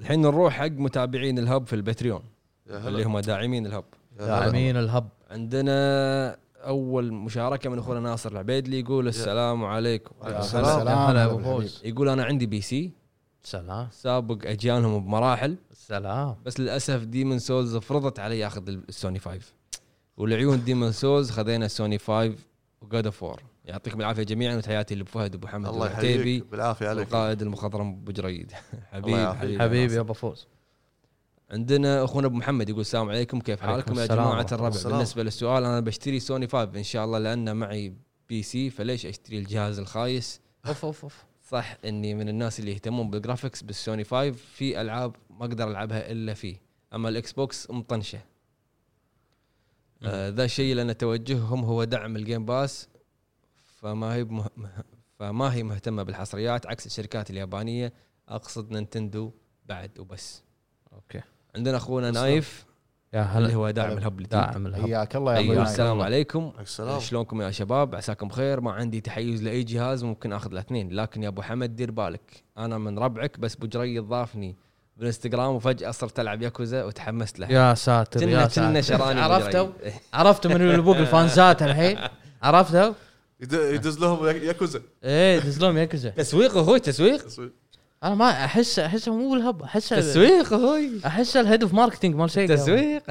[SPEAKER 4] الحين نروح حق متابعين الهب في الباتريون
[SPEAKER 3] يا
[SPEAKER 4] اللي
[SPEAKER 3] هلا
[SPEAKER 4] هم داعمين الهب
[SPEAKER 3] يا هلا.
[SPEAKER 1] داعمين الهب
[SPEAKER 4] عندنا اول مشاركه من اخونا ناصر العبيدلي يقول السلام عليكم
[SPEAKER 3] وعليكم
[SPEAKER 2] السلام.
[SPEAKER 1] يا هلا
[SPEAKER 2] يا
[SPEAKER 1] أبو
[SPEAKER 2] أبو
[SPEAKER 1] فوز.
[SPEAKER 2] الحبيب.
[SPEAKER 4] يقول انا عندي بي سي
[SPEAKER 1] سلام
[SPEAKER 4] سابق اجيالهم بمراحل
[SPEAKER 1] سلام
[SPEAKER 4] بس للاسف ديمن سولز فرضت علي اخذ السوني 5 والعيون ديمن سولز خذينا السوني 5 وجود اوف وور يعطيكم العافيه جميعا وتحياتي لابو فهد ابو حمد
[SPEAKER 3] الله
[SPEAKER 4] العتيبي
[SPEAKER 3] يحييك بالعافيه عليك
[SPEAKER 4] والقائد المخضرم ابو جريد
[SPEAKER 3] الله
[SPEAKER 4] حبيب
[SPEAKER 3] يعافيك.
[SPEAKER 4] حبيب
[SPEAKER 1] حبيبي يا
[SPEAKER 4] ناصر.
[SPEAKER 1] ابو فوز
[SPEAKER 4] عندنا اخونا ابو محمد يقول السلام عليكم كيف
[SPEAKER 1] عليكم
[SPEAKER 4] حالكم يا
[SPEAKER 1] السلام
[SPEAKER 4] جماعه
[SPEAKER 1] ورحمة
[SPEAKER 4] الربع
[SPEAKER 3] السلام.
[SPEAKER 4] بالنسبه للسؤال انا بشتري سوني 5 ان شاء الله لان معي بي سي فليش اشتري الجهاز الخايس
[SPEAKER 1] اوف اوف اوف
[SPEAKER 4] صح اني من الناس اللي يهتمون بالجرافكس بالسوني 5 في العاب ما اقدر العبها الا فيه اما الاكس بوكس مطنشه آه ذا الشيء لان توجههم هو دعم الجيم باس فما هي مه... مه- فما هي مهتمه بالحصريات عكس الشركات اليابانيه اقصد نينتندو بعد وبس
[SPEAKER 1] اوكي
[SPEAKER 4] عندنا اخونا
[SPEAKER 3] بس-
[SPEAKER 4] نايف
[SPEAKER 1] يا
[SPEAKER 4] اللي
[SPEAKER 1] هلا
[SPEAKER 4] هو داعم
[SPEAKER 2] هلا.
[SPEAKER 4] الهب للتيم.
[SPEAKER 1] داعم الهب
[SPEAKER 2] حياك الله يا
[SPEAKER 4] يقول
[SPEAKER 2] أبو
[SPEAKER 4] السلام عليكم
[SPEAKER 3] عليك السلام
[SPEAKER 4] شلونكم يا شباب عساكم بخير ما عندي تحيز لاي جهاز ممكن اخذ الاثنين لكن يا ابو حمد دير بالك انا من ربعك بس بجري ضافني بالانستغرام وفجاه صرت العب ياكوزا وتحمست له
[SPEAKER 1] يا ساتر
[SPEAKER 4] كنا
[SPEAKER 1] يا ساتر
[SPEAKER 4] كنا شراني
[SPEAKER 1] عرفتوا
[SPEAKER 4] بجري.
[SPEAKER 1] عرفتوا من اللي فوق الفانزات الحين عرفتوا
[SPEAKER 3] يد- يدز لهم يا- ياكوزا
[SPEAKER 1] ايه دزلوم ياكوزا
[SPEAKER 4] تسويق اخوي تسويق
[SPEAKER 1] انا ما احس احسه مو الهب احسه
[SPEAKER 4] تسويق اخوي
[SPEAKER 1] احسه الهيد اوف ماركتنج مال سيجا
[SPEAKER 4] تسويق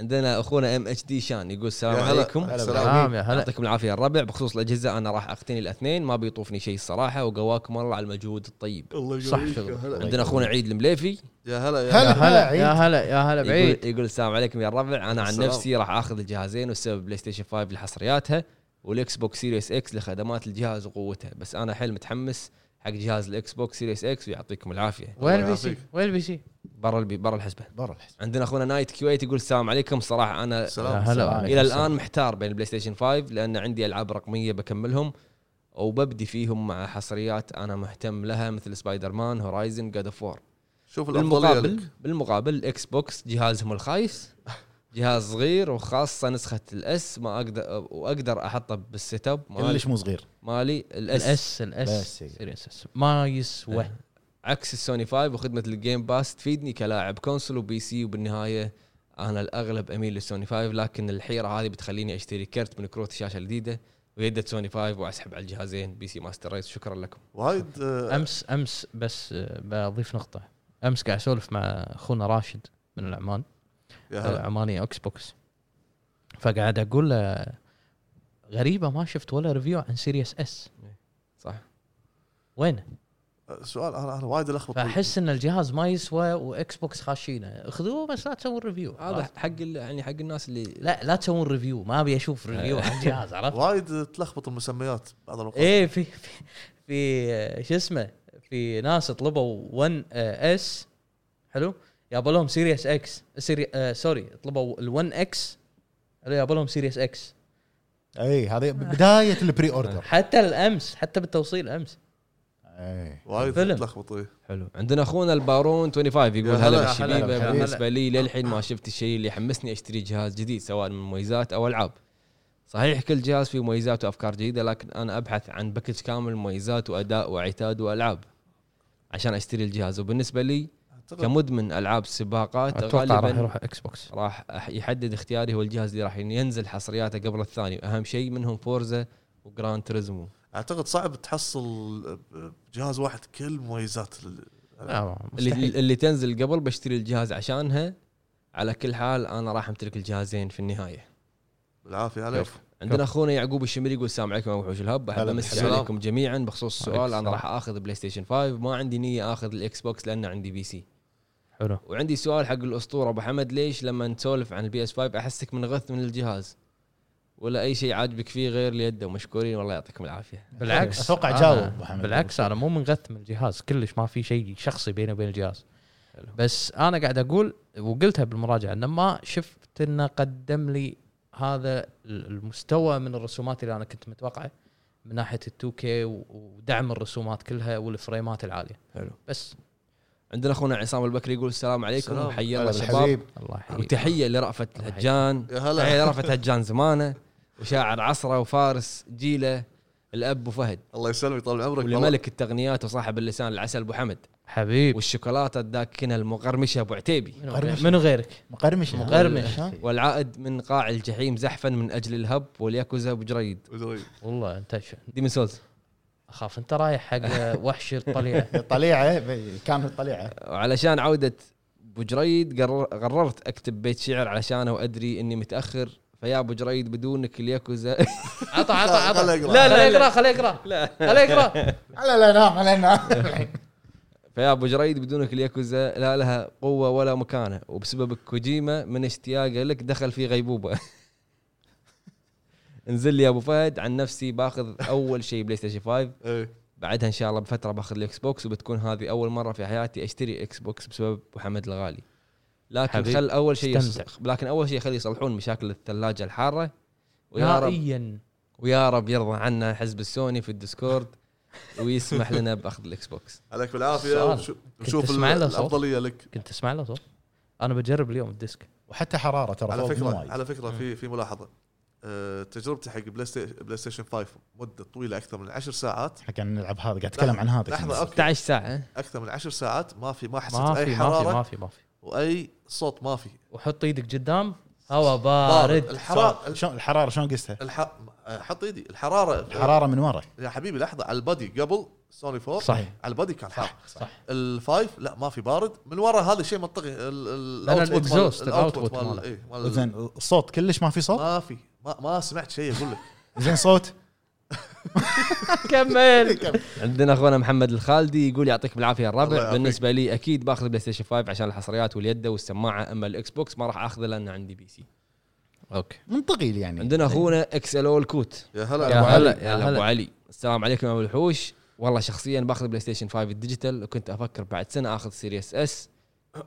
[SPEAKER 4] عندنا اخونا ام اتش دي شان يقول السلام
[SPEAKER 3] يا هلا.
[SPEAKER 4] عليكم
[SPEAKER 3] هلا بالسلام.
[SPEAKER 1] سلام يا هلا
[SPEAKER 4] يعطيكم العافيه يا الربع بخصوص الاجهزه انا راح اقتني الاثنين ما بيطوفني شيء الصراحه وقواكم الله على المجهود الطيب
[SPEAKER 3] الله
[SPEAKER 1] صح
[SPEAKER 3] يقويك
[SPEAKER 1] شغل.
[SPEAKER 3] يا هلا
[SPEAKER 4] عندنا اخونا عيد المليفي
[SPEAKER 3] يا هلا يا
[SPEAKER 1] يا
[SPEAKER 2] هلا.
[SPEAKER 1] هلا يا هلا يا هلا بعيد
[SPEAKER 4] يقول, يقول السلام عليكم يا الربع انا عن
[SPEAKER 3] السلام.
[SPEAKER 4] نفسي راح اخذ الجهازين والسبب بلاي ستيشن 5 لحصرياتها والاكس بوكس سيريس اكس لخدمات الجهاز وقوته بس انا حيل متحمس حق جهاز الاكس بوكس سيريس اكس ويعطيكم العافيه
[SPEAKER 1] وين
[SPEAKER 3] الله
[SPEAKER 1] البي سي؟
[SPEAKER 3] يعافيك.
[SPEAKER 1] وين البي سي؟
[SPEAKER 4] برا البي- برا الحسبه
[SPEAKER 2] برا الحساب
[SPEAKER 4] عندنا اخونا نايت كويت يقول السلام عليكم صراحه انا
[SPEAKER 1] يا
[SPEAKER 3] سلام
[SPEAKER 1] هلا وعليكم
[SPEAKER 4] الى
[SPEAKER 1] السلام.
[SPEAKER 4] الان محتار بين بلاي ستيشن 5 لان عندي العاب رقميه بكملهم وببدي فيهم مع حصريات انا مهتم لها مثل سبايدر مان هورايزن جاد اوف وور
[SPEAKER 3] شوف الافضليه
[SPEAKER 4] بالمقابل
[SPEAKER 3] لك
[SPEAKER 4] بالمقابل الاكس بوكس جهازهم الخايس جهاز صغير وخاصه نسخه الاس ما اقدر واقدر احطه بالسيت اب مالي,
[SPEAKER 2] كلش مو صغير
[SPEAKER 4] مالي الاس
[SPEAKER 1] الاس الاس
[SPEAKER 2] بس هي.
[SPEAKER 1] سيريس اس ما يسوى
[SPEAKER 4] إيه. أه. عكس السوني 5 وخدمه الجيم باس تفيدني كلاعب كونسول وبي سي وبالنهايه انا الاغلب اميل للسوني 5 لكن الحيره هذه بتخليني اشتري كرت من كروت الشاشه الجديده ويدة سوني 5 واسحب على الجهازين بي سي ماستر ريس شكرا لكم
[SPEAKER 3] وايد آه،
[SPEAKER 1] امس امس بس آه، بضيف نقطه امس قاعد اسولف مع اخونا راشد من العمان
[SPEAKER 3] آه، يا هلا
[SPEAKER 1] عماني اكس بوكس فقاعد اقول له غريبه ما شفت ولا ريفيو عن سيريس اس
[SPEAKER 4] صح
[SPEAKER 1] وينه؟
[SPEAKER 3] آه، سؤال انا انا وايد الخبط
[SPEAKER 1] فاحس ان الجهاز ما يسوى واكس بوكس خاشينه خذوه بس لا تسوون ريفيو
[SPEAKER 4] هذا حق ال- يعني حق الناس اللي
[SPEAKER 1] لا لا تسوون ريفيو ما ابي اشوف ريفيو عن الجهاز عرفت؟
[SPEAKER 3] وايد تلخبط المسميات بعض الاوقات
[SPEAKER 1] ايه في في, في آه، شو اسمه في ناس طلبوا 1 اس حلو يابا لهم سيريس اكس سيري آه سوري طلبوا ال1 اكس يابا لهم سيريس اكس
[SPEAKER 2] اي هذه بدايه البري اوردر
[SPEAKER 1] حتى الامس حتى بالتوصيل امس
[SPEAKER 2] اي
[SPEAKER 3] وايد
[SPEAKER 1] فيلم.
[SPEAKER 3] تلخبط إيه.
[SPEAKER 4] حلو عندنا اخونا البارون 25 يقول
[SPEAKER 3] يا هلا،
[SPEAKER 4] هلا
[SPEAKER 3] يا
[SPEAKER 1] هلا،
[SPEAKER 4] بالشبيبه
[SPEAKER 1] هلا.
[SPEAKER 4] بالنسبه لي للحين ما شفت الشيء اللي يحمسني اشتري جهاز جديد سواء من مميزات او العاب صحيح كل جهاز فيه مميزات وافكار جديده لكن انا ابحث عن باكج كامل مميزات واداء وعتاد والعاب عشان اشتري الجهاز وبالنسبه لي
[SPEAKER 3] أعتقد
[SPEAKER 4] كمدمن العاب سباقات
[SPEAKER 1] اتوقع راح
[SPEAKER 4] غالبا
[SPEAKER 1] يروح اكس بوكس
[SPEAKER 4] راح أح- يحدد اختياري هو الجهاز اللي راح ينزل حصرياته قبل الثاني واهم شيء منهم فورزا وجران تريزمو
[SPEAKER 3] اعتقد صعب تحصل آه، جهاز واحد كل مميزات ال-
[SPEAKER 4] اللي, اللي تنزل قبل بشتري الجهاز عشانها على كل حال انا راح امتلك الجهازين في النهايه
[SPEAKER 3] بالعافيه عليك
[SPEAKER 4] شوف. عندنا اخونا يعقوب الشمري يقول السلام عليكم يا وحوش الهب احب
[SPEAKER 2] هلا
[SPEAKER 4] امسي
[SPEAKER 3] بالسلام.
[SPEAKER 4] عليكم جميعا بخصوص
[SPEAKER 1] وعليكم
[SPEAKER 4] السؤال انا
[SPEAKER 1] السلام.
[SPEAKER 4] راح اخذ بلاي ستيشن 5 ما عندي نيه اخذ الاكس بوكس لان عندي بي سي
[SPEAKER 1] حلو
[SPEAKER 4] وعندي سؤال حق الاسطوره ابو حمد ليش لما نسولف عن البي اس 5 احسك منغث من الجهاز ولا اي شيء عاجبك فيه غير اليد ومشكورين والله يعطيكم العافيه
[SPEAKER 1] بالعكس
[SPEAKER 2] أتوقع
[SPEAKER 1] أنا-
[SPEAKER 2] جاوب أبو حمد.
[SPEAKER 1] بالعكس انا مو منغث من الجهاز كلش ما في شيء شخصي بيني وبين الجهاز
[SPEAKER 4] حلو.
[SPEAKER 1] بس انا قاعد اقول وقلتها بالمراجعه انه ما شفت انه قدم لي هذا ال- المستوى من الرسومات اللي انا كنت متوقعه من ناحيه ال 2K و- ودعم الرسومات كلها والفريمات العاليه
[SPEAKER 4] حلو
[SPEAKER 1] بس
[SPEAKER 4] عندنا اخونا عصام البكري يقول السلام عليكم
[SPEAKER 3] السلام.
[SPEAKER 4] وحيا الله
[SPEAKER 2] يلا
[SPEAKER 4] الشباب
[SPEAKER 2] الحبيب
[SPEAKER 1] الله يحييك
[SPEAKER 4] وتحيه لرأفت الهجان
[SPEAKER 3] يا
[SPEAKER 4] تحيه
[SPEAKER 3] هلا
[SPEAKER 4] رفعت هجان زمانه وشاعر عصره وفارس جيله الاب وفهد
[SPEAKER 3] الله يسلمك طال عمرك والله.
[SPEAKER 4] ولملك التغنيات وصاحب اللسان العسل ابو حمد إيه.
[SPEAKER 1] حبيب
[SPEAKER 4] والشوكولاته الداكنه المقرمشه ابو عتيبي
[SPEAKER 1] منو
[SPEAKER 2] قرمش.
[SPEAKER 1] غير- منو غيرك؟
[SPEAKER 2] مقرمش
[SPEAKER 1] مقرمش.
[SPEAKER 2] ها؟
[SPEAKER 4] إيه. والعائد من قاع الجحيم زحفا من اجل الهب والياكوزا ابو جريد
[SPEAKER 3] وزري.
[SPEAKER 1] والله انت ش-
[SPEAKER 4] ديمن سولز
[SPEAKER 1] اخاف انت رايح حق وحش الطليعه
[SPEAKER 2] طليعه بي- كان طليعه
[SPEAKER 4] وعلشان عوده ابو جريد قرر- قررت اكتب بيت شعر علشانه وادري اني متاخر فيا ابو جريد بدونك الياكوزا
[SPEAKER 1] عطى عطى
[SPEAKER 3] خليه
[SPEAKER 1] عطى
[SPEAKER 3] يقرأ.
[SPEAKER 1] لا لا يقرا خليه يقرا خليه يقرا
[SPEAKER 2] لا لا نام لا نام
[SPEAKER 4] فيا ابو جريد بدونك الياكوزا لا لها قوه ولا مكانه وبسببك كوجيما من اشتياقه لك دخل في غيبوبه انزل لي يا ابو فهد عن نفسي باخذ اول شيء بلاي ستيشن 5
[SPEAKER 3] إيه.
[SPEAKER 4] بعدها ان شاء الله بفتره باخذ الاكس بوكس وبتكون هذه اول مره في حياتي اشتري اكس بوكس بسبب محمد الغالي لكن
[SPEAKER 1] حبيب،
[SPEAKER 4] خل اول شيء
[SPEAKER 1] استمتع.
[SPEAKER 4] لكن اول شيء خلي يصلحون مشاكل الثلاجه الحاره ويا رب
[SPEAKER 1] نهائيا
[SPEAKER 4] ويا رب يرضى عنا حزب السوني في الديسكورد ويسمح لنا باخذ الاكس بوكس
[SPEAKER 3] عليك بالعافيه
[SPEAKER 1] سؤال.
[SPEAKER 3] وشو-
[SPEAKER 1] كنت
[SPEAKER 3] وشوف ال-
[SPEAKER 1] تسمع له صوت؟
[SPEAKER 3] الافضليه لك
[SPEAKER 1] كنت تسمع له صوت انا بجرب اليوم الديسك
[SPEAKER 2] وحتى حراره ترى
[SPEAKER 3] على
[SPEAKER 2] فوق مو
[SPEAKER 3] فكره
[SPEAKER 2] وايد.
[SPEAKER 3] على فكره في في ملاحظه أه، تجربتي حق بلاي ستيشن بلاي ستيشن 5 مده طويله اكثر من 10 ساعات
[SPEAKER 2] احنا قاعد نلعب هذا قاعد اتكلم عن هذا
[SPEAKER 3] لحظه اوكي
[SPEAKER 4] 16 ساعه
[SPEAKER 3] اكثر من 10 ساعات ما في ما حسيت
[SPEAKER 1] ما
[SPEAKER 3] اي
[SPEAKER 1] في ما في
[SPEAKER 3] حراره
[SPEAKER 1] ما في ما في
[SPEAKER 3] واي صوت ما في
[SPEAKER 1] وحط ايدك قدام هواء بارد
[SPEAKER 3] الحراره
[SPEAKER 2] شلون الحراره شلون قستها؟
[SPEAKER 3] الح... حط ايدي الحراره
[SPEAKER 2] الحراره من ورا
[SPEAKER 3] يا حبيبي لحظه على البادي قبل سوني 4
[SPEAKER 1] صحيح.
[SPEAKER 3] على البادي كان حار
[SPEAKER 1] صح.
[SPEAKER 3] الفايف لا ما في بارد من ورا هذا الشيء منطقي ال- ال-
[SPEAKER 1] لأن
[SPEAKER 3] output مال-
[SPEAKER 1] الإكزوست،
[SPEAKER 3] output
[SPEAKER 1] الأوتبوت
[SPEAKER 3] مال-
[SPEAKER 1] ماله.
[SPEAKER 3] إيه، مال-
[SPEAKER 2] زين الصوت كلش ما في صوت؟
[SPEAKER 3] ما في ما, ما سمعت شيء اقول لك
[SPEAKER 2] زين صوت؟
[SPEAKER 1] كمل
[SPEAKER 4] عندنا اخونا محمد الخالدي يقول يعطيك بالعافيه
[SPEAKER 3] الله
[SPEAKER 4] الربع
[SPEAKER 3] يعافيك.
[SPEAKER 4] بالنسبه لي اكيد باخذ بلاي ستيشن 5 عشان الحصريات واليده والسماعه اما الاكس بوكس ما راح اخذه لان عندي بي سي اوكي
[SPEAKER 2] منطقي يعني
[SPEAKER 4] عندنا اخونا اكس ال الكوت
[SPEAKER 3] يا
[SPEAKER 1] يا
[SPEAKER 3] هلا
[SPEAKER 1] هلا.
[SPEAKER 3] هلا
[SPEAKER 1] يا
[SPEAKER 4] يا ابو علي السلام عليكم يا ابو الوحوش والله شخصيا باخذ بلاي ستيشن 5 الديجيتال وكنت افكر بعد سنه اخذ سيريس اس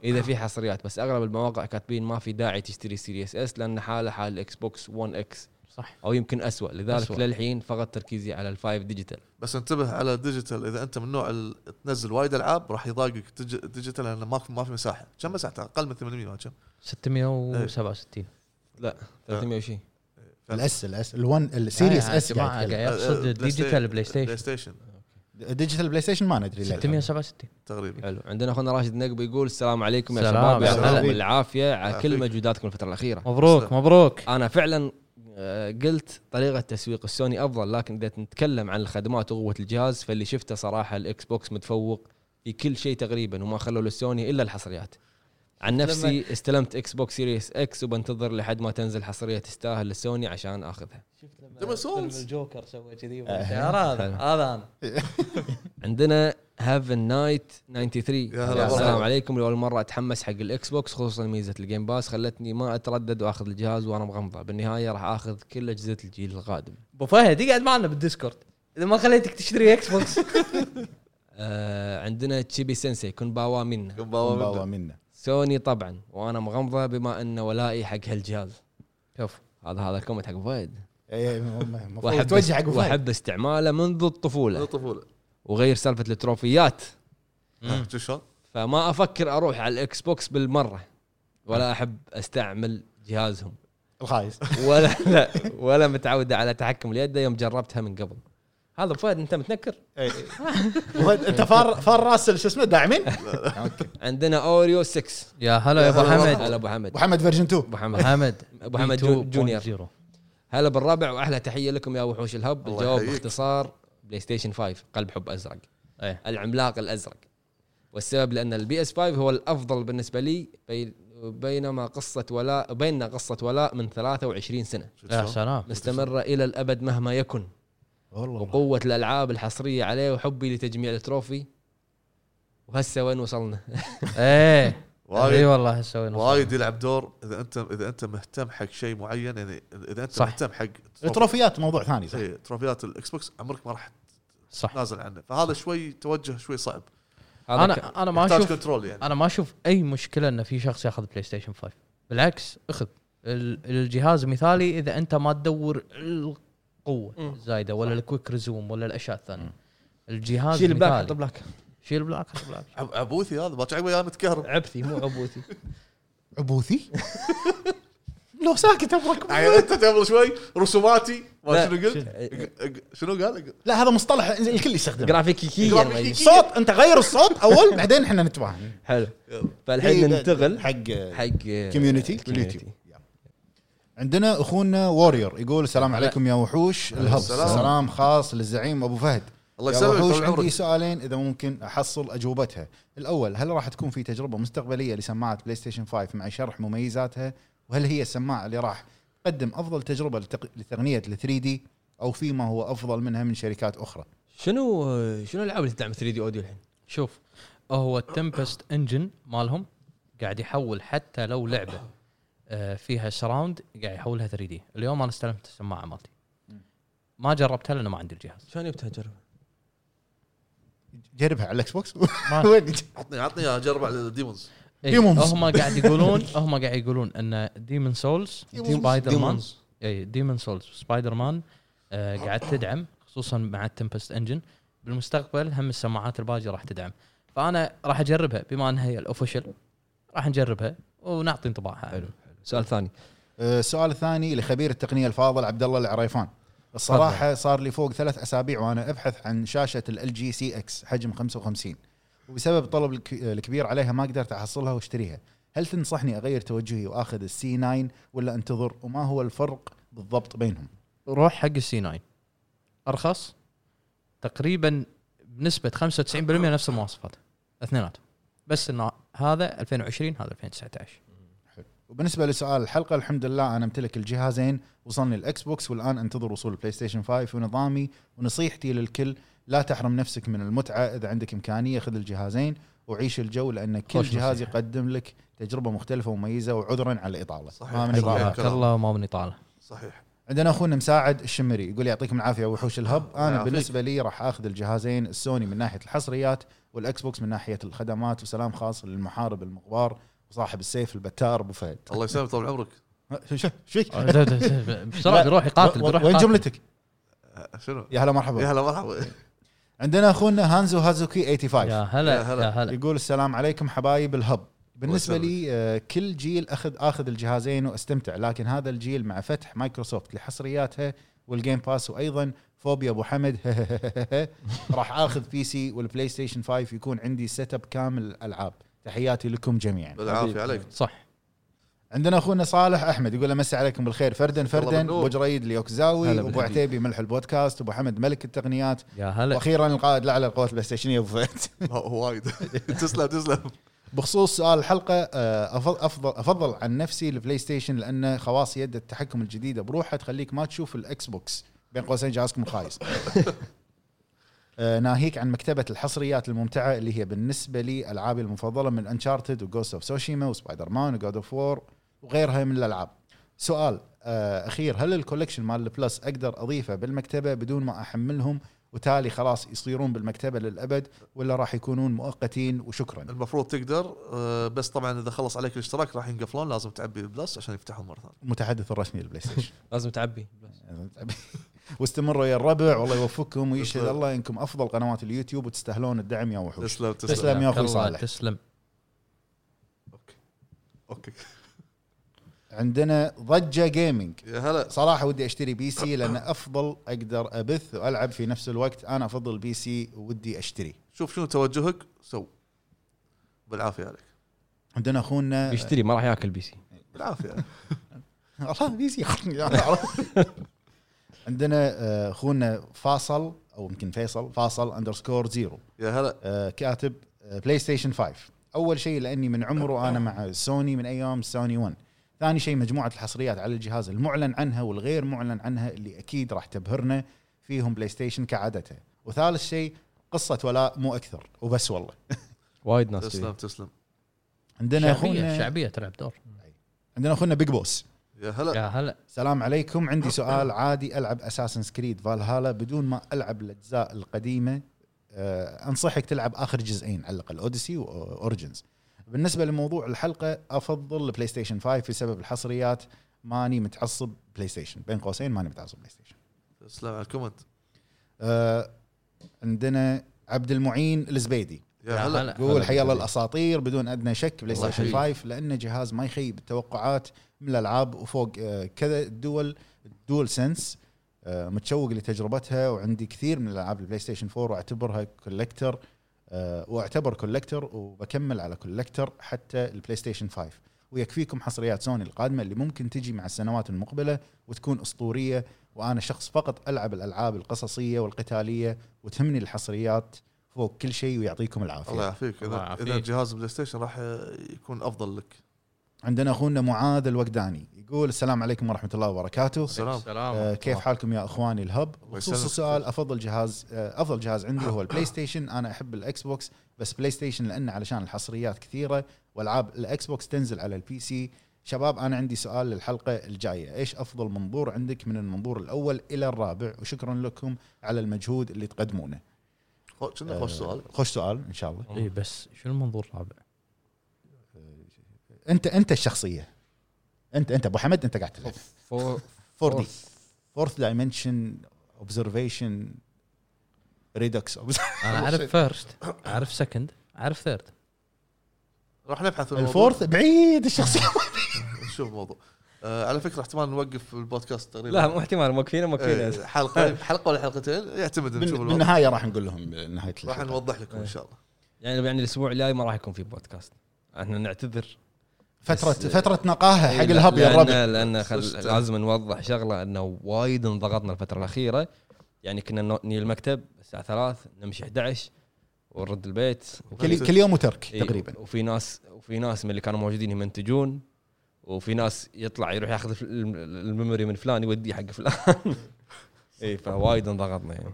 [SPEAKER 4] اذا في حصريات بس اغلب المواقع كاتبين ما في داعي تشتري سيريس اس لان حاله حال الاكس بوكس 1 اكس
[SPEAKER 1] صح
[SPEAKER 4] او يمكن أسوأ لذلك
[SPEAKER 1] أسوأ.
[SPEAKER 4] أسوأ. للحين فقط تركيزي على الفايف ديجيتال
[SPEAKER 3] بس انتبه على الديجيتال اذا انت من نوع ال- تنزل وايد العاب راح يضايقك الديج- الديجيتال لان ما في ما في مساحه كم مساحته اقل من 800 ما كم
[SPEAKER 1] 667
[SPEAKER 4] لا 300 وشي
[SPEAKER 2] الاس الاس ال1 السيريس
[SPEAKER 1] آه،
[SPEAKER 2] اس
[SPEAKER 1] جماعة
[SPEAKER 2] قاعد يتكلم.
[SPEAKER 1] قاعد يقصد
[SPEAKER 3] آه،
[SPEAKER 1] ديجيتال بلاي
[SPEAKER 3] بلاي
[SPEAKER 1] ستيشن
[SPEAKER 3] ستيشن
[SPEAKER 2] ديجيتال بلاي ستيشن ما ندري للحين.
[SPEAKER 1] 667
[SPEAKER 3] تقريبا
[SPEAKER 4] حلو عندنا اخونا راشد النقبي يقول السلام عليكم يا
[SPEAKER 1] سلام.
[SPEAKER 4] شباب
[SPEAKER 1] سلام.
[SPEAKER 4] يعطيكم العافيه على كل
[SPEAKER 3] يعافيك.
[SPEAKER 4] مجهوداتكم الفتره الاخيره
[SPEAKER 1] مبروك مبروك
[SPEAKER 4] انا فعلا آه، قلت طريقه تسويق السوني افضل لكن اذا نتكلم عن الخدمات وقوه الجهاز فاللي شفته صراحه الاكس بوكس متفوق في كل شيء تقريبا وما خلوا للسوني الا الحصريات عن نفسي استلمت اكس بوكس سيريس اكس وبنتظر لحد ما تنزل حصريه تستاهل للسوني عشان اخذها
[SPEAKER 1] شفت
[SPEAKER 3] Demon Souls.
[SPEAKER 1] فيلم الجوكر سوى كذي هذا هذا انا
[SPEAKER 4] عندنا هاف نايت 93
[SPEAKER 3] يا هلا
[SPEAKER 4] السلام
[SPEAKER 3] والله.
[SPEAKER 4] عليكم لاول مره اتحمس حق الاكس بوكس خصوصا ميزه الجيم باس خلتني ما اتردد واخذ الجهاز وانا مغمضه بالنهايه راح اخذ كل اجهزه الجيل القادم
[SPEAKER 1] ابو فهد يقعد معنا بالديسكورد اذا ما خليتك تشتري اكس بوكس
[SPEAKER 4] آه عندنا تشيبي سensei كن باوا منا
[SPEAKER 2] بابا منا
[SPEAKER 4] سوني طبعا وانا مغمضه بما ان ولائي حق هالجهاز شوف هذا هذا كومنت حق فايد
[SPEAKER 2] إيه، م- م- المفروض توجه حق أبو فهد.
[SPEAKER 4] واحب استعماله منذ الطفوله
[SPEAKER 3] الطفوله
[SPEAKER 4] وغير سالفه التروفيات
[SPEAKER 3] شو شلون؟
[SPEAKER 4] فما افكر اروح على الاكس بوكس بالمره ولا احب استعمل جهازهم
[SPEAKER 2] الخايس
[SPEAKER 4] ولا لا ولا متعوده على تحكم اليد يوم جربتها من قبل هذا أبو فهد انت متنكر
[SPEAKER 2] إيه. فهد، انت فار فار راس شو اسمه داعمين اوكي
[SPEAKER 4] عندنا اوريو 6
[SPEAKER 1] يا هلا يا ابو
[SPEAKER 4] هلا
[SPEAKER 1] حمد
[SPEAKER 4] ابو حمد
[SPEAKER 2] ابو حمد فيرجن 2
[SPEAKER 4] ابو حمد
[SPEAKER 1] حمد
[SPEAKER 4] أبو حمد جو- جونيور. هلا بالرابع واحلى تحيه لكم يا وحوش الهب
[SPEAKER 3] الله
[SPEAKER 4] الجواب
[SPEAKER 3] يحييك.
[SPEAKER 4] باختصار بلاي ستيشن 5 قلب حب ازرق
[SPEAKER 1] إيه.
[SPEAKER 4] العملاق الازرق والسبب لان البي اس 5 هو الافضل بالنسبه لي بي- بينما قصه ولاء بيننا قصه ولاء من 23 سنه
[SPEAKER 3] شو
[SPEAKER 1] يا
[SPEAKER 3] شلون؟
[SPEAKER 1] سلام
[SPEAKER 4] مستمره الى الابد مهما يكن
[SPEAKER 2] والله
[SPEAKER 4] وقوه الالعاب الحصريه عليه وحبي لتجميع التروفي وهسه وين وصلنا
[SPEAKER 1] ايه اي
[SPEAKER 3] وايد
[SPEAKER 1] والله سوينا
[SPEAKER 3] وايد يلعب دور اذا انت اذا انت مهتم حق شيء معين يعني اذا انت
[SPEAKER 1] صح.
[SPEAKER 3] مهتم حق
[SPEAKER 2] إيه، التروفيات موضوع ثاني صح
[SPEAKER 3] إيه، تروفيات الاكس بوكس عمرك ما راح
[SPEAKER 1] صح
[SPEAKER 3] تنازل عنه فهذا شوي توجه شوي صعب
[SPEAKER 4] هذا ك-
[SPEAKER 1] انا انا ما
[SPEAKER 3] يحتاج
[SPEAKER 1] اشوف
[SPEAKER 3] كنترول يعني
[SPEAKER 1] انا ما اشوف اي مشكله ان في شخص ياخذ بلاي ستيشن 5 بالعكس اخذ ال- الجهاز مثالي اذا انت ما تدور القوه
[SPEAKER 4] مم.
[SPEAKER 1] الزايده ولا الكويك ريزوم ولا الاشياء الثانيه الجهاز
[SPEAKER 4] شيل بلاك حط
[SPEAKER 1] مثالي
[SPEAKER 4] بلاك
[SPEAKER 1] شيل بلاك حط بلاك
[SPEAKER 3] عب- عبوثي هذا باكر عقب وياه متكهرب
[SPEAKER 1] عبثي مو عبوثي
[SPEAKER 2] عبوثي لو ساكت ابغاك
[SPEAKER 3] يعني انت قبل شوي رسوماتي ما
[SPEAKER 4] لا،
[SPEAKER 3] شنو قلت؟
[SPEAKER 4] شنو-
[SPEAKER 3] ق- ق- شنو قال؟
[SPEAKER 2] لا هذا مصطلح الكل يستخدمه
[SPEAKER 4] جرافيكيا
[SPEAKER 3] جرافيكيا.
[SPEAKER 4] يعني.
[SPEAKER 2] صوت انت غير الصوت اول بعدين احنا نتفاهم
[SPEAKER 4] حلو
[SPEAKER 3] يلا.
[SPEAKER 2] إيه،
[SPEAKER 4] فالحين ننتقل
[SPEAKER 2] حق
[SPEAKER 4] حق
[SPEAKER 2] كوميونتي
[SPEAKER 4] كوميونتي
[SPEAKER 2] عندنا اخونا وورير يقول السلام عليكم يا وحوش الهب
[SPEAKER 3] السلام.
[SPEAKER 2] سلام خاص للزعيم ابو فهد
[SPEAKER 3] الله
[SPEAKER 2] يا
[SPEAKER 3] يسلمك
[SPEAKER 2] وحوش
[SPEAKER 3] طول
[SPEAKER 2] عندي
[SPEAKER 3] عمرك
[SPEAKER 2] سؤالين اذا ممكن احصل اجوبتها الاول هل راح تكون في تجربه مستقبليه لسماعه بلاي ستيشن 5 مع شرح مميزاتها وهل هي السماعه اللي راح تقدم افضل تجربه لتق- لتقنيه ال 3 دي او فيما هو افضل منها من شركات اخرى
[SPEAKER 4] شنو شنو الالعاب اللي تدعم 3 دي اوديو الحين؟
[SPEAKER 1] شوف هو التمبست انجن مالهم قاعد يحول حتى لو لعبه آه، فيها سراوند قاعد يحولها 3 دي اليوم انا استلمت السماعه مالتي ما جربتها لانه ما عندي الجهاز
[SPEAKER 4] شلون جبتها تجربه؟
[SPEAKER 2] جربها على الاكس بوكس
[SPEAKER 1] ما-
[SPEAKER 2] وين-
[SPEAKER 3] عطني عطني إياه اجرب على الديمونز
[SPEAKER 1] إيه،
[SPEAKER 2] Demons.
[SPEAKER 1] هم قاعد يقولون هم قاعد يقولون ان ديمون سولز سبايدر مان
[SPEAKER 2] Demons.
[SPEAKER 1] اي ديمون سولز سبايدر مان آه، قاعد تدعم خصوصا مع التمبست انجن بالمستقبل هم السماعات الباجي راح تدعم فانا راح اجربها بما انها هي الاوفيشال راح نجربها ونعطي انطباعها
[SPEAKER 4] حلو سؤال ثاني
[SPEAKER 2] آه، السؤال الثاني لخبير التقنيه الفاضل عبد الله العريفان الصراحه صار لي فوق ثلاث اسابيع وانا ابحث عن شاشه ال جي سي اكس حجم 55 وبسبب الطلب الك- الكبير عليها ما قدرت احصلها واشتريها هل تنصحني اغير توجهي واخذ السي 9 ولا انتظر وما هو الفرق بالضبط بينهم؟
[SPEAKER 1] روح حق السي 9 ارخص تقريبا بنسبه 95% نفس المواصفات اثنيناتهم بس انه هذا 2020 هذا 2019
[SPEAKER 2] وبالنسبه لسؤال الحلقه الحمد لله انا امتلك الجهازين وصلني الاكس بوكس والان انتظر وصول البلاي ستيشن 5 ونظامي ونصيحتي للكل لا تحرم نفسك من المتعه اذا عندك امكانيه خذ الجهازين وعيش الجو لان كل
[SPEAKER 1] خوش
[SPEAKER 2] جهاز
[SPEAKER 1] نصيحة.
[SPEAKER 2] يقدم لك تجربه مختلفه ومميزه وعذرا على الاطاله
[SPEAKER 3] صحيح.
[SPEAKER 2] ما من
[SPEAKER 3] أيوة.
[SPEAKER 2] إطالة.
[SPEAKER 1] حياك الله وما من اطاله
[SPEAKER 3] صحيح
[SPEAKER 2] عندنا اخونا مساعد الشمري يقول يعطيكم العافيه وحوش الهب
[SPEAKER 3] الله
[SPEAKER 2] انا
[SPEAKER 3] يعافيك.
[SPEAKER 2] بالنسبه لي راح اخذ الجهازين السوني من ناحيه الحصريات والاكس بوكس من ناحيه الخدمات وسلام خاص للمحارب المغبار وصاحب السيف البتار ابو فهد
[SPEAKER 3] الله يسلمك طول عمرك
[SPEAKER 2] شو شو فيك؟
[SPEAKER 1] آه، بسرعه بيروح يقاتل بيروح
[SPEAKER 2] وين
[SPEAKER 1] يقاتل.
[SPEAKER 2] جملتك؟
[SPEAKER 3] أه، شنو؟
[SPEAKER 2] يا هلا مرحبا
[SPEAKER 3] يا هلا مرحبا
[SPEAKER 2] عندنا اخونا هانزو هازوكي
[SPEAKER 1] يا
[SPEAKER 2] 85
[SPEAKER 1] هلا
[SPEAKER 3] يا هلا.
[SPEAKER 1] يا هلا
[SPEAKER 2] يقول السلام عليكم حبايب الهب بالنسبه
[SPEAKER 3] الله
[SPEAKER 2] لي آه، كل جيل اخذ اخذ الجهازين واستمتع لكن هذا الجيل مع فتح مايكروسوفت لحصرياتها والجيم باس وايضا فوبيا ابو حمد راح اخذ بي سي والبلاي ستيشن 5 يكون عندي سيت اب كامل الالعاب تحياتي لكم جميعا
[SPEAKER 3] بالعافيه عليك
[SPEAKER 1] صح
[SPEAKER 2] عندنا اخونا صالح احمد يقول امسي عليكم بالخير فردا فردا
[SPEAKER 3] بالنور.
[SPEAKER 2] ابو جريد اليوكزاوي
[SPEAKER 1] هلا
[SPEAKER 2] ابو
[SPEAKER 1] بالحبيب.
[SPEAKER 2] عتيبي ملح البودكاست ابو حمد ملك التقنيات
[SPEAKER 1] يا هلا
[SPEAKER 2] واخيرا القائد الاعلى للقوات البلايستيشنيه ابو فهد
[SPEAKER 3] هو- وايد تسلم تسلم
[SPEAKER 2] بخصوص سؤال الحلقه آه، أفضل, افضل افضل عن نفسي البلاي ستيشن لان خواص يد التحكم الجديده بروحها تخليك ما تشوف الاكس بوكس بين قوسين جهازكم الخايس آه، ناهيك عن مكتبه الحصريات الممتعه اللي هي بالنسبه لي العابي المفضله من انشارتد وجوست اوف سوشيما وسبايدر مان وجود اوف وور وغيرها من الالعاب سؤال آه، اخير هل الكوليكشن مال البلس اقدر اضيفه بالمكتبه بدون ما احملهم وتالي خلاص يصيرون بالمكتبه للابد ولا راح يكونون مؤقتين وشكرا
[SPEAKER 3] المفروض تقدر آه، بس طبعا اذا خلص عليك الاشتراك راح ينقفلون لازم تعبي بلس عشان يفتحون مره ثانيه
[SPEAKER 2] المتحدث الرسمي للبلاي ستيشن
[SPEAKER 4] لازم تعبي
[SPEAKER 2] واستمروا يا الربع والله يوفقكم ويشهد الله انكم افضل قنوات اليوتيوب وتستاهلون الدعم يا وحوش
[SPEAKER 3] تسلم
[SPEAKER 2] تسلم.
[SPEAKER 3] تسلم
[SPEAKER 2] يا أخوي
[SPEAKER 1] الله
[SPEAKER 2] صالح.
[SPEAKER 1] تسلم
[SPEAKER 3] اوكي
[SPEAKER 2] عندنا ضجه جيمنج
[SPEAKER 3] يا هلا
[SPEAKER 2] صراحه ودي اشتري بي سي لان افضل اقدر ابث والعب في نفس الوقت انا افضل بي سي ودي اشتري
[SPEAKER 3] شوف شنو توجهك سو بالعافيه عليك
[SPEAKER 2] عندنا اخونا
[SPEAKER 4] بيشتري ما راح ياكل بي سي
[SPEAKER 3] بالعافيه
[SPEAKER 2] الله بي سي عندنا آه، اخونا فاصل او يمكن فيصل فاصل اندرسكور زيرو
[SPEAKER 3] يا هلا
[SPEAKER 2] آه، كاتب آه، بلاي ستيشن 5 اول شيء لاني من عمر وانا مع سوني من ايام سوني 1 ثاني شيء مجموعه الحصريات على الجهاز المعلن عنها والغير معلن عنها اللي اكيد راح تبهرنا فيهم بلاي ستيشن كعادته وثالث شيء قصه ولاء مو اكثر وبس والله
[SPEAKER 4] وايد ناس
[SPEAKER 3] تسلم
[SPEAKER 4] كذي.
[SPEAKER 3] تسلم
[SPEAKER 2] عندنا
[SPEAKER 1] شعبيه
[SPEAKER 2] اخونا
[SPEAKER 1] شعبيه تلعب دور
[SPEAKER 2] عندنا اخونا بيج بوس
[SPEAKER 3] يا
[SPEAKER 2] أه،
[SPEAKER 3] هلا
[SPEAKER 1] يا هلا
[SPEAKER 2] السلام عليكم عندي سؤال عادي العب اساسن سكريد فالهالا بدون ما العب الاجزاء القديمه أه انصحك تلعب اخر جزئين على الاقل اوديسي واورجنز بالنسبه لموضوع الحلقه افضل البلاي ستيشن 5 بسبب الحصريات ماني متعصب بلاي ستيشن بين قوسين ماني متعصب بلاي ستيشن
[SPEAKER 3] تسلم على الكومنت
[SPEAKER 2] أه عندنا عبد المعين الزبيدي
[SPEAKER 3] يا هلا
[SPEAKER 2] يقول حيا الله الاساطير بدون ادنى شك بلاي
[SPEAKER 3] الله
[SPEAKER 2] ستيشن
[SPEAKER 3] يحييك.
[SPEAKER 2] 5 لانه جهاز ما يخيب التوقعات من الالعاب وفوق آه، كذا الدول الدول سنس آه، متشوق لتجربتها وعندي كثير من الالعاب البلاي ستيشن 4 واعتبرها كولكتر آه، واعتبر كولكتر وبكمل على كولكتر حتى البلاي ستيشن 5 ويكفيكم حصريات سوني القادمه اللي ممكن تجي مع السنوات المقبله وتكون اسطوريه وانا شخص فقط العب الالعاب القصصيه والقتاليه وتهمني الحصريات فوق كل شيء ويعطيكم العافيه
[SPEAKER 3] الله يعافيك
[SPEAKER 1] الله
[SPEAKER 3] اذا
[SPEAKER 1] يعافيك.
[SPEAKER 3] اذا جهاز بلاي ستيشن راح يكون افضل لك
[SPEAKER 2] عندنا اخونا معاذ الوجداني يقول السلام عليكم ورحمه الله وبركاته
[SPEAKER 3] السلام
[SPEAKER 2] آه، كيف حالكم يا اخواني الهب
[SPEAKER 3] يسلمك.
[SPEAKER 2] بخصوص السؤال افضل جهاز آه، افضل جهاز عندي هو البلاي ستيشن انا احب الاكس بوكس بس بلاي ستيشن لانه علشان الحصريات كثيره والعاب الاكس بوكس تنزل على البي سي شباب انا عندي سؤال للحلقه الجايه ايش افضل منظور عندك من المنظور الاول الى الرابع وشكرا لكم على المجهود اللي تقدمونه
[SPEAKER 3] خو- كنا خوش
[SPEAKER 2] آه،
[SPEAKER 3] سؤال
[SPEAKER 2] خوش سؤال ان شاء الله
[SPEAKER 1] اي بس شنو المنظور الرابع؟
[SPEAKER 2] انت انت الشخصيه انت انت ابو حمد انت قاعد تلعب
[SPEAKER 4] فور
[SPEAKER 2] 4 دي فورث دايمنشن اوبزرفيشن ريدكس
[SPEAKER 1] انا اعرف فيرست اعرف سكند اعرف ثيرد
[SPEAKER 3] راح نبحث عن الموضوع.
[SPEAKER 2] الفورث بعيد الشخصيه
[SPEAKER 3] نشوف الموضوع آه على فكره احتمال نوقف البودكاست تقريبا
[SPEAKER 4] لا مو احتمال موقفين
[SPEAKER 3] آه،
[SPEAKER 4] موقفين
[SPEAKER 3] حلقه حلقه ولا حلقتين يعتمد نشوف الوضع.
[SPEAKER 2] بالنهايه راح نقول لهم نهايه
[SPEAKER 3] راح
[SPEAKER 2] الحلقه
[SPEAKER 3] نوضح لكم ان شاء الله
[SPEAKER 4] يعني يعني الاسبوع الجاي ما راح يكون في بودكاست احنا نعتذر
[SPEAKER 2] فتره
[SPEAKER 4] بس-
[SPEAKER 2] فتره نقاهه حق
[SPEAKER 4] إيه،
[SPEAKER 2] الهب يا
[SPEAKER 4] لأن-
[SPEAKER 2] الربع
[SPEAKER 4] لان خل-
[SPEAKER 3] صدق.
[SPEAKER 4] لازم نوضح شغله انه وايد انضغطنا الفتره الاخيره يعني كنا نو- نيجي المكتب الساعه 3 نمشي 11 ونرد البيت
[SPEAKER 2] كل كل يوم وترك
[SPEAKER 4] إيه،
[SPEAKER 2] تقريبا
[SPEAKER 4] وفي ناس وفي ناس من اللي كانوا موجودين يمنتجون وفي ناس يطلع يروح ياخذ الف- الم- الميموري من فلان يوديه حق فلان اي فوايد انضغطنا يعني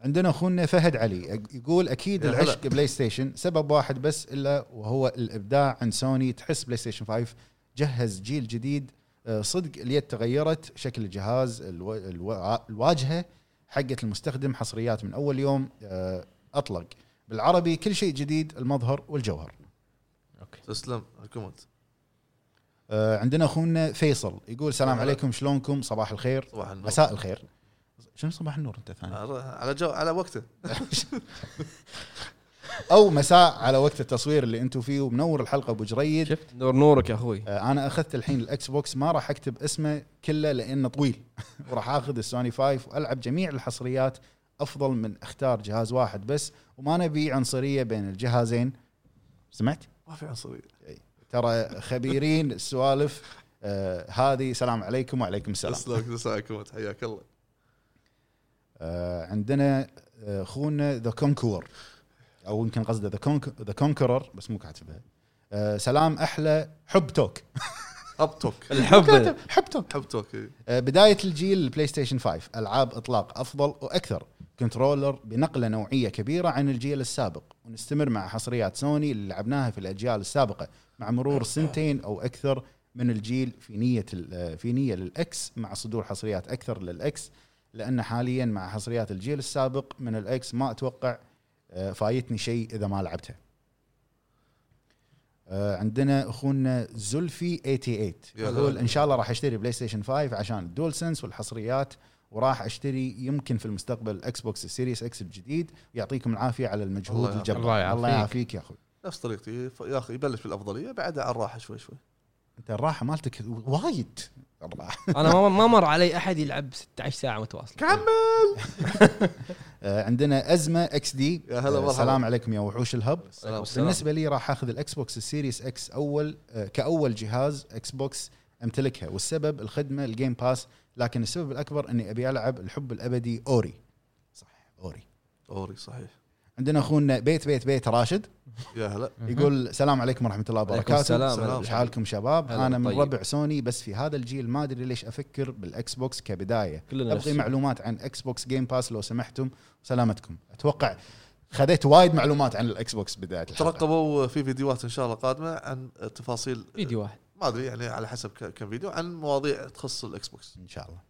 [SPEAKER 2] عندنا اخونا فهد علي أق- يقول اكيد
[SPEAKER 3] يا هلا.
[SPEAKER 2] العشق بلاي ستيشن سبب واحد بس الا وهو الابداع عند سوني تحس بلاي ستيشن 5 جهز جيل جديد آه، صدق اليد تغيرت شكل الجهاز الو... الو... الواجهه حقه المستخدم حصريات من اول يوم آه، اطلق بالعربي كل شيء جديد المظهر والجوهر
[SPEAKER 3] تسلم هالكومنت
[SPEAKER 2] آه، عندنا اخونا فيصل يقول سلام عليكم شلونكم صباح الخير
[SPEAKER 3] صباح النور آه.
[SPEAKER 2] مساء الخير شنو صباح النور انت ثاني
[SPEAKER 3] على- على جو على وقته
[SPEAKER 2] او مساء على وقت التصوير اللي انتم فيه ومنور الحلقه ابو جريد
[SPEAKER 4] شفت نور نورك يا اخوي
[SPEAKER 2] آه، انا اخذت الحين الاكس بوكس ما راح اكتب اسمه كله لانه طويل وراح اخذ السوني 5 والعب جميع الحصريات افضل من اختار جهاز واحد بس وما نبي عنصريه بين الجهازين سمعت
[SPEAKER 3] ما في عنصريه
[SPEAKER 2] ترى خبيرين السوالف آه هذه سلام عليكم وعليكم السلام
[SPEAKER 3] تسلمك تسلمك كومنت حياك الله
[SPEAKER 2] آه عندنا آه، اخونا ذا كونكور او يمكن قصده ذا ذا كونكرر بس مو كاتبها آه سلام احلى حب توك
[SPEAKER 3] هب توك
[SPEAKER 4] الحب
[SPEAKER 2] حب توك
[SPEAKER 3] هب توك إي.
[SPEAKER 2] آه، بدايه الجيل البلاي ستيشن 5 العاب اطلاق افضل واكثر كنترولر بنقله نوعيه كبيره عن الجيل السابق ونستمر مع حصريات سوني اللي لعبناها في الاجيال السابقه مع مرور سنتين او اكثر من الجيل في نيه ال- آه، في نيه للاكس مع صدور حصريات اكثر للاكس لان حاليا مع حصريات الجيل السابق من الاكس ما اتوقع آه، فايتني شيء اذا ما لعبته آه، عندنا اخونا زلفي 88
[SPEAKER 3] يا
[SPEAKER 2] يقول
[SPEAKER 3] هلا.
[SPEAKER 2] ان شاء الله راح اشتري بلاي ستيشن 5 عشان الدول سنس والحصريات وراح اشتري يمكن في المستقبل اكس بوكس السيريس اكس الجديد ويعطيكم العافيه على المجهود
[SPEAKER 3] الله يعافيك.
[SPEAKER 2] الجبار
[SPEAKER 1] الله يعافيك.
[SPEAKER 2] الله يعافيك يا اخوي
[SPEAKER 3] نفس طريقتي ف- يا اخي يبلش بالافضليه بعدها على الراحه شوي شوي
[SPEAKER 2] انت الراحه مالتك وايد الراحه
[SPEAKER 4] انا ما ما مر علي احد يلعب 16 ساعه متواصله
[SPEAKER 3] كمل
[SPEAKER 2] آه، عندنا ازمه اكس دي
[SPEAKER 3] يا هلا
[SPEAKER 2] آه،
[SPEAKER 3] مرحبا.
[SPEAKER 2] السلام عليكم يا وحوش الهب
[SPEAKER 3] السلام
[SPEAKER 2] بالنسبه لي راح اخذ الاكس بوكس السيريس اكس اول آه، كاول جهاز اكس بوكس امتلكها والسبب الخدمه الجيم باس لكن السبب الاكبر اني ابي العب الحب الابدي اوري صح اوري
[SPEAKER 3] اوري صحيح
[SPEAKER 2] عندنا اخونا بيت بيت بيت راشد
[SPEAKER 3] يا هلا
[SPEAKER 2] يقول السلام عليكم ورحمه الله
[SPEAKER 4] عليكم
[SPEAKER 2] وبركاته
[SPEAKER 4] السلام.
[SPEAKER 3] السلام.
[SPEAKER 2] حالكم شباب
[SPEAKER 4] هلا
[SPEAKER 2] انا من
[SPEAKER 3] طيب.
[SPEAKER 4] بالطيب.
[SPEAKER 2] ربع سوني بس في هذا الجيل ما ادري ليش افكر بالاكس بوكس كبدايه
[SPEAKER 4] كلنا نفس
[SPEAKER 2] ابغي
[SPEAKER 4] الشيء.
[SPEAKER 2] معلومات عن اكس بوكس جيم باس لو سمحتم سلامتكم اتوقع خذيت وايد معلومات عن الاكس بوكس بدايه الحلقه
[SPEAKER 3] ترقبوا في فيديوهات ان شاء الله قادمه عن تفاصيل
[SPEAKER 1] فيديو واحد
[SPEAKER 3] ما ادري يعني على حسب ك- كم فيديو عن مواضيع تخص الاكس بوكس
[SPEAKER 2] ان شاء الله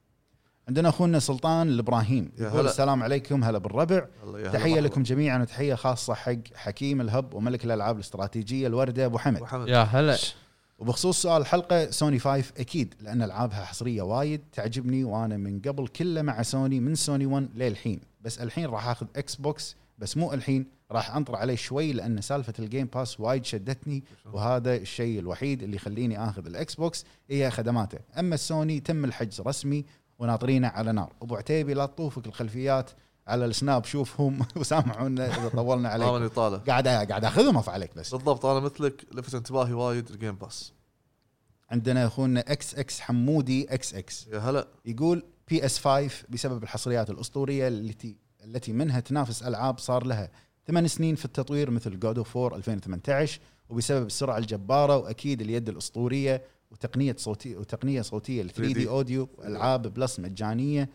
[SPEAKER 2] عندنا اخونا سلطان الابراهيم
[SPEAKER 3] يا
[SPEAKER 2] يقول
[SPEAKER 3] هلا.
[SPEAKER 2] السلام عليكم هلا بالربع
[SPEAKER 3] الله يا هلا
[SPEAKER 2] تحيه
[SPEAKER 3] مرحبا.
[SPEAKER 2] لكم جميعا وتحيه خاصه حق حكيم الهب وملك الالعاب الاستراتيجيه الورده ابو حمد
[SPEAKER 3] ابو حمد
[SPEAKER 1] يا هلا
[SPEAKER 2] وبخصوص سؤال الحلقه سوني 5 اكيد لان العابها حصريه وايد تعجبني وانا من قبل كله مع سوني من سوني 1 للحين بس الحين راح اخذ اكس بوكس بس مو الحين راح انطر عليه شوي لان سالفه الجيم باس وايد شدتني وهذا الشيء الوحيد اللي يخليني اخذ الاكس بوكس هي خدماته اما السوني تم الحجز رسمي وناطرينه على نار ابو عتيبي لا تطوفك الخلفيات على السناب شوفهم وسامحونا اذا طولنا عليك
[SPEAKER 3] طالما طاله
[SPEAKER 2] قاعد قاعد اخذهم اف عليك بس
[SPEAKER 3] بالضبط انا مثلك لفت انتباهي وايد الجيم باس
[SPEAKER 2] عندنا اخونا اكس اكس حمودي اكس اكس
[SPEAKER 3] يا هلا
[SPEAKER 2] يقول بي اس 5 بسبب الحصريات الاسطوريه التي التي منها تنافس العاب صار لها ثمان سنين في التطوير مثل جود اوف 4 2018 وبسبب السرعه الجباره واكيد اليد الاسطوريه وتقنيه صوتيه وتقنيه صوتيه 3
[SPEAKER 3] 3D
[SPEAKER 2] دي اوديو والعاب بلس مجانيه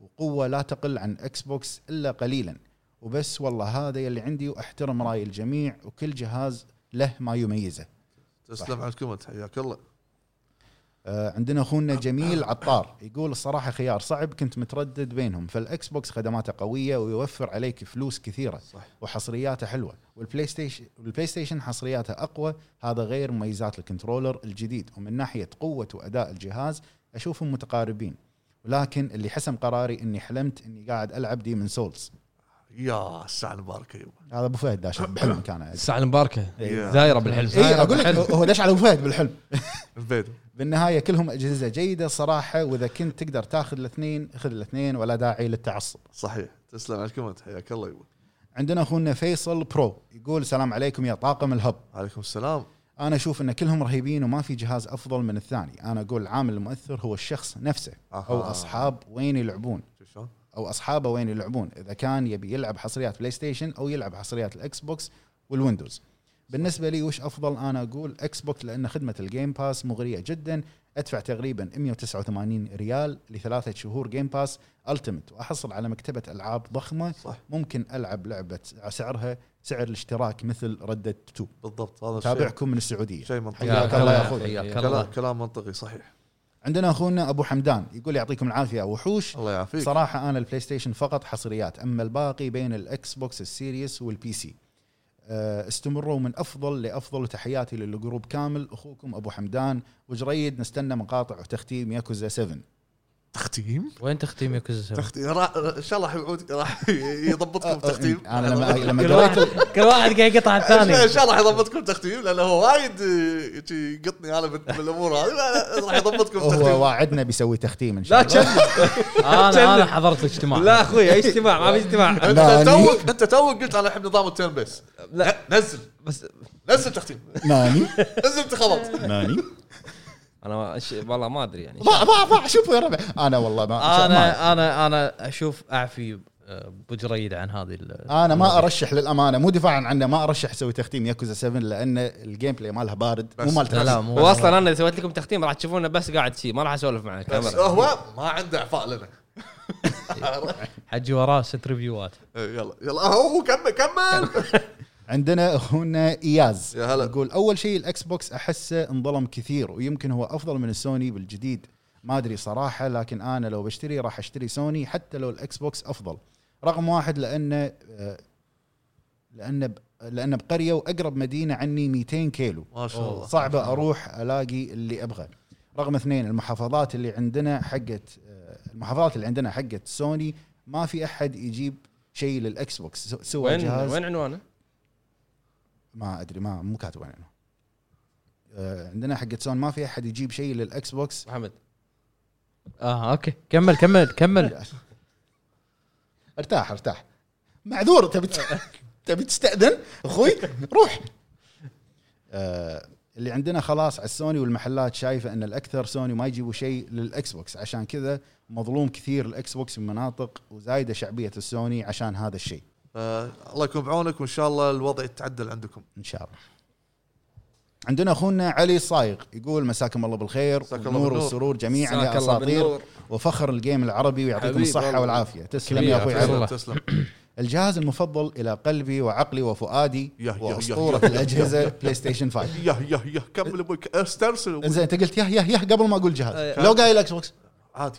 [SPEAKER 2] وقوه لا تقل عن اكس بوكس الا قليلا وبس والله هذا يلي عندي واحترم راي الجميع وكل جهاز له ما يميزه
[SPEAKER 3] تسلم على الكومنت حياك الله
[SPEAKER 2] آه، عندنا اخونا جميل عطار يقول الصراحه خيار صعب كنت متردد بينهم فالاكس بوكس خدماته قويه ويوفر عليك فلوس كثيره
[SPEAKER 3] صح
[SPEAKER 2] وحصرياته حلوه والبلاي ستيشن والبلاي ستيشن حصرياته اقوى هذا غير مميزات الكنترولر الجديد ومن ناحيه قوه واداء الجهاز اشوفهم متقاربين ولكن اللي حسم قراري اني حلمت اني قاعد العب دي من سولز
[SPEAKER 3] يا الساعه المباركه يبا
[SPEAKER 2] هذا ابو فهد داش بحلم كان اي
[SPEAKER 4] الساعه المباركه
[SPEAKER 3] يا.
[SPEAKER 4] دايره بالحلم
[SPEAKER 2] اقول إيه، لك هو داش على ابو فهد بالحلم
[SPEAKER 3] انفيد
[SPEAKER 2] بالنهايه كلهم اجهزه جيده صراحه واذا كنت تقدر تاخذ الاثنين خذ الاثنين ولا داعي للتعصب.
[SPEAKER 3] صحيح تسلم على الكومنت حياك الله يبا
[SPEAKER 2] عندنا اخونا فيصل برو يقول سلام عليكم يا طاقم الهب
[SPEAKER 3] عليكم السلام
[SPEAKER 2] انا اشوف ان كلهم رهيبين وما في جهاز افضل من الثاني انا اقول العامل المؤثر هو الشخص نفسه او
[SPEAKER 3] أها.
[SPEAKER 2] اصحاب وين يلعبون
[SPEAKER 3] شوف شلون؟
[SPEAKER 2] او اصحابه وين يلعبون اذا كان يبي يلعب حصريات بلاي ستيشن او يلعب حصريات الاكس بوكس والويندوز بالنسبه لي وش افضل انا اقول اكس بوكس لان خدمه الجيم باس مغريه جدا ادفع تقريبا 189 ريال لثلاثه شهور جيم باس التمت واحصل على مكتبه العاب ضخمه
[SPEAKER 3] صح
[SPEAKER 2] ممكن العب لعبه سعرها سعر الاشتراك مثل ردة 2
[SPEAKER 3] بالضبط هذا الشيء
[SPEAKER 2] تابعكم من السعوديه
[SPEAKER 3] شيء
[SPEAKER 2] يا
[SPEAKER 3] منطقي
[SPEAKER 2] حياك الله يا
[SPEAKER 1] أخوي.
[SPEAKER 2] أخوي.
[SPEAKER 1] حياك الله.
[SPEAKER 3] كلام, كلام منطقي صحيح
[SPEAKER 2] عندنا اخونا ابو حمدان يقول يعطيكم العافيه وحوش
[SPEAKER 3] الله يعافيك
[SPEAKER 2] صراحة أنا البلاي ستيشن فقط حصريات أما الباقي بين الإكس بوكس السيريس والبي سي أه، استمروا من أفضل لأفضل وتحياتي للجروب كامل أخوكم أبو حمدان وجريد نستنى مقاطع وتختيم ياكوزا 7
[SPEAKER 3] تختيم
[SPEAKER 1] وين تختيم ياكوزا سبعة؟
[SPEAKER 3] تختيم راح- ان شاء الله راح يعود راح يضبطكم تختيم
[SPEAKER 2] آه، أه، أنا لما لما
[SPEAKER 1] كل
[SPEAKER 2] قريت
[SPEAKER 1] واحد كل واحد قاعد يقطع
[SPEAKER 3] ان
[SPEAKER 1] الثاني
[SPEAKER 3] شاء الله راح يضبطكم تختيم لانه هو وايد آه، شي يقطني انا بال- بالامور هذه لا، لا، راح يضبطكم
[SPEAKER 2] هو
[SPEAKER 3] تختيم
[SPEAKER 2] واعدنا بيسوي تختيم إن شاء
[SPEAKER 4] لا
[SPEAKER 2] الله
[SPEAKER 4] تشذب
[SPEAKER 1] انا انا حضرت الاجتماع
[SPEAKER 4] لا اخوي اي اجتماع ما في اجتماع
[SPEAKER 2] لا،
[SPEAKER 3] انت توك انت توك قلت انا احب نظام التيرن بيس
[SPEAKER 4] لا
[SPEAKER 3] نزل
[SPEAKER 4] بس
[SPEAKER 3] نزل تختيم
[SPEAKER 2] ناني
[SPEAKER 3] نزل تخبط
[SPEAKER 2] ناني
[SPEAKER 4] انا ش- والله ما ادري يعني
[SPEAKER 2] ضاع ضاع ضاع شوفوا يا ربع أنا والله ما ما-
[SPEAKER 1] انا انا انا اشوف اعفي ابو جريد أه، عن هذه ال-
[SPEAKER 2] أنا ما أرشح للأمانة مو دفاعا عنه ما أرشح أسوي تختيم ياكوزا 7 لأن الجيم بلاي مالها بارد مو
[SPEAKER 3] بس.
[SPEAKER 2] مال
[SPEAKER 1] لا لا
[SPEAKER 2] تختيم
[SPEAKER 1] مو
[SPEAKER 4] واصلا انا اذا سويت لكم تختيم راح تشوفونه بس قاعد شي ما راح اسولف معك
[SPEAKER 3] بس
[SPEAKER 4] كاميرا.
[SPEAKER 3] هو ما عنده اعفاء لنا
[SPEAKER 1] حجي وراه ست ريفيوات
[SPEAKER 3] إيه، يلا يلا هو كمل كمل
[SPEAKER 2] عندنا اخونا اياز
[SPEAKER 3] يا هلا.
[SPEAKER 2] يقول اول شيء الاكس بوكس احسه انظلم كثير ويمكن هو افضل من السوني بالجديد ما ادري صراحه لكن انا لو بشتري راح اشتري سوني حتى لو الاكس بوكس افضل رقم واحد لانه آه، لانه ب- لانه بقريه واقرب مدينه عني 200 كيلو
[SPEAKER 3] ما شاء الله
[SPEAKER 2] صعبه اروح الاقي اللي ابغى رقم اثنين المحافظات اللي عندنا حقت آه، المحافظات اللي عندنا حقت سوني ما في احد يجيب شيء للاكس بوكس سو- سوى
[SPEAKER 4] وين
[SPEAKER 2] جهاز
[SPEAKER 4] وين عنوانه؟
[SPEAKER 2] ما ادري ما مو كاتب وين عنوان. آه، عندنا حق سون ما في احد يجيب شيء للاكس بوكس
[SPEAKER 4] محمد
[SPEAKER 1] اه اوكي كمل كمل كمل
[SPEAKER 2] ارتاح ارتاح معذور تبي ت- تبي تستاذن اخوي روح آه، اللي عندنا خلاص على السوني والمحلات شايفه ان الاكثر سوني ما يجيبوا شيء للاكس بوكس عشان كذا مظلوم كثير الاكس بوكس من مناطق وزايده شعبيه السوني عشان هذا الشيء
[SPEAKER 3] آه، الله يكون بعونك وان شاء الله الوضع يتعدل عندكم
[SPEAKER 2] ان شاء الله عندنا اخونا علي صايغ يقول مساكم الله بالخير
[SPEAKER 3] مساك الله
[SPEAKER 2] والنور
[SPEAKER 3] بالنور.
[SPEAKER 2] والسرور جميعا يا
[SPEAKER 4] جزاك الله
[SPEAKER 2] اساطير
[SPEAKER 4] بالنور.
[SPEAKER 2] وفخر الجيم العربي ويعطيكم
[SPEAKER 4] حبيب
[SPEAKER 2] الصحه
[SPEAKER 4] والله.
[SPEAKER 2] والعافيه تسلم
[SPEAKER 1] كبير،
[SPEAKER 2] يا اخوي
[SPEAKER 1] تسلم.
[SPEAKER 2] عبد
[SPEAKER 3] تسلم
[SPEAKER 1] الله.
[SPEAKER 3] تسلم
[SPEAKER 2] الجهاز المفضل الى قلبي وعقلي وفؤادي
[SPEAKER 3] يه- يه-
[SPEAKER 2] واسطوره
[SPEAKER 3] يه- يه-
[SPEAKER 2] الاجهزه بلاي ستيشن 5
[SPEAKER 3] يه يه يه كمل ابوك استرسل أبوي.
[SPEAKER 2] انزين انت قلت يه يه يه قبل ما اقول جهاز
[SPEAKER 3] أي.
[SPEAKER 2] لو قايل اكس بوكس
[SPEAKER 3] عادي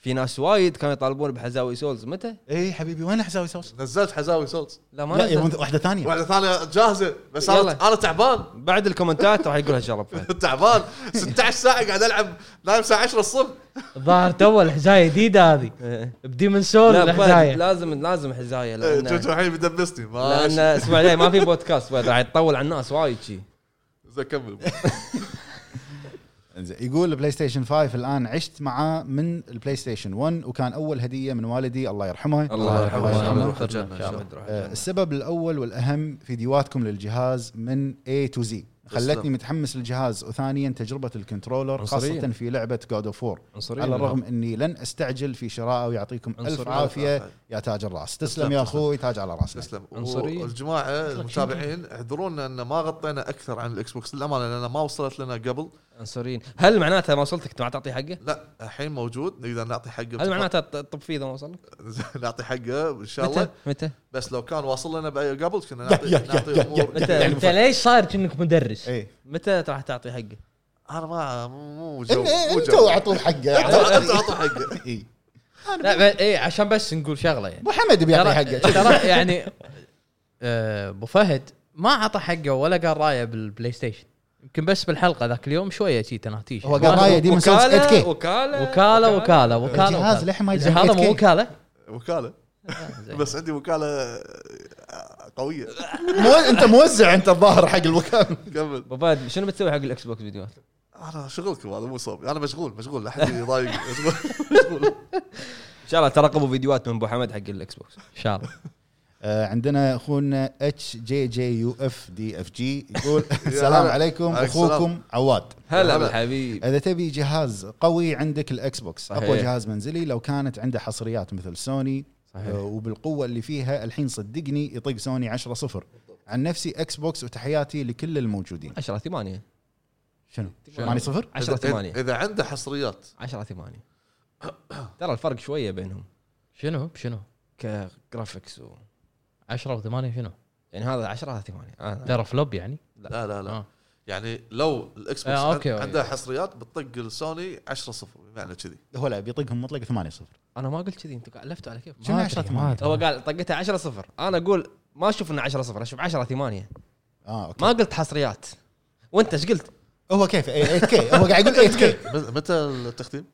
[SPEAKER 4] في ناس وايد كانوا يطالبون بحزاوي سولز متى؟
[SPEAKER 2] اي إيه حبيبي وين حساوي سوس؟
[SPEAKER 3] نزلت حزاوي صوت
[SPEAKER 4] لا ما
[SPEAKER 2] لا
[SPEAKER 4] نزل.
[SPEAKER 2] يبون واحده ثانيه
[SPEAKER 3] واحده ثانيه جاهزه بس انا
[SPEAKER 4] يلا.
[SPEAKER 3] انا تعبان
[SPEAKER 4] بعد الكومنتات راح يقول هالشغله أبو فهد
[SPEAKER 3] تعبان 16 ساعه قاعد العب نايم الساعه 10 الصبح
[SPEAKER 1] الظاهر تو الحزايه جديده هذه
[SPEAKER 4] إيه.
[SPEAKER 1] بديمن سول
[SPEAKER 4] لا أبو فهد،
[SPEAKER 1] الحزايه
[SPEAKER 4] لازم لازم حزايه
[SPEAKER 3] إيه،
[SPEAKER 4] لان
[SPEAKER 3] جوجو الحين بيدبسني ما
[SPEAKER 4] لان الاسبوع الجاي ما في بودكاست بعد راح يطول على الناس وايد شي
[SPEAKER 3] زين كمل
[SPEAKER 2] انزين يقول البلاي ستيشن 5 الان عشت معاه من البلاي ستيشن 1 وكان اول هديه من والدي الله يرحمه
[SPEAKER 4] الله يرحمه
[SPEAKER 1] يرحمه.
[SPEAKER 4] ويرحمه.
[SPEAKER 1] يرحمه.
[SPEAKER 4] الجنة إن شاء الله.
[SPEAKER 2] آه، السبب الاول والاهم فيديوهاتكم للجهاز من A to Z خلتني
[SPEAKER 3] تسلم.
[SPEAKER 2] متحمس للجهاز وثانيا تجربه الكنترولر خاصه
[SPEAKER 4] عنصرية.
[SPEAKER 2] في لعبه جود اوف 4
[SPEAKER 4] عنصرية
[SPEAKER 2] على
[SPEAKER 4] منها.
[SPEAKER 2] الرغم اني لن استعجل في شرائه ويعطيكم الف
[SPEAKER 4] عنصرية.
[SPEAKER 2] عافيه يا تاج الراس تسلم
[SPEAKER 3] تسلم،
[SPEAKER 2] يا
[SPEAKER 3] تسلم.
[SPEAKER 2] اخوي تاج على راسنا
[SPEAKER 3] تسلم
[SPEAKER 4] عنصرية.
[SPEAKER 3] والجماعه المتابعين اعذرونا ان ما غطينا اكثر عن الاكس بوكس للامانه لان ما وصلت لنا قبل
[SPEAKER 4] عنصريين هل معناتها ما وصلتك ما تعطي حقه؟
[SPEAKER 3] لا الحين موجود نقدر نعطي حقه
[SPEAKER 4] هل معناتها طب فيه اذا ما وصلك؟
[SPEAKER 3] نعطي حقه ان شاء
[SPEAKER 4] متى؟
[SPEAKER 3] الله يعني
[SPEAKER 4] متى؟
[SPEAKER 3] بس لو كان واصل لنا بأي- قبل كنا
[SPEAKER 2] يا-
[SPEAKER 3] نعطي
[SPEAKER 2] يا- يا-
[SPEAKER 3] نعطي
[SPEAKER 2] يا-
[SPEAKER 3] امور
[SPEAKER 4] متى
[SPEAKER 1] انت ليش صاير كأنك مدرس؟
[SPEAKER 2] ايه
[SPEAKER 4] متى راح تعطي حقه؟
[SPEAKER 3] انا ما مو جو مو
[SPEAKER 2] انتوا
[SPEAKER 3] جو
[SPEAKER 2] اعطوه إيه، حقه
[SPEAKER 3] انتوا اعطوا حقه
[SPEAKER 2] إي.
[SPEAKER 1] لا ب- ايه عشان بس نقول شغله يعني
[SPEAKER 2] ابو حمد بيعطي
[SPEAKER 1] ترى
[SPEAKER 2] حقه
[SPEAKER 1] ترى يعني آه، ابو فهد ما عطى حقه ولا قال رايه بالبلاي ستيشن يمكن بس بالحلقه ذاك اليوم شويه شي تناتيش
[SPEAKER 2] هو قال رايه ديمون سولز 8
[SPEAKER 4] وكاله
[SPEAKER 2] كي
[SPEAKER 4] وكاله
[SPEAKER 1] وكاله وكاله وكاله
[SPEAKER 2] الجهاز
[SPEAKER 1] وكالة.
[SPEAKER 2] للحين ما يدعم
[SPEAKER 1] هذا
[SPEAKER 2] 8K.
[SPEAKER 1] مو وكاله
[SPEAKER 3] وكاله
[SPEAKER 1] زين.
[SPEAKER 3] بس عندي وكاله قويه
[SPEAKER 2] مو انت موزع انت الظاهر حق الوكاله
[SPEAKER 3] كمل
[SPEAKER 4] بابا شنو بتسوي حق الاكس بوكس فيديوهات؟
[SPEAKER 3] انا شغلكم هذا مو صوب انا مشغول مشغول لا احد يضايق مشغول مشغول
[SPEAKER 4] ان شاء الله ترقبوا فيديوهات من ابو حمد حق الاكس بوكس
[SPEAKER 1] ان شاء الله
[SPEAKER 2] آه، عندنا اخونا اتش جي جي يو اف دي اف جي يقول السلام
[SPEAKER 3] هلا.
[SPEAKER 2] عليكم
[SPEAKER 3] عليك
[SPEAKER 2] اخوكم
[SPEAKER 3] السلام.
[SPEAKER 2] عواد
[SPEAKER 4] هلا
[SPEAKER 3] هلا.
[SPEAKER 4] بالحبيب
[SPEAKER 2] اذا تبي جهاز قوي عندك الاكس بوكس اقوى
[SPEAKER 4] صحيح.
[SPEAKER 2] جهاز منزلي لو كانت عنده حصريات مثل سوني
[SPEAKER 4] صحيح.
[SPEAKER 2] آه، وبالقوه اللي فيها الحين صدقني يطق سوني 10 صفر عن نفسي اكس بوكس وتحياتي لكل الموجودين
[SPEAKER 4] 10 8
[SPEAKER 2] شنو؟
[SPEAKER 4] شنو؟
[SPEAKER 2] ماني صفر؟
[SPEAKER 4] 10 8
[SPEAKER 3] اذا عنده حصريات
[SPEAKER 4] 10 8 ترى الفرق شويه بينهم
[SPEAKER 1] شنو شنو
[SPEAKER 4] كجرافيكس و...
[SPEAKER 1] 10 و8 شنو
[SPEAKER 4] يعني هذا 10 8 انا
[SPEAKER 1] ترى فلوب يعني
[SPEAKER 3] لا لا لا
[SPEAKER 1] آه.
[SPEAKER 3] يعني لو الاكس بوكس
[SPEAKER 1] آه، أوكي،
[SPEAKER 3] عن-
[SPEAKER 1] أوكي.
[SPEAKER 3] عنده حصريات بتطق السوني 10 0 بمعنى كذي
[SPEAKER 2] هو لا بيطقهم مطلق 8 صفر
[SPEAKER 4] انا ما قلت كذي انت لفتوا على كيف
[SPEAKER 2] شنو
[SPEAKER 1] ما
[SPEAKER 2] 10
[SPEAKER 1] أدري،
[SPEAKER 2] 8
[SPEAKER 1] ما أدري.
[SPEAKER 4] هو قال طقتها 10 0 انا اقول ما اشوف انه 10 0 اشوف 10 8
[SPEAKER 2] اه اوكي
[SPEAKER 4] ما قلت حصريات وانت ايش قلت؟
[SPEAKER 2] هو كيف 8 كي هو قاعد يقول إيه، 8 كي
[SPEAKER 3] مت- متى التختيم؟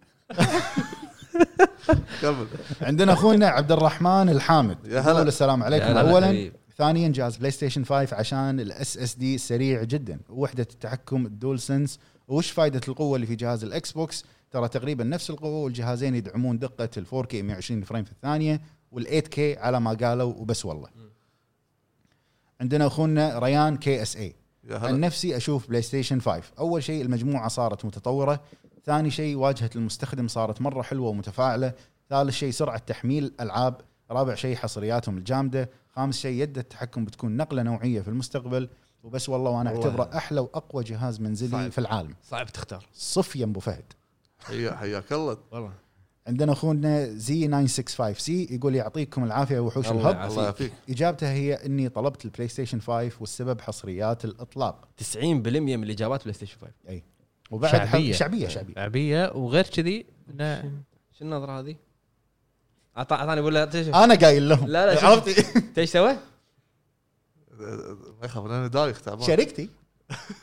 [SPEAKER 3] كمل
[SPEAKER 2] عندنا اخونا عبد الرحمن الحامد
[SPEAKER 3] يا هلا.
[SPEAKER 2] يقول السلام عليكم
[SPEAKER 4] يا هلا
[SPEAKER 2] اولا
[SPEAKER 4] حبيب.
[SPEAKER 2] ثانيا جهاز بلاي ستيشن 5 عشان الاس اس دي سريع جدا ووحده التحكم الدول سنس وش فائده القوه اللي في جهاز الاكس بوكس ترى تقريبا نفس القوه والجهازين يدعمون دقه ال 4K 120 فريم في الثانيه وال 8K على ما قالوا وبس والله عندنا اخونا ريان كي إيه. اس اي
[SPEAKER 3] يا
[SPEAKER 2] عن
[SPEAKER 3] هلا
[SPEAKER 2] نفسي اشوف بلاي ستيشن 5 اول شيء المجموعه صارت متطوره ثاني شيء واجهه المستخدم صارت مره حلوه ومتفاعله ثالث شيء سرعه تحميل الالعاب رابع شيء حصرياتهم الجامده خامس شيء يد التحكم بتكون نقله نوعيه في المستقبل وبس والله وانا
[SPEAKER 4] والله.
[SPEAKER 2] اعتبره احلى واقوى جهاز منزلي
[SPEAKER 4] صعب.
[SPEAKER 2] في العالم
[SPEAKER 4] صعب تختار
[SPEAKER 2] صفيا ابو فهد
[SPEAKER 3] حيا- حياك الله
[SPEAKER 4] والله
[SPEAKER 2] عندنا اخونا زي 965 سي يقول يعطيكم العافيه وحوش
[SPEAKER 4] الله
[SPEAKER 2] الهب
[SPEAKER 4] يعافيك.
[SPEAKER 3] الله يعافيك
[SPEAKER 2] اجابتها هي اني طلبت البلاي ستيشن 5 والسبب حصريات الاطلاق
[SPEAKER 4] 90% من الاجابات بلاي ستيشن 5
[SPEAKER 2] وبعد حق-
[SPEAKER 1] شعبية.
[SPEAKER 2] شعبيه شعبيه
[SPEAKER 1] شعبيه وغير كذي إنه-
[SPEAKER 4] شو النظره هذه؟ أعط- اعطاني ولا أنت إيش-
[SPEAKER 2] انا قايل لهم
[SPEAKER 4] لا لا شوف.
[SPEAKER 2] عرفتي
[SPEAKER 4] أنت ايش سوى؟
[SPEAKER 3] ما يخاف انا دايخ تعبان
[SPEAKER 2] شركتي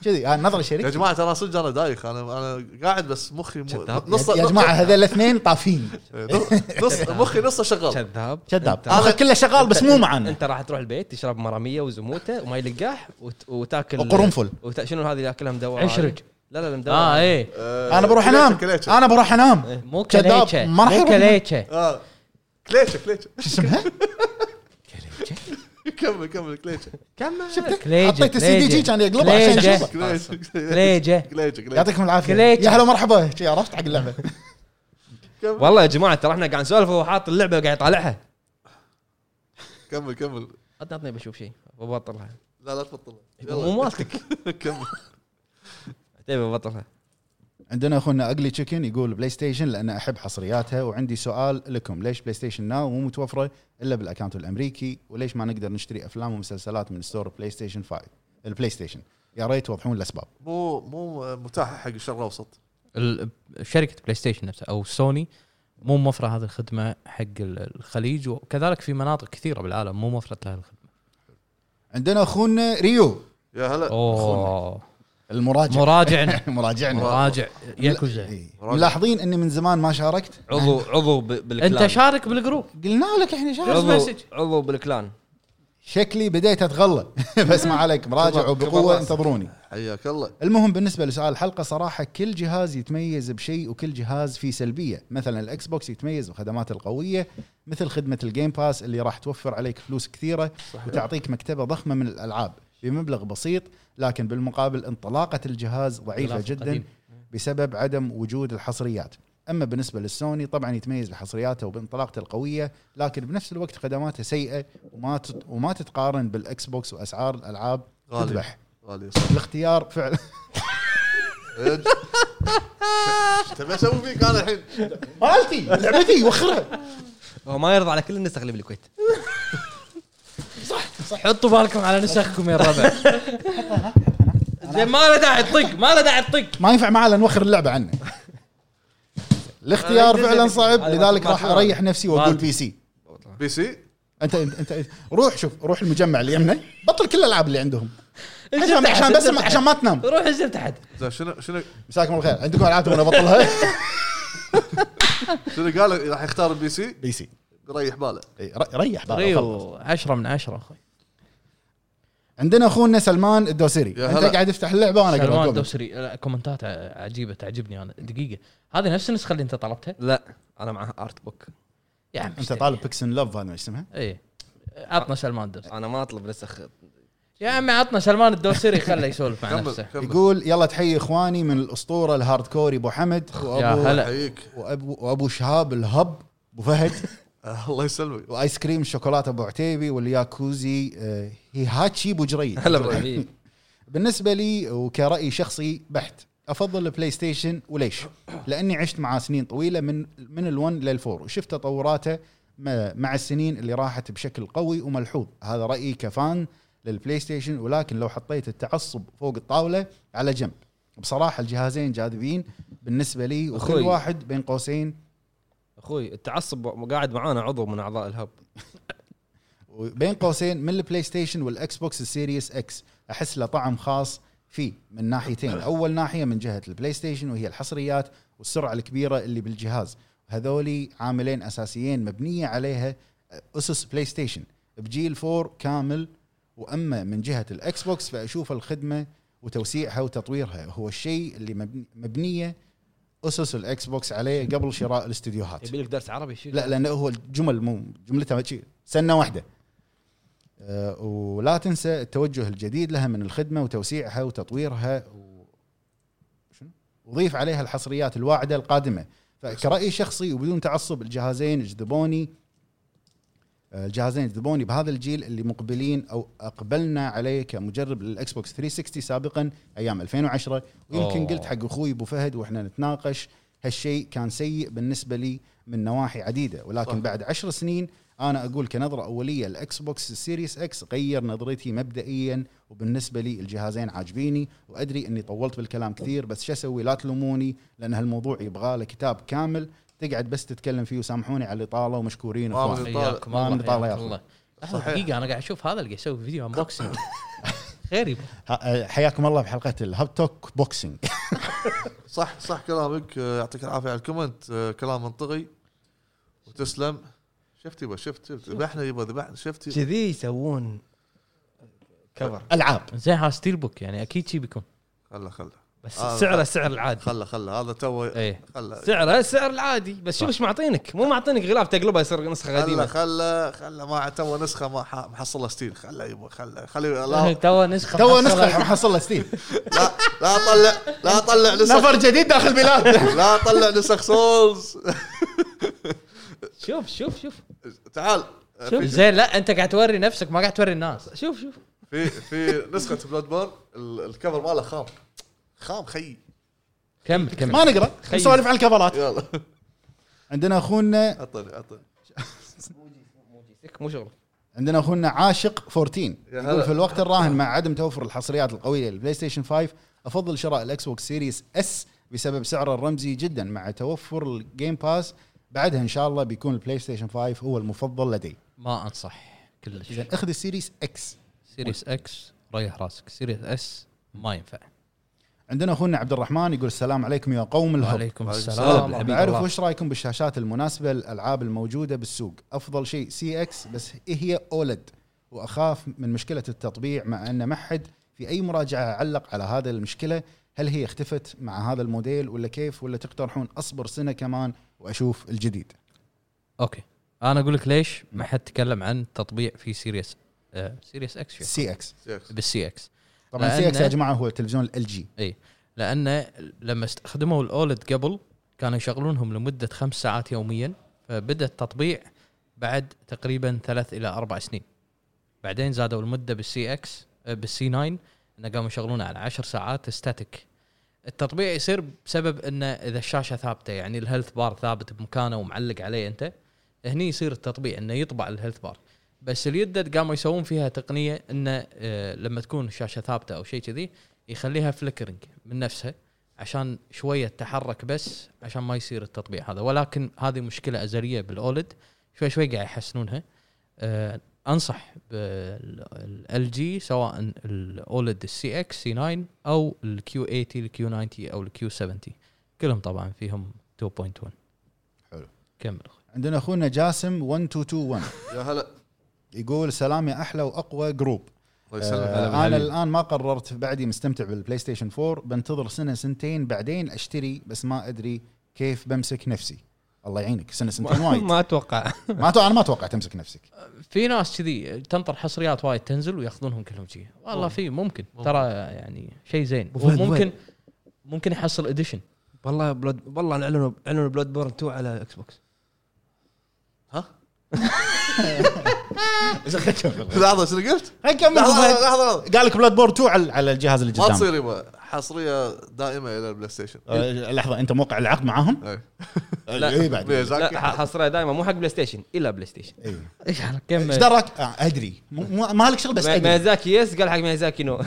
[SPEAKER 2] كذي هاي النظره
[SPEAKER 3] يا
[SPEAKER 2] شركتي
[SPEAKER 3] جماعه ترى صدق انا دايخ انا انا قاعد بس مخي مو-
[SPEAKER 4] كذاب.
[SPEAKER 3] نص
[SPEAKER 2] يا جماعه هذول الاثنين طافين
[SPEAKER 3] نص مخي نصه شغال
[SPEAKER 4] كذاب
[SPEAKER 2] كذاب
[SPEAKER 4] أنت-
[SPEAKER 2] هذا كله شغال بس مو معانا
[SPEAKER 4] انت راح تروح البيت تشرب مراميه وزموته وما يلقاح وت... وتاكل
[SPEAKER 2] وقرنفل
[SPEAKER 4] وت... شنو هذه اللي اكلها مدوره؟
[SPEAKER 1] عشرج.
[SPEAKER 4] لا لا المدوره
[SPEAKER 1] اه ايه
[SPEAKER 3] آه،
[SPEAKER 2] انا بروح انام
[SPEAKER 3] كليتشة.
[SPEAKER 2] انا بروح انام
[SPEAKER 4] إيه.
[SPEAKER 1] مو
[SPEAKER 2] كذاب،
[SPEAKER 1] كليتشه
[SPEAKER 2] ما راح
[SPEAKER 1] مو
[SPEAKER 2] يروح-
[SPEAKER 1] كليتشه
[SPEAKER 3] اه كليشه كليشه
[SPEAKER 2] شو اسمها؟
[SPEAKER 3] كمل كمل كليشه
[SPEAKER 4] كمل
[SPEAKER 1] كليجة،
[SPEAKER 2] حطيت السي دي جي
[SPEAKER 1] كليجة.
[SPEAKER 2] كان يقلبه عشان
[SPEAKER 1] كليجة.
[SPEAKER 2] يشوفه
[SPEAKER 3] كليشه كليشه
[SPEAKER 1] كليجه
[SPEAKER 3] كليشه
[SPEAKER 2] يعطيكم العافيه
[SPEAKER 1] كليتش.
[SPEAKER 2] يا هلا مرحبا شي عرفت حق اللعبه
[SPEAKER 3] كمل
[SPEAKER 4] والله يا جماعه ترى احنا قاعد نسولف وهو حاط اللعبه وقاعد يطالعها
[SPEAKER 3] كمل كمل
[SPEAKER 4] عطني عطني بشوف شيء ببطلها
[SPEAKER 3] لا لا تبطل
[SPEAKER 4] مو مالتك
[SPEAKER 3] كمل
[SPEAKER 4] تبي ببطلها
[SPEAKER 2] عندنا اخونا اقلي تشيكن يقول بلاي ستيشن لان احب حصرياتها وعندي سؤال لكم ليش بلاي ستيشن ناو مو متوفره الا بالاكونت الامريكي وليش ما نقدر نشتري افلام ومسلسلات من ستور بلاي ستيشن 5 البلاي ستيشن يا ريت توضحون الاسباب
[SPEAKER 3] مو مو متاحه حق الشرق الاوسط
[SPEAKER 1] ال- شركه بلاي ستيشن نفسها او سوني مو موفره هذه الخدمه حق ال- الخليج وكذلك في مناطق كثيره بالعالم مو موفره لها الخدمه
[SPEAKER 2] عندنا اخونا ريو
[SPEAKER 3] يا هلا
[SPEAKER 1] اوه
[SPEAKER 2] المراجع
[SPEAKER 1] مراجع
[SPEAKER 2] مراجعنا
[SPEAKER 1] مراجع ياكوزا
[SPEAKER 2] إيه. ملاحظين اني من زمان ما شاركت
[SPEAKER 4] عضو عضو ب- بالكلان
[SPEAKER 1] انت شارك بالجروب
[SPEAKER 2] قلنا لك احنا شاركت
[SPEAKER 4] عضو عضو بالكلان
[SPEAKER 2] شكلي بديت اتغلى بس ما عليك مراجع
[SPEAKER 3] كبر- كبر
[SPEAKER 2] وبقوه
[SPEAKER 3] رأسك.
[SPEAKER 2] انتظروني
[SPEAKER 3] حياك الله
[SPEAKER 2] المهم بالنسبه لسؤال الحلقه صراحه كل جهاز يتميز بشيء وكل جهاز فيه سلبيه مثلا الاكس بوكس يتميز بخدماته القويه مثل خدمه الجيم باس اللي راح توفر عليك فلوس كثيره وتعطيك مكتبه ضخمه من الالعاب بمبلغ بسيط لكن بالمقابل انطلاقه الجهاز ضعيفه
[SPEAKER 1] خلاف
[SPEAKER 2] جدا
[SPEAKER 1] قديم.
[SPEAKER 2] بسبب عدم وجود الحصريات اما بالنسبه للسوني طبعا يتميز بحصرياته وبانطلاقته القويه لكن بنفس الوقت خدماته سيئه وما تت- وما تتقارن بالاكس بوكس واسعار الالعاب
[SPEAKER 3] غالية.
[SPEAKER 2] تذبح
[SPEAKER 3] غالي
[SPEAKER 2] الاختيار فعلا
[SPEAKER 3] تبي اسوي فيك انا الحين
[SPEAKER 2] مالتي لعبتي وخرها
[SPEAKER 4] هو ما يرضى على كل النسخ اللي بالكويت
[SPEAKER 1] حطوا بالكم على نسخكم يا الربع زين ما له داعي تطق ما له داعي تطق
[SPEAKER 2] ما ينفع معاه لأن نوخر اللعبه عنه الاختيار فعلا صعب لذلك راح اريح نفسي واقول بي سي
[SPEAKER 3] بي سي
[SPEAKER 2] انت انت انت- روح شوف روح المجمع اللي يمنا بطل كل الالعاب اللي عندهم عشان عشان بس ما- عشان ما تنام
[SPEAKER 1] روح انزل تحت
[SPEAKER 3] زين شنو شنو
[SPEAKER 2] مساكم الخير عندكم العاب تبون ابطلها
[SPEAKER 3] شنو قال راح يختار البي سي
[SPEAKER 2] بي سي
[SPEAKER 3] يريح باله
[SPEAKER 1] أيوه.
[SPEAKER 2] إي، ر- ريح بقى
[SPEAKER 1] ريو 10 من 10 اخوي
[SPEAKER 2] عندنا اخونا سلمان الدوسري
[SPEAKER 3] يا
[SPEAKER 2] انت
[SPEAKER 3] هلا.
[SPEAKER 2] قاعد تفتح اللعبه وانا
[SPEAKER 1] سلمان
[SPEAKER 2] قاعد أقول.
[SPEAKER 1] الدوسري لا، كومنتات ع- عجيبه تعجبني انا دقيقه هذه نفس النسخه اللي انت طلبتها
[SPEAKER 4] لا انا معها ارت بوك
[SPEAKER 1] يا عم
[SPEAKER 2] انت طالب بيكسن لوف هذا ما اسمها
[SPEAKER 1] اي عطنا سلمان الدوسري
[SPEAKER 4] انا ما اطلب نسخ
[SPEAKER 1] يا عمي عطنا سلمان الدوسري خله يسولف مع
[SPEAKER 3] كمل
[SPEAKER 1] نفسه
[SPEAKER 3] كمل
[SPEAKER 2] يقول يلا تحيي اخواني من الاسطوره الهارد كوري ابو حمد
[SPEAKER 1] يا
[SPEAKER 2] وابو
[SPEAKER 1] هلا
[SPEAKER 3] احييك
[SPEAKER 2] وابو وابو شهاب الهب ابو فهد
[SPEAKER 3] آه، الله يسلمك
[SPEAKER 2] وايس كريم شوكولاته ابو عتيبي والياكوزي آه، هيهاتشي ابو جريد
[SPEAKER 4] هلا بالحبيب
[SPEAKER 2] بالنسبه لي وكراي شخصي بحت افضل البلاي ستيشن وليش؟ لاني عشت معاه سنين طويله من من الون للفور وشفت تطوراته م- مع السنين اللي راحت بشكل قوي وملحوظ هذا رايي كفان للبلاي ستيشن ولكن لو حطيت التعصب فوق الطاوله على جنب بصراحه الجهازين جاذبين بالنسبه لي وكل
[SPEAKER 4] أخوي.
[SPEAKER 2] واحد بين قوسين
[SPEAKER 4] اخوي التعصب قاعد معانا عضو من اعضاء الهب
[SPEAKER 2] بين قوسين من البلاي ستيشن والاكس بوكس السيريس اكس احس له طعم خاص فيه من ناحيتين اول ناحيه من جهه البلاي ستيشن وهي الحصريات والسرعه الكبيره اللي بالجهاز هذولي عاملين اساسيين مبنيه عليها اسس بلاي ستيشن بجيل 4 كامل واما من جهه الاكس بوكس فاشوف الخدمه وتوسيعها وتطويرها هو الشيء اللي مبني- مبنيه اسس الاكس بوكس عليه قبل شراء الاستديوهات
[SPEAKER 4] يبي لك درس عربي شو
[SPEAKER 2] لا لانه هو الجمل مو جملتها ما تشي- سنه واحده أه، ولا تنسى التوجه الجديد لها من الخدمه وتوسيعها وتطويرها و... شنو؟ وضيف عليها الحصريات الواعده القادمه فكرايي شخصي وبدون تعصب الجهازين جذبوني أه، الجهازين جذبوني بهذا الجيل اللي مقبلين او اقبلنا عليه كمجرب للاكس بوكس 360 سابقا ايام 2010 ويمكن
[SPEAKER 1] أوه.
[SPEAKER 2] قلت حق اخوي ابو فهد واحنا نتناقش هالشيء كان سيء بالنسبه لي من نواحي عديده ولكن
[SPEAKER 3] صح.
[SPEAKER 2] صح. بعد عشر سنين انا اقول كنظره اوليه الاكس بوكس السيريس اكس غير نظرتي مبدئيا وبالنسبه لي الجهازين عاجبيني وادري اني طولت بالكلام كثير بس شو اسوي لا تلوموني لان هالموضوع يبغى له كتاب كامل تقعد بس تتكلم فيه وسامحوني على الاطاله ومشكورين
[SPEAKER 3] ما
[SPEAKER 2] اخوان
[SPEAKER 3] من-
[SPEAKER 1] حياكم
[SPEAKER 2] ما
[SPEAKER 1] الله
[SPEAKER 2] من طالع
[SPEAKER 1] حياك
[SPEAKER 2] يا
[SPEAKER 1] الله لحظه
[SPEAKER 3] صحيح.
[SPEAKER 1] دقيقه انا قاعد اشوف هذا اللي قاعد يسوي فيديو انبوكسنج غريب
[SPEAKER 2] ها- أه، حياكم الله بحلقه الهاب توك بوكسينج
[SPEAKER 3] صح صح كلامك آه، يعطيك العافيه على الكومنت آه، كلام منطقي وتسلم شفت يبا شفت شفت ذبحنا يبا ذبحنا شفت
[SPEAKER 4] كذي يسوون كفر
[SPEAKER 2] العاب
[SPEAKER 1] زين هذا ستيل بوك يعني اكيد شي بيكون
[SPEAKER 3] خله خله
[SPEAKER 4] بس
[SPEAKER 3] آه،
[SPEAKER 4] سعره سعر العادي
[SPEAKER 3] خله خله هذا تو
[SPEAKER 1] ايه
[SPEAKER 3] خله
[SPEAKER 4] سعره سعر العادي بس شوف ايش معطينك مو معطينك غلاف تقلبها يصير نسخه
[SPEAKER 3] خله
[SPEAKER 4] قديمه
[SPEAKER 3] خله خله ما تو نسخه ما ح- محصلها ستيل خله يبا خله خله
[SPEAKER 1] لا،
[SPEAKER 3] لا
[SPEAKER 1] تو نسخه
[SPEAKER 2] تو
[SPEAKER 1] محصلة.
[SPEAKER 2] نسخه محصله ستيف
[SPEAKER 3] لا لا اطلع لا اطلع نسخ
[SPEAKER 2] نفر جديد داخل بلاد
[SPEAKER 3] لا اطلع نسخ سولز
[SPEAKER 4] شوف شوف شوف
[SPEAKER 3] تعال
[SPEAKER 1] شوف
[SPEAKER 3] في
[SPEAKER 1] زين لا انت قاعد توري نفسك ما قاعد توري الناس
[SPEAKER 4] شوف شوف
[SPEAKER 3] في, في نسخه بلاد بورن ال- الكفر ماله خام خام خي
[SPEAKER 1] كمل كمل
[SPEAKER 2] ما نقرا نسولف عن الكفرات
[SPEAKER 3] يلا
[SPEAKER 2] عندنا اخونا
[SPEAKER 3] اعطني اعطني
[SPEAKER 4] لك مو شغل
[SPEAKER 2] عندنا اخونا عاشق 14
[SPEAKER 3] يا
[SPEAKER 2] يقول
[SPEAKER 3] هلا.
[SPEAKER 2] في الوقت الراهن مع عدم توفر الحصريات القويه للبلاي ستيشن 5 افضل شراء الاكس بوكس سيريس اس بسبب سعره الرمزي جدا مع توفر الجيم باس بعدها ان شاء الله بيكون البلاي ستيشن 5 هو المفضل لدي
[SPEAKER 1] ما انصح كلش
[SPEAKER 2] اذا اخذ السيريس اكس
[SPEAKER 1] سيريس اكس ريح راسك سيريس اس ما ينفع
[SPEAKER 2] عندنا اخونا عبد الرحمن يقول السلام عليكم يا قوم الهب
[SPEAKER 1] وعليكم
[SPEAKER 3] وعليكم
[SPEAKER 1] السلام
[SPEAKER 3] السلام.
[SPEAKER 1] حبيب
[SPEAKER 2] بعرف
[SPEAKER 1] الله.
[SPEAKER 2] آه، وش رايكم بالشاشات المناسبه للالعاب الموجوده بالسوق افضل شيء سي اكس بس إيه هي اولد واخاف من مشكله التطبيع مع ان ما حد في اي مراجعه علق على هذا المشكله هل هي اختفت مع هذا الموديل ولا كيف ولا تقترحون اصبر سنه كمان واشوف الجديد
[SPEAKER 1] اوكي انا اقول لك ليش ما حد تكلم عن تطبيع في سيريس آه سيريس اكس
[SPEAKER 2] سي اكس
[SPEAKER 1] بالسي اكس
[SPEAKER 2] طبعا
[SPEAKER 1] لأن-
[SPEAKER 2] سي اكس يا جماعه هو تلفزيون ال جي
[SPEAKER 1] لانه لما استخدموا الاولد قبل كانوا يشغلونهم لمده خمس ساعات يوميا فبدا التطبيع بعد تقريبا ثلاث الى اربع سنين بعدين زادوا المده بالسي اكس بالسي 9 انه قاموا يشغلونه على عشر ساعات ستاتيك التطبيع يصير بسبب انه اذا الشاشه ثابته يعني الهيلث بار ثابت بمكانه ومعلق عليه انت هني يصير التطبيع انه يطبع الهيلث بار بس اليدد قاموا يسوون فيها تقنيه انه آه، لما تكون الشاشه ثابته او شيء كذي يخليها فليكرنج من نفسها عشان شويه تحرك بس عشان ما يصير التطبيع هذا ولكن هذه مشكله ازليه بالاولد شوي شوي قاعد يحسنونها آه، انصح بالال جي سواء الاولد السي اكس سي 9 او الكيو 80 الكيو 90 او الكيو 70 كلهم طبعا فيهم 2.1
[SPEAKER 2] حلو.
[SPEAKER 1] كمل أخوي.
[SPEAKER 2] عندنا اخونا جاسم 1221
[SPEAKER 3] يا هلا
[SPEAKER 2] يقول سلام يا احلى واقوى جروب
[SPEAKER 3] الله يسلمك
[SPEAKER 2] آه انا الان ما قررت بعدي مستمتع بالبلاي ستيشن 4 بنتظر سنه سنتين بعدين اشتري بس ما ادري كيف بمسك نفسي الله يعينك سنه سنتين وايد
[SPEAKER 4] ما اتوقع
[SPEAKER 2] ما أتوقع- انا ما اتوقع تمسك نفسك
[SPEAKER 1] في ناس كذي تنطر حصريات وايد تنزل وياخذونهم كلهم كذي والله في ممكن ترى يعني شيء زين
[SPEAKER 4] أبو فهد
[SPEAKER 1] وممكن ممكن يحصل اديشن
[SPEAKER 4] والله بلود والله اعلنوا اعلنوا بلود بورن 2 على اكس بوكس
[SPEAKER 3] ها
[SPEAKER 2] خلينا
[SPEAKER 3] لحظه شنو قلت؟
[SPEAKER 2] نكمل
[SPEAKER 3] لحظه لحظه لحظه
[SPEAKER 2] قال لك بلاد بور 2 على على الجهاز اللي
[SPEAKER 3] ما تصير
[SPEAKER 2] قدامك
[SPEAKER 3] يبا حصريه دائمه الى البلاي ستيشن
[SPEAKER 2] آه، لحظه انت موقع العقد معاهم؟
[SPEAKER 3] إيه.
[SPEAKER 2] لا اي بعد إيه.
[SPEAKER 3] ميازاكي.
[SPEAKER 4] لا ح- حصريه دائما مو حق بلاي ستيشن الا بلاي ستيشن
[SPEAKER 1] ايش على
[SPEAKER 2] ايش
[SPEAKER 1] كمل
[SPEAKER 2] دراك؟ إيه. آه، ادري مو- مو- ما لك شغل بس
[SPEAKER 4] ما-
[SPEAKER 2] ادري
[SPEAKER 4] ميازاكي يس قال حق ميازاكي نو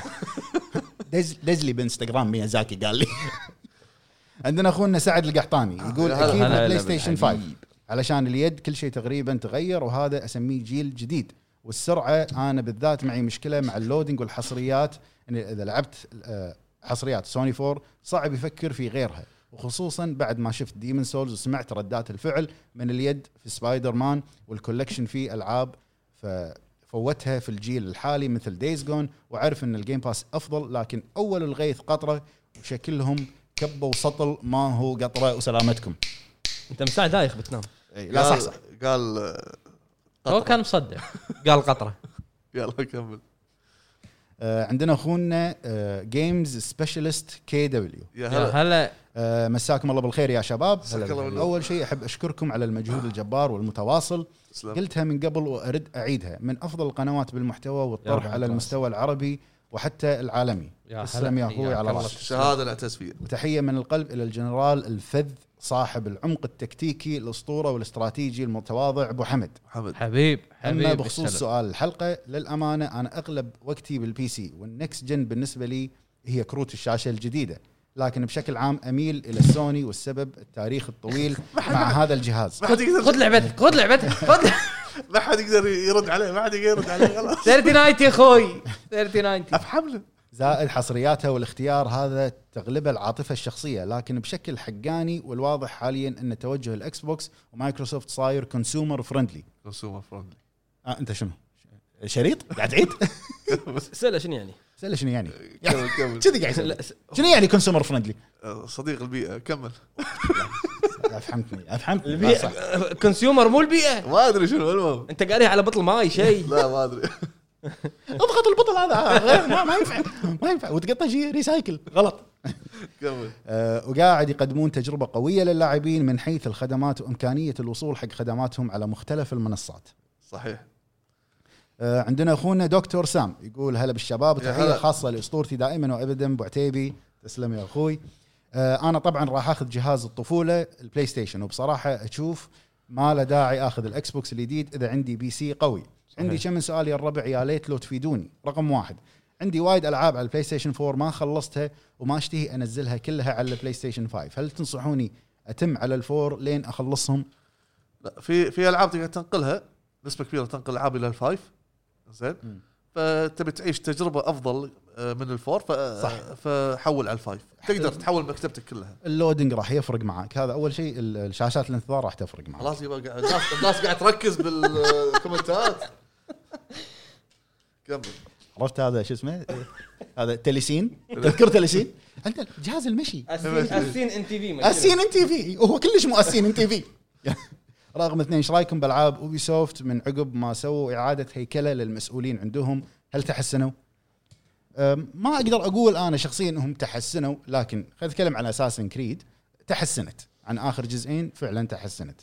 [SPEAKER 2] دز دز لي بانستغرام ميازاكي قال لي عندنا اخونا سعد القحطاني يقول
[SPEAKER 3] هلا،
[SPEAKER 2] اكيد
[SPEAKER 1] هلا
[SPEAKER 2] البلاي
[SPEAKER 1] بالحبيب.
[SPEAKER 2] ستيشن 5 علشان اليد كل شيء تقريبا تغير وهذا اسميه جيل جديد والسرعه انا بالذات معي مشكله مع اللودينج والحصريات اني اذا لعبت آه، حصريات سوني 4 صعب يفكر في غيرها وخصوصا بعد ما شفت ديمن سولز وسمعت ردات الفعل من اليد في سبايدر مان والكولكشن في العاب ففوتها في الجيل الحالي مثل دايز جون وعرف ان الجيم باس افضل لكن اول الغيث قطره وشكلهم كبوا سطل ما هو قطره وسلامتكم
[SPEAKER 4] انت مساع دايخ بتنام
[SPEAKER 2] لا صح
[SPEAKER 3] قال-
[SPEAKER 2] صح
[SPEAKER 3] قال آه،
[SPEAKER 1] هو كان مصدق
[SPEAKER 4] قال قطره
[SPEAKER 3] يلا كمل
[SPEAKER 2] آه، عندنا آه، اخونا جيمز سبيشالست كي دبليو
[SPEAKER 3] يا
[SPEAKER 1] يا
[SPEAKER 3] هلا
[SPEAKER 1] هلا
[SPEAKER 2] آه، مساكم الله بالخير يا شباب
[SPEAKER 3] مساك الله بالنور.
[SPEAKER 2] اول شيء احب اشكركم على المجهود الجبار والمتواصل
[SPEAKER 3] تسلم
[SPEAKER 2] قلتها من قبل وارد اعيدها من افضل القنوات بالمحتوى والطرح
[SPEAKER 1] رب
[SPEAKER 2] على المستوى العربي وحتى العالمي
[SPEAKER 1] يا
[SPEAKER 2] تسلم يا اخوي
[SPEAKER 1] حياك
[SPEAKER 2] على
[SPEAKER 1] الله.
[SPEAKER 2] راسك
[SPEAKER 3] شهاده نعتز فيها
[SPEAKER 2] وتحيه من القلب الى الجنرال الفذ صاحب العمق التكتيكي الاسطوره والاستراتيجي المتواضع ابو حمد
[SPEAKER 3] محمد
[SPEAKER 1] حبيب حبيب
[SPEAKER 2] اما بخصوص
[SPEAKER 1] السلام.
[SPEAKER 2] سؤال الحلقه للامانه انا اغلب وقتي بالبي سي والنكست جن بالنسبه لي هي كروت الشاشه الجديده لكن بشكل عام اميل الى السوني والسبب التاريخ الطويل مع هذا الجهاز
[SPEAKER 3] ما حد
[SPEAKER 1] خذ
[SPEAKER 3] يقدر
[SPEAKER 1] لعبتك خذ لعبتك خذ
[SPEAKER 3] ما حد يقدر يرد عليه ما حد يقدر يرد عليه خلاص
[SPEAKER 1] 39 يا اخوي 39
[SPEAKER 3] افحم له
[SPEAKER 2] زائد حصرياتها والاختيار هذا تغلبه العاطفه الشخصيه لكن بشكل حقاني والواضح حاليا ان توجه الاكس بوكس ومايكروسوفت صاير كونسيومر فرندلي
[SPEAKER 3] كونسومر فرندلي
[SPEAKER 2] آه انت شنو شريط قاعد تعيد
[SPEAKER 4] سله شنو يعني؟
[SPEAKER 2] سأله شنو يعني
[SPEAKER 3] كمل كمل
[SPEAKER 2] كذي قاعد يسأل.
[SPEAKER 4] لا، س-
[SPEAKER 2] شنو يعني كونسيومر فرندلي
[SPEAKER 3] آه، صديق البيئه كمل
[SPEAKER 2] افهمتني افهمتني آه، صح.
[SPEAKER 4] البيئه كونسيومر مو البيئه
[SPEAKER 3] ما ادري شنو المهم
[SPEAKER 4] انت قاريها على بطل ماي شيء
[SPEAKER 3] لا ما ادري
[SPEAKER 2] اضغط البطل هذا آه، غير ما, ما ينفع ما ينفع وتقطع شيء ريسايكل غلط
[SPEAKER 3] كمل
[SPEAKER 2] أه وقاعد يقدمون تجربه قويه للاعبين من حيث الخدمات وامكانيه الوصول حق خدماتهم على مختلف المنصات
[SPEAKER 3] صحيح
[SPEAKER 2] أه عندنا اخونا دكتور سام يقول هلا بالشباب
[SPEAKER 3] يا
[SPEAKER 2] وتحيه
[SPEAKER 3] هلا.
[SPEAKER 2] خاصه لاسطورتي دائما وابدا ابو عتيبي تسلم يا اخوي أه انا طبعا راح اخذ جهاز الطفوله البلاي ستيشن وبصراحه اشوف ما له داعي اخذ الاكس بوكس الجديد اذا عندي بي سي قوي عندي كم من سؤال يا الربع يا ليت لو تفيدوني رقم واحد عندي وايد العاب على البلاي ستيشن 4 ما خلصتها وما اشتهي انزلها كلها على البلاي ستيشن 5 هل تنصحوني اتم على الفور لين اخلصهم
[SPEAKER 3] لا في في العاب تقدر تنقلها نسبه كبيره تنقل العاب الى الفايف
[SPEAKER 2] مم.
[SPEAKER 3] زين فتبي تعيش تجربه افضل آه، من الفور ف
[SPEAKER 2] صح.
[SPEAKER 3] فحول على الفايف تقدر تحول مكتبتك كلها
[SPEAKER 2] اللودنج راح يفرق معك هذا اول شيء ال- الشاشات الانتظار راح تفرق معك
[SPEAKER 3] خلاص يبقى قاعد الناس الناس قاعد تركز بالكومنتات كمل
[SPEAKER 2] عرفت هذا شو اسمه؟ هذا تلسين تذكر تلسين؟ انت جهاز المشي
[SPEAKER 4] السين ان تي في
[SPEAKER 2] اسين ان تي في هو كلش مو اسين ان تي في رقم اثنين ايش رايكم بالعاب اوبي سوفت من عقب ما سووا اعاده هيكله للمسؤولين عندهم هل تحسنوا؟ أم، ما اقدر اقول انا شخصيا انهم تحسنوا لكن خلينا نتكلم على اساسن كريد تحسنت عن اخر جزئين فعلا تحسنت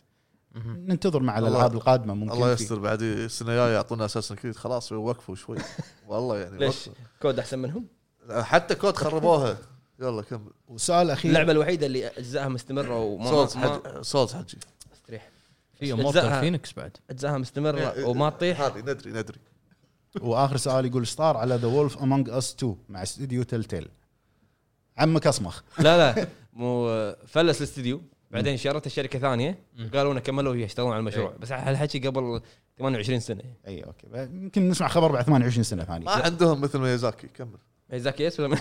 [SPEAKER 2] ننتظر مع
[SPEAKER 3] الله-
[SPEAKER 2] الالعاب القادمه ممكن
[SPEAKER 3] الله
[SPEAKER 2] في-
[SPEAKER 3] يستر بعد السنه الجايه يعطونا اساسا كريد خلاص وقفوا شوي والله يعني
[SPEAKER 4] ليش؟ كود احسن منهم؟
[SPEAKER 3] وقفوا. حتى كود خربوها يلا كمل
[SPEAKER 2] والسؤال الاخير
[SPEAKER 4] اللعبه الوحيده اللي اجزائها مستمره وما
[SPEAKER 3] سولز
[SPEAKER 4] ما
[SPEAKER 3] حجي سولز حجي
[SPEAKER 4] استريح
[SPEAKER 1] في
[SPEAKER 4] أجزاءها-
[SPEAKER 1] مورتال فينيكس بعد
[SPEAKER 4] اجزائها مستمره وما تطيح
[SPEAKER 3] هذه ندري ندري
[SPEAKER 2] واخر سؤال يقول ستار على ذا وولف امونج اس 2 مع استوديو تيل تيل عمك اصمخ
[SPEAKER 4] لا لا مو فلس الاستديو بعدين شرته شركه ثانيه قالوا انه كملوا يشتغلون على المشروع
[SPEAKER 1] إيه.
[SPEAKER 4] بس هالحكي قبل 28 سنه
[SPEAKER 2] اي اوكي يمكن نسمع خبر بعد 28 سنه
[SPEAKER 3] ما
[SPEAKER 2] ثانيه
[SPEAKER 3] عندهم مثل ميازاكي كمل
[SPEAKER 4] ميزاكي إيه، يس ولا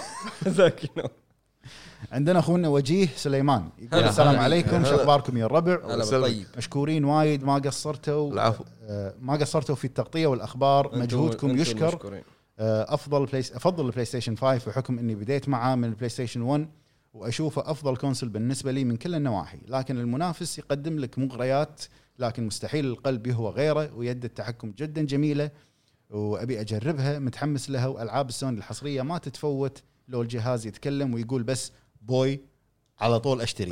[SPEAKER 4] ميزاكي نو
[SPEAKER 2] عندنا اخونا وجيه سليمان يقول
[SPEAKER 4] هلا.
[SPEAKER 2] السلام
[SPEAKER 4] هلا.
[SPEAKER 2] عليكم شو
[SPEAKER 3] هلا.
[SPEAKER 2] اخباركم يا الربع
[SPEAKER 4] هلا
[SPEAKER 3] يسلمك.
[SPEAKER 4] طيب
[SPEAKER 2] مشكورين وايد ما قصرتوا
[SPEAKER 3] العفو
[SPEAKER 2] آه، ما قصرتوا في التغطيه والاخبار مجهودكم يشكر آه، افضل بلاي افضل البلاي ستيشن 5 بحكم اني بديت معاه من البلاي ستيشن 1 واشوفه افضل كونسل بالنسبه لي من كل النواحي لكن المنافس يقدم لك مغريات لكن مستحيل القلب يهوى غيره ويد التحكم جدا جميله وابي اجربها متحمس لها والعاب السوني الحصريه ما تتفوت لو الجهاز يتكلم ويقول بس بوي
[SPEAKER 5] على طول اشتري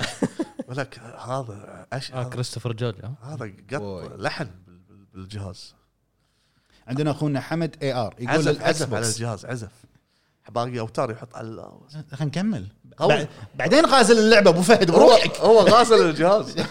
[SPEAKER 3] ولك هذا أش...
[SPEAKER 1] آه
[SPEAKER 3] هذا-
[SPEAKER 1] كريستوفر جورج آه.
[SPEAKER 3] هذا قط
[SPEAKER 4] بوي.
[SPEAKER 3] لحن بال- بال- بالجهاز
[SPEAKER 2] عندنا اخونا حمد اي ار يقول
[SPEAKER 3] عزف
[SPEAKER 2] الاكس
[SPEAKER 3] عزف على
[SPEAKER 2] بوكس
[SPEAKER 3] الجهاز عزف باقي اوتار يحط على ال-
[SPEAKER 5] خلينا نكمل
[SPEAKER 3] هو-
[SPEAKER 5] بعد- بعدين غازل اللعبه ابو فهد
[SPEAKER 3] هو
[SPEAKER 5] بروحك
[SPEAKER 3] هو غاسل الجهاز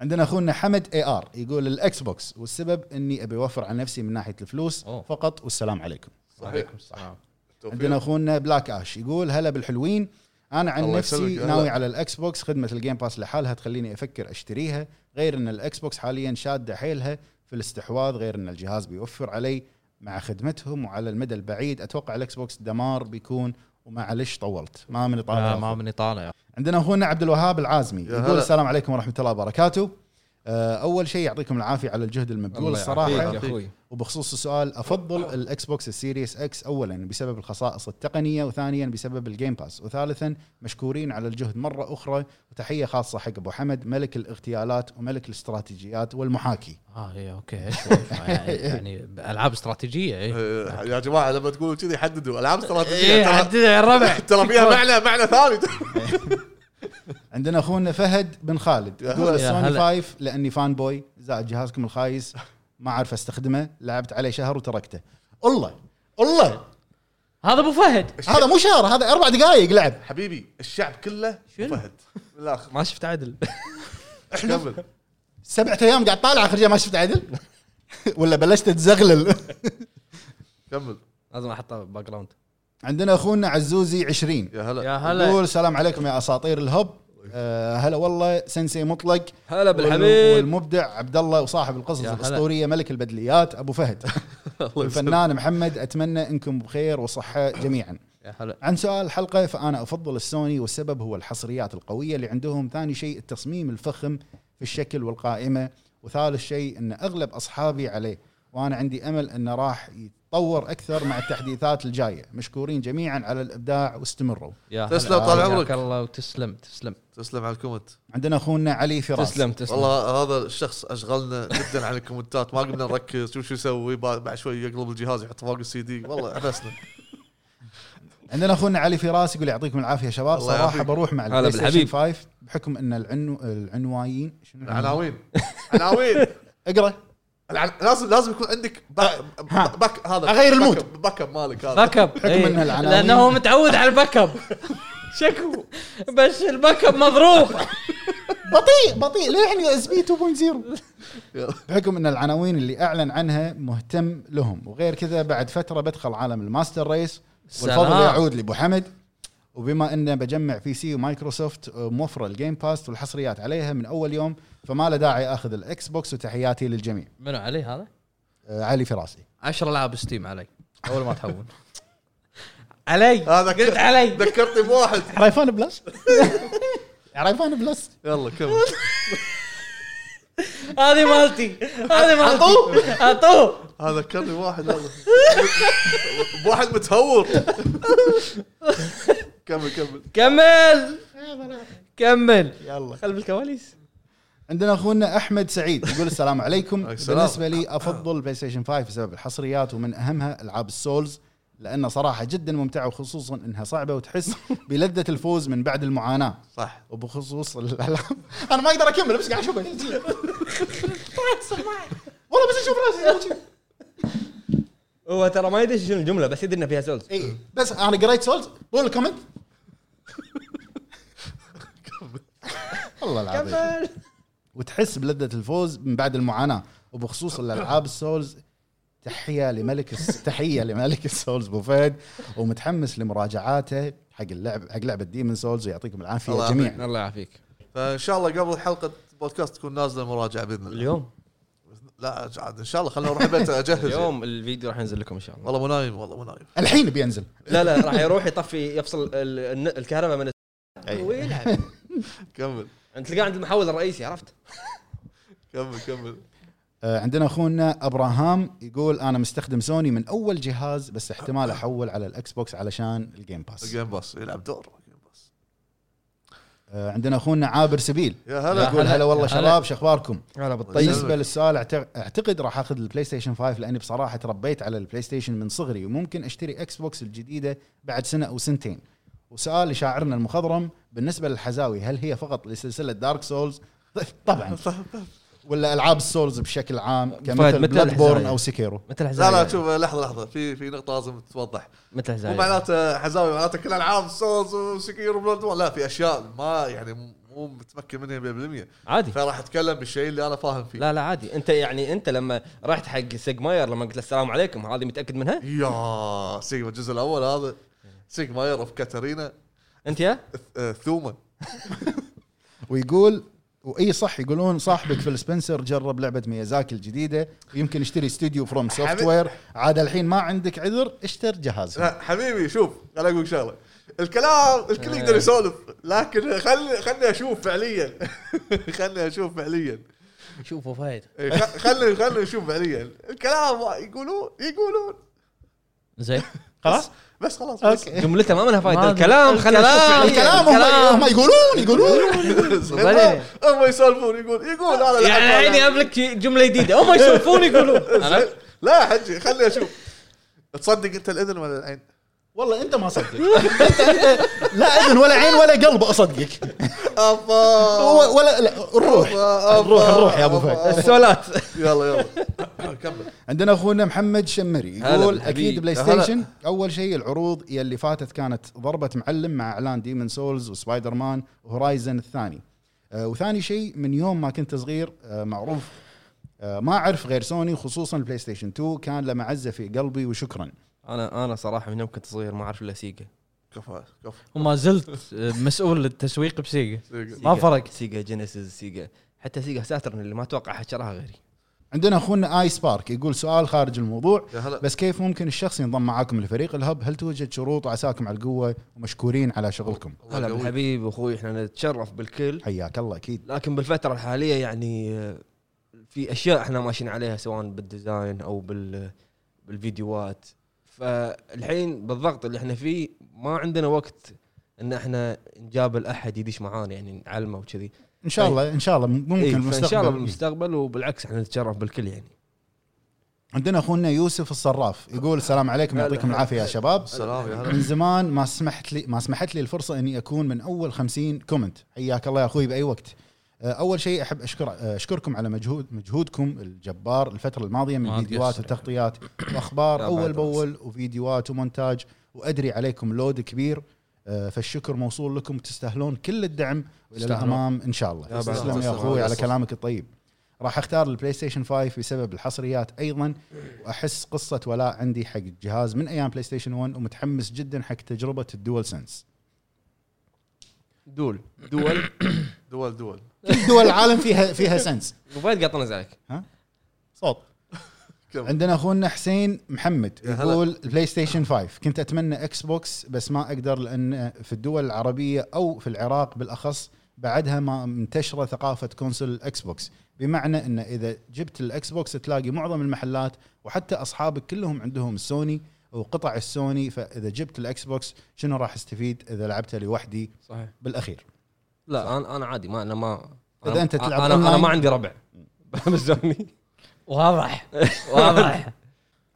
[SPEAKER 2] عندنا اخونا حمد اي ار يقول الاكس بوكس والسبب اني ابي اوفر على نفسي من ناحيه الفلوس
[SPEAKER 1] أوه.
[SPEAKER 2] فقط والسلام عليكم
[SPEAKER 3] صحيح
[SPEAKER 1] آه،
[SPEAKER 2] عندنا اخونا بلاك اش يقول هلا بالحلوين انا عن
[SPEAKER 3] الله
[SPEAKER 2] نفسي
[SPEAKER 3] يسلمك، هلا.
[SPEAKER 2] ناوي على الاكس بوكس خدمه الجيم باس لحالها تخليني افكر اشتريها غير ان الاكس بوكس حاليا شاده حيلها في الاستحواذ غير ان الجهاز بيوفر علي مع خدمتهم وعلى المدى البعيد اتوقع الاكس بوكس دمار بيكون ومعلش طولت ما من طالع
[SPEAKER 1] لا ما مني طالع
[SPEAKER 2] عندنا اخونا عبد الوهاب العازمي
[SPEAKER 3] يا
[SPEAKER 2] يقول
[SPEAKER 3] هلا.
[SPEAKER 2] السلام عليكم ورحمه الله وبركاته آه، اول شيء يعطيكم العافيه على الجهد المبذول الصراحه
[SPEAKER 4] يا اخوي
[SPEAKER 2] وبخصوص السؤال افضل الاكس بوكس السيريس اكس اولا بسبب الخصائص التقنيه وثانيا بسبب الجيم باس وثالثا مشكورين على الجهد مره اخرى وتحيه خاصه حق ابو حمد ملك الاغتيالات وملك الاستراتيجيات والمحاكي
[SPEAKER 1] اه هي اوكي شوف يعني- يعني العاب استراتيجيه إيه.
[SPEAKER 3] إيه، يا جماعه لما تقولوا كذي حددوا العاب
[SPEAKER 1] ايه
[SPEAKER 3] استراتيجيه ترى-
[SPEAKER 1] عدلها يا الربع
[SPEAKER 3] ترى فيها معنى معنى ثاني
[SPEAKER 2] عندنا اخونا فهد بن خالد
[SPEAKER 3] يا
[SPEAKER 2] يقول
[SPEAKER 3] هلا.
[SPEAKER 1] يا
[SPEAKER 2] السوني
[SPEAKER 1] هلا.
[SPEAKER 2] فايف لاني فان بوي زائد جهازكم الخايس ما اعرف استخدمه لعبت عليه شهر وتركته الله الله
[SPEAKER 1] هذا ابو فهد
[SPEAKER 2] هذا مو شهر هذا اربع دقائق لعب
[SPEAKER 3] حبيبي الشعب كله
[SPEAKER 1] شنو؟
[SPEAKER 3] فهد من الاخر
[SPEAKER 4] ما شفت عدل
[SPEAKER 3] كمل
[SPEAKER 2] سبعة ايام قاعد طالع اخر شيء ما شفت عدل ولا بلشت تزغلل
[SPEAKER 3] كمل
[SPEAKER 4] لازم احطها باك جراوند
[SPEAKER 2] عندنا اخونا عزوزي 20
[SPEAKER 3] يا هلا
[SPEAKER 1] يا هلا
[SPEAKER 2] يقول السلام عليكم يا اساطير الهب آه هلا والله سنسي مطلق
[SPEAKER 4] هلا
[SPEAKER 2] وال-
[SPEAKER 4] بالحبيب
[SPEAKER 2] والمبدع عبد الله وصاحب القصص
[SPEAKER 1] يا هلا.
[SPEAKER 2] الاسطوريه ملك البدليات ابو فهد الفنان محمد اتمنى انكم بخير وصحه جميعا
[SPEAKER 1] يا هلا
[SPEAKER 2] عن سؤال الحلقه فانا افضل السوني والسبب هو الحصريات القويه اللي عندهم، ثاني شيء التصميم الفخم في الشكل والقائمه، وثالث شيء ان اغلب اصحابي عليه، وانا عندي امل انه راح يتطور اكثر مع التحديثات الجايه، مشكورين جميعا على الابداع واستمروا.
[SPEAKER 1] يا هلا
[SPEAKER 3] تسلم طال
[SPEAKER 1] حياك
[SPEAKER 3] عمرك
[SPEAKER 1] الله وتسلم تسلم
[SPEAKER 3] تسلم على الكومنت
[SPEAKER 2] عندنا اخونا علي فراس
[SPEAKER 4] تسلم تسلم
[SPEAKER 3] والله هذا الشخص اشغلنا جدا على الكومنتات ما قمنا نركز شوف شو يسوي بعد بعد شوي يقلب الجهاز يحط فوق السي دي والله عفسنا
[SPEAKER 2] عندنا اخونا علي فراس يقول يعطيكم العافيه شباب
[SPEAKER 3] الله
[SPEAKER 2] صراحه
[SPEAKER 3] يعافيك.
[SPEAKER 2] بروح مع
[SPEAKER 4] هلا
[SPEAKER 2] البلاي ستيشن
[SPEAKER 4] بالحبيب.
[SPEAKER 2] 5 بحكم ان العنو... العنوايين شنو العنوايين؟
[SPEAKER 3] العناوين عناوين
[SPEAKER 2] اقرا
[SPEAKER 3] العن- لازم لازم يكون عندك باك, باك هذا
[SPEAKER 2] أغير المود.
[SPEAKER 3] باك- باك اب مالك هذا
[SPEAKER 1] باك اب إيه.
[SPEAKER 2] إن العناوين-
[SPEAKER 1] لانه هو متعود على الباك اب شكو بس الباك اب مضروب
[SPEAKER 2] بطيء بطيء للحين اس بي 2.0 بحكم ان العناوين اللي اعلن عنها مهتم لهم وغير كذا بعد فتره بدخل عالم الماستر ريس والفضل
[SPEAKER 1] سلام.
[SPEAKER 2] يعود لابو حمد وبما انه بجمع بي سي آه، ومايكروسوفت موفره الجيم باست والحصريات عليها من اول يوم فما له داعي اخذ الاكس بوكس وتحياتي للجميع
[SPEAKER 1] منو علي هذا؟
[SPEAKER 2] آه، علي فراسي
[SPEAKER 1] 10 العاب ستيم علي اول ما تحول علي
[SPEAKER 3] هذا
[SPEAKER 1] قلت علي
[SPEAKER 3] ذكرتني بواحد
[SPEAKER 2] عريفان بلس عريفان بلس
[SPEAKER 3] يلا كمل
[SPEAKER 1] هذه مالتي هذه مالتي
[SPEAKER 3] عطوه؟
[SPEAKER 1] عطوه
[SPEAKER 3] هذا ذكرني بواحد والله بواحد متهور كمل كمل
[SPEAKER 1] كمل كمل
[SPEAKER 2] يلا
[SPEAKER 1] خلف الكواليس
[SPEAKER 2] عندنا اخونا احمد سعيد يقول السلام عليكم
[SPEAKER 3] عليك السلام.
[SPEAKER 2] بالنسبه لي افضل بلاي ستيشن 5 بسبب الحصريات ومن اهمها العاب السولز لانها صراحه جدا ممتعه وخصوصا انها صعبه وتحس بلذه الفوز من بعد المعاناه
[SPEAKER 3] صح
[SPEAKER 2] وبخصوص الالعاب انا ما اقدر اكمل بس قاعد اشوفه والله بس اشوف راسي
[SPEAKER 4] هو ترى ما يدري شنو الجمله بس يدري ان فيها سولز
[SPEAKER 2] اي إيه، بس انا قريت سولز طول الكومنت والله العظيم وتحس بلذة الفوز من بعد المعاناة وبخصوص الألعاب السولز تحية لملك الس... تحية لملك السولز أبو فهد ومتحمس لمراجعاته حق اللعب حق لعبة ديمن سولز ويعطيكم العافية
[SPEAKER 3] الله
[SPEAKER 2] جميعا
[SPEAKER 4] الله يعافيك
[SPEAKER 3] فان شاء الله قبل حلقه بودكاست تكون نازله مراجعه باذن الله
[SPEAKER 1] اليوم
[SPEAKER 3] لا عاد ان شاء الله خلينا نروح البيت اجهز
[SPEAKER 4] اليوم الفيديو راح ينزل لكم ان شاء الله
[SPEAKER 3] والله مو نايم والله مو نايم
[SPEAKER 2] الحين بينزل
[SPEAKER 4] لا لا راح يروح يطفي يفصل ال- الن- الكهرباء من الس- ويلعب
[SPEAKER 3] كمل
[SPEAKER 4] انت تلقاه عند المحول الرئيسي عرفت
[SPEAKER 3] كمل كمل
[SPEAKER 2] آه، آه، عندنا اخونا ابراهام يقول انا مستخدم سوني من اول جهاز بس احتمال احول على الاكس بوكس علشان الجيم باس
[SPEAKER 3] جيم باس يلعب دور جيم باس
[SPEAKER 2] آه، عندنا اخونا عابر سبيل
[SPEAKER 3] يا
[SPEAKER 1] لا،
[SPEAKER 3] هلا
[SPEAKER 2] يقول
[SPEAKER 1] هلا،
[SPEAKER 2] هلا والله
[SPEAKER 1] هلا.
[SPEAKER 2] شباب شخباركم
[SPEAKER 4] انا بالطيب
[SPEAKER 3] طيب.
[SPEAKER 2] بالنسبه للسؤال أعتق- اعتقد راح اخذ البلاي ستيشن 5 لاني بصراحه تربيت على البلاي ستيشن من صغري وممكن اشتري اكس بوكس الجديده بعد سنه او سنتين وسؤال لشاعرنا المخضرم بالنسبه للحزاوي هل هي فقط لسلسله دارك سولز طبعا ولا العاب السولز بشكل عام
[SPEAKER 4] فهد،
[SPEAKER 2] كمثل
[SPEAKER 4] متى
[SPEAKER 2] بلاد بورن
[SPEAKER 4] الحزاوي؟
[SPEAKER 2] او سكيرو
[SPEAKER 4] مثل
[SPEAKER 3] لا
[SPEAKER 4] حزاوي
[SPEAKER 3] لا شوف لحظه لحظه في في نقطه لازم تتوضح
[SPEAKER 4] مثل
[SPEAKER 3] مو
[SPEAKER 4] حزاوي
[SPEAKER 3] معناته حزاوي معناته كل العاب سولز وسكير وبلاد وور. لا في اشياء ما يعني مو متمكن منها
[SPEAKER 4] عادي
[SPEAKER 3] 100% فراح اتكلم بالشيء اللي انا فاهم فيه
[SPEAKER 4] لا لا عادي انت يعني انت لما رحت حق سيجماير لما قلت له السلام عليكم هذه متاكد منها
[SPEAKER 3] يا سيجما الجزء الاول هذا سيجما يرف كاترينا
[SPEAKER 4] انت يا
[SPEAKER 3] آه، ثوما
[SPEAKER 2] ويقول واي صح يقولون صاحبك فيل سبنسر جرب لعبه ميازاكي الجديده يمكن يشتري استوديو فروم سوفت وير عاد الحين ما عندك عذر اشتر جهازك
[SPEAKER 3] لا حبيبي شوف انا اقول لك شغله الكلام الكل يقدر يسولف لكن خل خلني اشوف فعليا خلني اشوف فعليا
[SPEAKER 1] شوفوا فايد
[SPEAKER 3] إيه، خ- خلني خلني اشوف فعليا الكلام يقولون يقولون
[SPEAKER 1] زين
[SPEAKER 2] خلاص
[SPEAKER 3] بس خلاص بس
[SPEAKER 4] جملته ما لها فايده
[SPEAKER 1] ما-
[SPEAKER 4] الكلام خلينا نشوف
[SPEAKER 1] الكلام-
[SPEAKER 4] فعلياً.
[SPEAKER 2] الكلام هم- هم يقولون يقولون
[SPEAKER 1] بعدين.
[SPEAKER 3] هم يسولفون يقول يقول انا لعبت
[SPEAKER 4] يعني
[SPEAKER 3] هذا.
[SPEAKER 4] عيني أبلك جمله جديده هم يشوفون يقولون عرفت؟
[SPEAKER 3] لا حجي خلني اشوف تصدق انت الاذن ولا العين؟
[SPEAKER 2] والله انت ما صدق انت انت لا اذن ولا عين ولا قلب اصدقك
[SPEAKER 3] افا
[SPEAKER 2] هو ولا لا الروح
[SPEAKER 3] أبا،
[SPEAKER 2] الروح الروح يا ابو
[SPEAKER 3] أبا.
[SPEAKER 2] فهد
[SPEAKER 4] السؤالات
[SPEAKER 3] يلا يلا كمل
[SPEAKER 2] عندنا اخونا محمد شمري
[SPEAKER 4] هلا
[SPEAKER 2] يقول
[SPEAKER 4] بالحبيب.
[SPEAKER 2] اكيد بلاي
[SPEAKER 3] هلا.
[SPEAKER 2] ستيشن اول شيء العروض يلي فاتت كانت ضربه معلم مع اعلان ديمن سولز وسبايدر مان وهورايزن الثاني آه، وثاني شيء من يوم ما كنت صغير آه، معروف آه، ما اعرف غير سوني خصوصا البلاي ستيشن 2 كان له معزه في قلبي وشكرا
[SPEAKER 4] انا انا صراحه من يوم كنت صغير ما اعرف الا سيجا
[SPEAKER 3] كفى كفى
[SPEAKER 1] وما زلت آه، مسؤول للتسويق بسيجا
[SPEAKER 3] دقيقة.
[SPEAKER 1] ما فرق.
[SPEAKER 4] سيجا جينيسيس سيجا حتى سيجا ساترن اللي ما اتوقع احد شراها غيري
[SPEAKER 2] عندنا اخونا اي سبارك يقول سؤال خارج الموضوع
[SPEAKER 3] يا هلا
[SPEAKER 2] بس كيف ممكن الشخص ينضم معاكم لفريق الهب هل توجد شروط عساكم على القوه ومشكورين على شغلكم
[SPEAKER 3] الله
[SPEAKER 4] هلا
[SPEAKER 3] يقويك.
[SPEAKER 4] بالحبيب اخوي احنا نتشرف بالكل
[SPEAKER 2] حياك الله اكيد
[SPEAKER 4] لكن بالفتره الحاليه يعني آه، في اشياء احنا ماشيين عليها سواء بالديزاين او بال بالفيديوهات فالحين بالضغط اللي احنا فيه ما عندنا وقت ان احنا نجابل احد يدش معانا يعني نعلمه وكذي
[SPEAKER 2] ان شاء الله ان شاء الله ممكن
[SPEAKER 4] إيه،
[SPEAKER 2] المستقبل
[SPEAKER 4] فان شاء الله بالمستقبل وبالعكس احنا نتشرف بالكل يعني
[SPEAKER 2] عندنا اخونا يوسف الصراف يقول السلام عليكم
[SPEAKER 4] هلا،
[SPEAKER 2] يعطيكم
[SPEAKER 4] هلا.
[SPEAKER 2] العافيه يا شباب
[SPEAKER 3] السلام يا هلا
[SPEAKER 2] من زمان ما سمحت لي ما سمحت لي الفرصه اني اكون من اول خمسين كومنت حياك الله يا اخوي باي وقت آه، اول شيء احب اشكر آه، اشكركم على مجهود مجهودكم الجبار الفتره الماضيه من
[SPEAKER 1] ما
[SPEAKER 2] فيديوهات
[SPEAKER 1] تقصر.
[SPEAKER 2] وتغطيات واخبار
[SPEAKER 4] لا،
[SPEAKER 2] اول
[SPEAKER 4] بعد
[SPEAKER 2] باول وفيديوهات ومونتاج وادري عليكم لود كبير آه، فالشكر موصول لكم تستاهلون كل الدعم والى
[SPEAKER 1] تستاهلون.
[SPEAKER 2] الامام ان شاء الله
[SPEAKER 4] لا، بعد
[SPEAKER 2] تسلم يا
[SPEAKER 3] تسلم.
[SPEAKER 2] اخوي على
[SPEAKER 3] تسلم.
[SPEAKER 2] كلامك الطيب راح اختار البلاي ستيشن 5 بسبب الحصريات ايضا واحس قصه ولاء عندي حق الجهاز من ايام بلاي ستيشن 1 ومتحمس جدا حق تجربه الدول سنس
[SPEAKER 4] دول دول
[SPEAKER 3] دول دول
[SPEAKER 2] كل دول العالم فيها فيها سنس
[SPEAKER 4] وفهد قاطنا عليك
[SPEAKER 2] صوت
[SPEAKER 3] كمل.
[SPEAKER 2] عندنا اخونا حسين محمد
[SPEAKER 3] يا هلا.
[SPEAKER 2] يقول بلاي ستيشن 5 كنت اتمنى اكس بوكس بس ما اقدر لان في الدول العربيه او في العراق بالاخص بعدها ما منتشره ثقافه كونسول الاكس بوكس بمعنى ان اذا جبت الاكس بوكس تلاقي معظم المحلات وحتى اصحابك كلهم عندهم السوني وقطع السوني فاذا جبت الاكس بوكس شنو راح استفيد اذا لعبته لوحدي
[SPEAKER 4] صحيح
[SPEAKER 2] بالاخير
[SPEAKER 4] لا انا انا عادي ما انا ما
[SPEAKER 2] إذا
[SPEAKER 4] أنا-
[SPEAKER 2] أنت تلعب
[SPEAKER 4] انا انا
[SPEAKER 2] أونلاين.
[SPEAKER 4] ما عندي ربع بالزوني
[SPEAKER 1] واضح واضح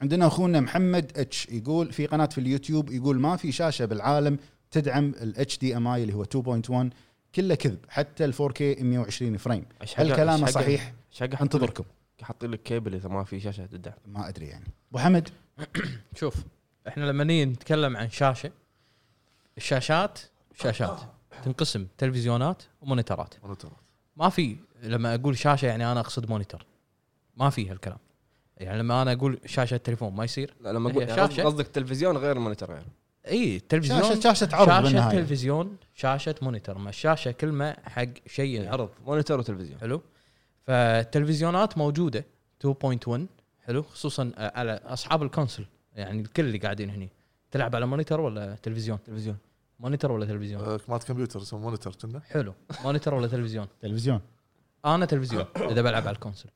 [SPEAKER 2] عندنا اخونا محمد اتش يقول في قناه في اليوتيوب يقول ما في شاشه بالعالم تدعم الاتش دي ام اي اللي هو 2.1 كله كذب حتى ال 4K 120 فريم هل كلامه صحيح؟
[SPEAKER 4] ايش حق
[SPEAKER 2] انتظركم
[SPEAKER 4] حاطين لك كيبل اذا ما في شاشه تدعم
[SPEAKER 2] ما ادري يعني ابو حمد
[SPEAKER 1] شوف احنا لما نيجي نتكلم عن شاشه الشاشات شاشات تنقسم تلفزيونات ومونيترات
[SPEAKER 3] مونيتورات.
[SPEAKER 1] ما في لما اقول شاشه يعني انا اقصد مونيتر ما في هالكلام يعني لما انا اقول شاشه تليفون ما يصير
[SPEAKER 4] لا لما
[SPEAKER 1] هي
[SPEAKER 4] اقول يعني
[SPEAKER 1] شاشة.
[SPEAKER 4] قصدك تلفزيون غير يعني. مونيتور غير
[SPEAKER 1] اي تلفزيون
[SPEAKER 2] شاشه شاشه عرض
[SPEAKER 1] شاشه
[SPEAKER 2] بالنهايه
[SPEAKER 1] تلفزيون شاشه مونيتر ما الشاشه كلمه حق شيء ينعرض
[SPEAKER 4] مونيتور وتلفزيون
[SPEAKER 1] حلو فالتلفزيونات موجوده 2.1 حلو خصوصا آه، على اصحاب الكونسل يعني الكل اللي قاعدين هني تلعب على مونيتر ولا تلفزيون
[SPEAKER 4] تلفزيون
[SPEAKER 1] مونيتر ولا تلفزيون
[SPEAKER 3] آه، مالت كمبيوتر اسمه مونيتور كنا
[SPEAKER 1] حلو مونيتر ولا تلفزيون
[SPEAKER 2] تلفزيون
[SPEAKER 1] انا تلفزيون اذا بلعب على الكونسل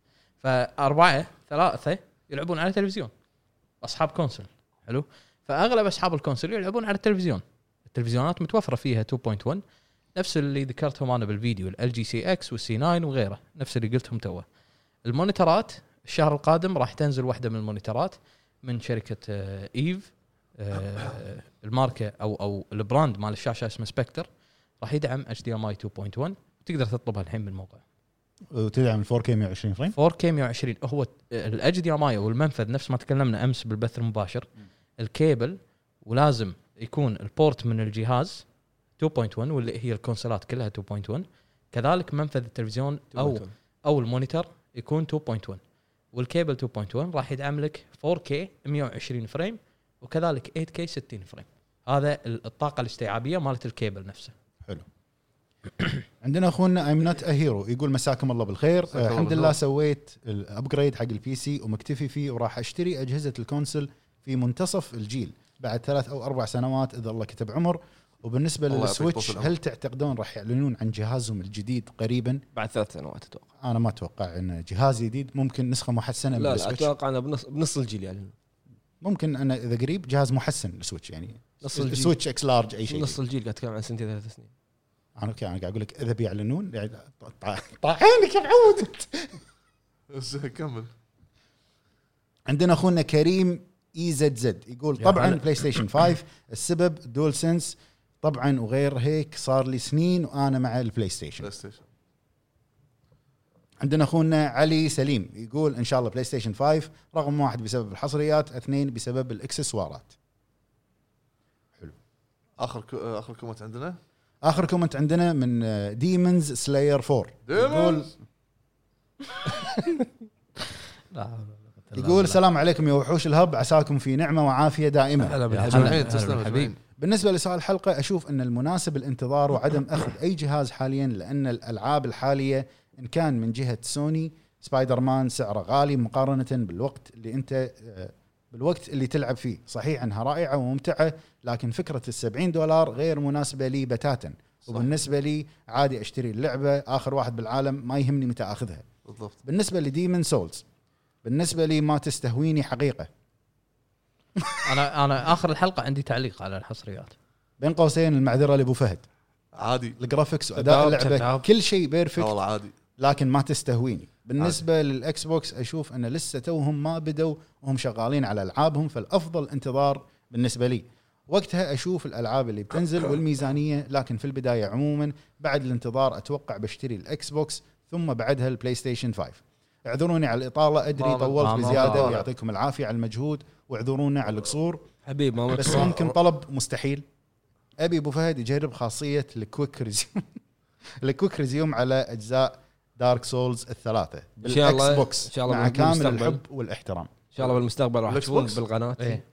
[SPEAKER 1] فاربعه ثلاثه يلعبون على التلفزيون اصحاب كونسول حلو فاغلب اصحاب الكونسول يلعبون على التلفزيون التلفزيونات متوفره فيها 2.1 نفس اللي ذكرتهم انا بالفيديو ال جي سي اكس والسي 9 وغيره نفس اللي قلتهم توه المونيترات الشهر القادم راح تنزل واحده من المونيترات من شركه آه، ايف آه، الماركه او او البراند مال الشاشه اسمه سبكتر راح يدعم اتش دي ام اي 2.1 تقدر تطلبها الحين بالموقع
[SPEAKER 2] وتدعم 4K 120 فريم
[SPEAKER 1] 4K 120 هو الاتش دي ام اي او المنفذ نفس ما تكلمنا امس بالبث المباشر الكيبل ولازم يكون البورت من الجهاز 2.1 واللي هي الكونسولات كلها 2.1 كذلك منفذ التلفزيون او او المونيتر يكون 2.1 والكيبل 2.1 راح يدعم لك 4K 120 فريم وكذلك 8K 60 فريم هذا ال- الطاقه الاستيعابيه مالت الكيبل نفسه
[SPEAKER 2] عندنا اخونا ايم نوت هيرو يقول مساكم الله بالخير
[SPEAKER 3] مساك
[SPEAKER 2] آه
[SPEAKER 3] الله
[SPEAKER 2] الحمد
[SPEAKER 3] بالنور.
[SPEAKER 2] لله سويت الابجريد حق البي سي ومكتفي فيه وراح اشتري اجهزه الكونسل في منتصف الجيل بعد ثلاث او اربع سنوات اذا الله كتب عمر وبالنسبه
[SPEAKER 3] الله يعطيك
[SPEAKER 2] للسويتش
[SPEAKER 3] طول العمر.
[SPEAKER 2] هل تعتقدون راح يعلنون عن جهازهم الجديد قريبا؟
[SPEAKER 4] بعد ثلاث سنوات اتوقع
[SPEAKER 2] انا ما اتوقع ان جهاز جديد ممكن نسخه محسنه
[SPEAKER 4] لا
[SPEAKER 2] من
[SPEAKER 4] لا
[SPEAKER 2] السويتش.
[SPEAKER 4] اتوقع انا بنص بنص الجيل يعني
[SPEAKER 2] ممكن انا اذا قريب جهاز محسن للسويتش يعني
[SPEAKER 4] نص الجيل.
[SPEAKER 2] سويتش اكس لارج اي شيء
[SPEAKER 4] نص الجيل قاعد اتكلم عن سنتين ثلاث سنين
[SPEAKER 2] انا اوكي انا قاعد اقول لك اذا بيعلنون يعني طع- طع- طاحينك يا معود
[SPEAKER 3] زين، كمل
[SPEAKER 2] عندنا اخونا كريم اي زد زد يقول
[SPEAKER 1] يا
[SPEAKER 2] طبعا
[SPEAKER 1] هلا.
[SPEAKER 2] بلاي ستيشن 5 السبب دول سنس طبعا وغير هيك صار لي سنين وانا مع البلاي ستيشن
[SPEAKER 3] بلاي ستيشن
[SPEAKER 2] عندنا اخونا علي سليم يقول ان شاء الله بلاي ستيشن 5 رقم واحد بسبب الحصريات اثنين بسبب الاكسسوارات
[SPEAKER 3] اخر ك- اخر كومنت عندنا
[SPEAKER 2] اخر كومنت عندنا من ديمونز سلاير 4 يقول
[SPEAKER 3] ديمونز.
[SPEAKER 1] لا
[SPEAKER 2] يقول السلام عليكم يا وحوش الهب عساكم في نعمه وعافيه دائما
[SPEAKER 4] هلا
[SPEAKER 1] بالحبيب. هلا.
[SPEAKER 3] اجمعين تسلم
[SPEAKER 1] بالحبيب.
[SPEAKER 3] اجمعين
[SPEAKER 2] بالنسبه لسؤال الحلقه اشوف ان المناسب الانتظار وعدم اخذ اي جهاز حاليا لان الالعاب الحاليه ان كان من جهه سوني سبايدر مان سعره غالي مقارنه بالوقت اللي انت آه، بالوقت اللي تلعب فيه صحيح انها رائعه وممتعه لكن فكره ال 70 دولار غير مناسبه لي بتاتا وبالنسبه لي عادي اشتري اللعبه اخر واحد بالعالم ما يهمني متى اخذها
[SPEAKER 3] بالضبط
[SPEAKER 2] بالنسبه لديمن سولز بالنسبه لي ما تستهويني حقيقه
[SPEAKER 1] انا انا اخر الحلقه عندي تعليق على الحصريات
[SPEAKER 2] بين قوسين المعذره لابو فهد
[SPEAKER 3] عادي
[SPEAKER 2] الجرافكس واداء
[SPEAKER 4] شباب،
[SPEAKER 2] اللعبه
[SPEAKER 4] شباب.
[SPEAKER 2] كل شيء
[SPEAKER 3] لا
[SPEAKER 2] بيرفكت
[SPEAKER 3] والله عادي
[SPEAKER 2] لكن ما تستهويني بالنسبه للاكس بوكس اشوف ان لسه توهم ما بدوا وهم شغالين على العابهم فالافضل انتظار بالنسبه لي وقتها اشوف الالعاب اللي بتنزل والميزانيه لكن في البدايه عموما بعد الانتظار اتوقع بشتري الاكس بوكس ثم بعدها البلاي ستيشن 5 اعذروني على الاطاله ادري
[SPEAKER 3] ما-
[SPEAKER 1] ما-
[SPEAKER 2] طولت
[SPEAKER 1] ما-
[SPEAKER 2] بزياده
[SPEAKER 3] ما-
[SPEAKER 2] ويعطيكم العافيه على المجهود واعذرونا على القصور
[SPEAKER 4] حبيب ما
[SPEAKER 2] بس
[SPEAKER 4] متسوى.
[SPEAKER 2] ممكن طلب مستحيل ابي ابو فهد يجرب خاصيه الكويك ريزيوم الكويك ريزيوم على اجزاء دارك سولز الثلاثه
[SPEAKER 4] شاء الله-
[SPEAKER 2] بالاكس بوكس
[SPEAKER 4] إن شاء الله
[SPEAKER 2] مع كامل
[SPEAKER 4] بالمستقبل.
[SPEAKER 2] الحب والاحترام
[SPEAKER 4] ان شاء الله بالمستقبل راح
[SPEAKER 3] الإكس
[SPEAKER 4] تشوفون
[SPEAKER 3] بوكس؟
[SPEAKER 4] بالقناه
[SPEAKER 1] إيه.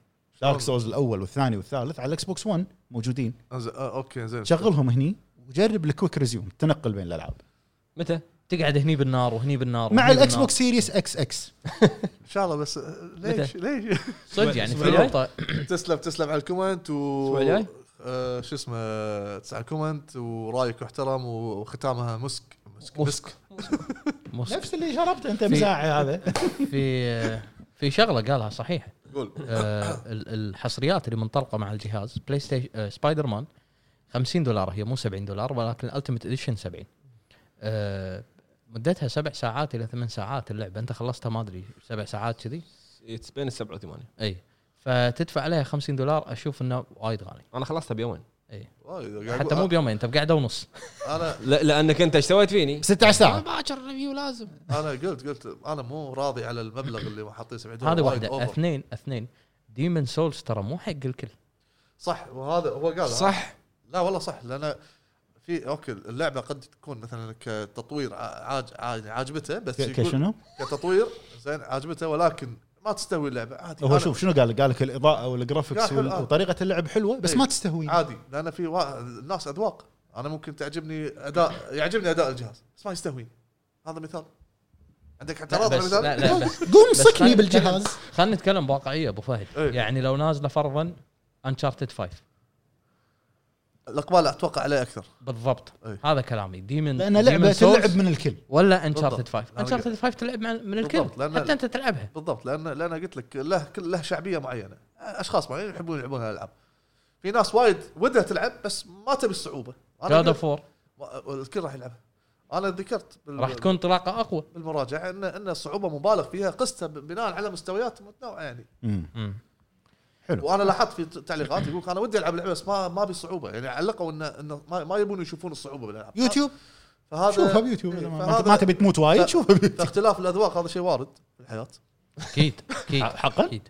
[SPEAKER 2] دارك سولز الاول والثاني والثالث على الاكس بوكس 1 موجودين
[SPEAKER 3] أنزل- آه، اوكي زين
[SPEAKER 2] شغلهم هني وجرب الكويك ريزيوم تنقل بين الالعاب
[SPEAKER 4] متى؟
[SPEAKER 1] تقعد هني بالنار وهني بالنار
[SPEAKER 2] مع
[SPEAKER 1] وهني
[SPEAKER 2] الاكس
[SPEAKER 1] بالنار.
[SPEAKER 2] بوكس سيريس اكس اكس
[SPEAKER 3] ان شاء الله بس آه، ليش ليش
[SPEAKER 1] صدق يعني في
[SPEAKER 4] اسمع الجاي.
[SPEAKER 1] نقطه
[SPEAKER 3] تسلم تسلم على الكومنت و
[SPEAKER 4] الأسبوع الجاي؟
[SPEAKER 3] آه، شو اسمه تسعة كومنت ورايك محترم وختامها مسك مسك مسك
[SPEAKER 1] مص-
[SPEAKER 2] نفس اللي شربته انت
[SPEAKER 1] في-
[SPEAKER 2] مساعي هذا
[SPEAKER 1] في آه، في شغله قالها صحيح
[SPEAKER 3] قول
[SPEAKER 1] آه، ال- الحصريات اللي منطلقه مع الجهاز بلاي ستيشن آه، سبايدر مان 50 دولار هي مو 70 دولار ولكن الالتيميت اديشن 70 آه، مدتها سبع ساعات الى ثمان ساعات اللعبه انت خلصتها ما ادري سبع ساعات كذي
[SPEAKER 4] It's بين السبعه وثمانيه
[SPEAKER 1] اي فتدفع عليها 50 دولار اشوف انه وايد غالي
[SPEAKER 4] انا خلصتها بيومين
[SPEAKER 3] وايد، آه، قاعد
[SPEAKER 1] حتى
[SPEAKER 3] يعني أقول-
[SPEAKER 1] مو بيومين انت بقعده ونص
[SPEAKER 3] انا
[SPEAKER 4] لا لانك انت ايش سويت فيني؟
[SPEAKER 2] 16 ساعه
[SPEAKER 4] باكر ريفيو لازم
[SPEAKER 3] انا قلت قلت انا مو راضي على المبلغ اللي حاطين 70 دولار
[SPEAKER 1] هذه
[SPEAKER 3] وايد
[SPEAKER 1] واحده
[SPEAKER 3] أوفر.
[SPEAKER 1] اثنين اثنين ديمن سولز ترى مو حق الكل
[SPEAKER 3] صح وهذا هو قال
[SPEAKER 4] صح
[SPEAKER 3] لا والله صح لان في اوكي اللعبه قد تكون مثلا كتطوير ع- عاج عاج- عاجبته بس
[SPEAKER 2] ك-
[SPEAKER 3] يقول
[SPEAKER 2] كشنو؟
[SPEAKER 3] كتطوير زين عاجبته ولكن ما تستوي اللعبه عادي
[SPEAKER 2] هو
[SPEAKER 3] أنا-
[SPEAKER 2] شوف شنو قال لك؟ قال لك الاضاءه والجرافكس
[SPEAKER 3] قال حلو،
[SPEAKER 2] وال-
[SPEAKER 3] آه.
[SPEAKER 2] وطريقه اللعب حلوه بس
[SPEAKER 3] إيه.
[SPEAKER 2] ما تستهويني
[SPEAKER 3] عادي لان في وا... الناس اذواق انا ممكن تعجبني اداء يعجبني اداء الجهاز بس ما يستهويني هذا مثال عندك
[SPEAKER 1] لا
[SPEAKER 3] اعتراض على
[SPEAKER 1] بس لا
[SPEAKER 3] مثال
[SPEAKER 1] لا بس
[SPEAKER 2] قوم
[SPEAKER 1] بس
[SPEAKER 2] صكني
[SPEAKER 1] خلينا
[SPEAKER 2] بالجهاز
[SPEAKER 1] نتكلم- خلينا نتكلم بواقعيه ابو فهد
[SPEAKER 3] إيه.
[SPEAKER 1] يعني لو نازله فرضا انشارتد 5
[SPEAKER 3] الاقبال اتوقع عليه اكثر
[SPEAKER 1] بالضبط
[SPEAKER 3] أي.
[SPEAKER 1] هذا كلامي ديمن
[SPEAKER 2] لان لعبه تلعب من الكل
[SPEAKER 1] ولا انشارتد
[SPEAKER 3] بالضبط.
[SPEAKER 1] 5
[SPEAKER 3] أنا
[SPEAKER 1] انشارتد 5 تلعب مع- من الكل
[SPEAKER 3] بالضبط، لأن-
[SPEAKER 1] حتى انت تلعبها
[SPEAKER 3] بالضبط لان لان قلت لك له كل- له شعبيه معينه اشخاص معينين يحبون يلعبون هالالعاب في ناس وايد ودها تلعب بس ما تبي الصعوبه
[SPEAKER 1] جاد
[SPEAKER 3] انا
[SPEAKER 1] اوف وور
[SPEAKER 3] ما- الكل راح يلعبها انا ذكرت بال-
[SPEAKER 1] راح تكون انطلاقه اقوى
[SPEAKER 3] بالمراجعه ان ان الصعوبه مبالغ فيها قستها ب- بناء على مستويات متنوعه يعني
[SPEAKER 2] حلو.
[SPEAKER 3] وانا لاحظت في تعليقات يقول انا ودي العب لعبه بس ما ما ابي صعوبه يعني علقوا انه انه ما, ما يبون يشوفون الصعوبه بالالعاب
[SPEAKER 2] يوتيوب
[SPEAKER 3] فهذا
[SPEAKER 2] شوفها بيوتيوب
[SPEAKER 3] إيه،
[SPEAKER 2] إذا ما-
[SPEAKER 3] فهذا-
[SPEAKER 2] ما تبي تموت وايد
[SPEAKER 3] لا.
[SPEAKER 2] شوفها بيوتيوب
[SPEAKER 3] اختلاف الاذواق هذا شيء وارد في الحياه
[SPEAKER 1] اكيد اكيد
[SPEAKER 2] حقا؟
[SPEAKER 1] اكيد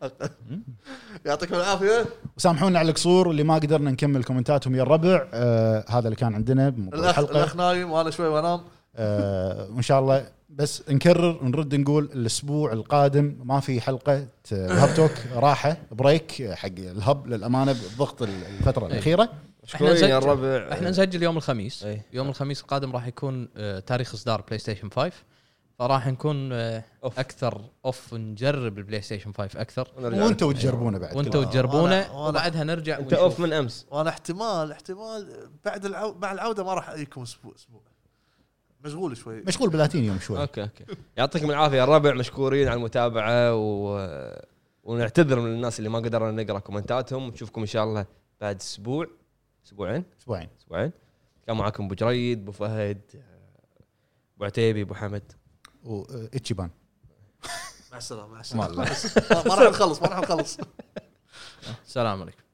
[SPEAKER 3] يعطيكم العافيه
[SPEAKER 2] وسامحونا على القصور اللي ما قدرنا نكمل كومنتاتهم يا الربع آه هذا اللي كان عندنا بموضوع
[SPEAKER 3] الاخ
[SPEAKER 2] الحلقه
[SPEAKER 3] الاخ نايم وانا شوي وانام
[SPEAKER 2] آه وان شاء الله بس نكرر ونرد نقول الاسبوع القادم ما في آه، حلقه هاب توك راحه بريك حق الهب للامانه بضغط الفتره الاخيره
[SPEAKER 4] مشكورين
[SPEAKER 1] نسجل.
[SPEAKER 4] يا الربع
[SPEAKER 1] احنا نسجل يوم الخميس
[SPEAKER 4] إيه.
[SPEAKER 1] يوم الخميس القادم راح يكون آه، تاريخ اصدار بلاي ستيشن 5 فراح نكون آه،
[SPEAKER 4] أوف.
[SPEAKER 1] اكثر اوف نجرب البلاي ستيشن 5 اكثر
[SPEAKER 4] ونرجع.
[SPEAKER 2] وانتم تجربونه بعد
[SPEAKER 1] وانتم
[SPEAKER 3] وأنا-
[SPEAKER 1] تجربونه
[SPEAKER 3] وأنا-
[SPEAKER 1] وبعدها نرجع
[SPEAKER 4] انت اوف من امس
[SPEAKER 3] وانا احتمال احتمال بعد العو... مع العوده ما راح اجيكم اسبوع اسبوع مشغول شوي
[SPEAKER 2] مشغول بلاتينيوم شوي
[SPEAKER 4] اوكي اوكي يعطيكم العافيه يا الربع مشكورين على المتابعه و... ونعتذر من الناس اللي ما قدرنا نقرا كومنتاتهم نشوفكم ان شاء الله بعد اسبوع اسبوعين
[SPEAKER 2] اسبوعين
[SPEAKER 4] اسبوعين كان معاكم ابو جريد ابو فهد ابو عتيبي ابو حمد
[SPEAKER 2] واتشيبان
[SPEAKER 3] مع السلامه مع السلامه
[SPEAKER 2] مال
[SPEAKER 3] ما ما راح نخلص ما راح نخلص
[SPEAKER 1] السلام عليكم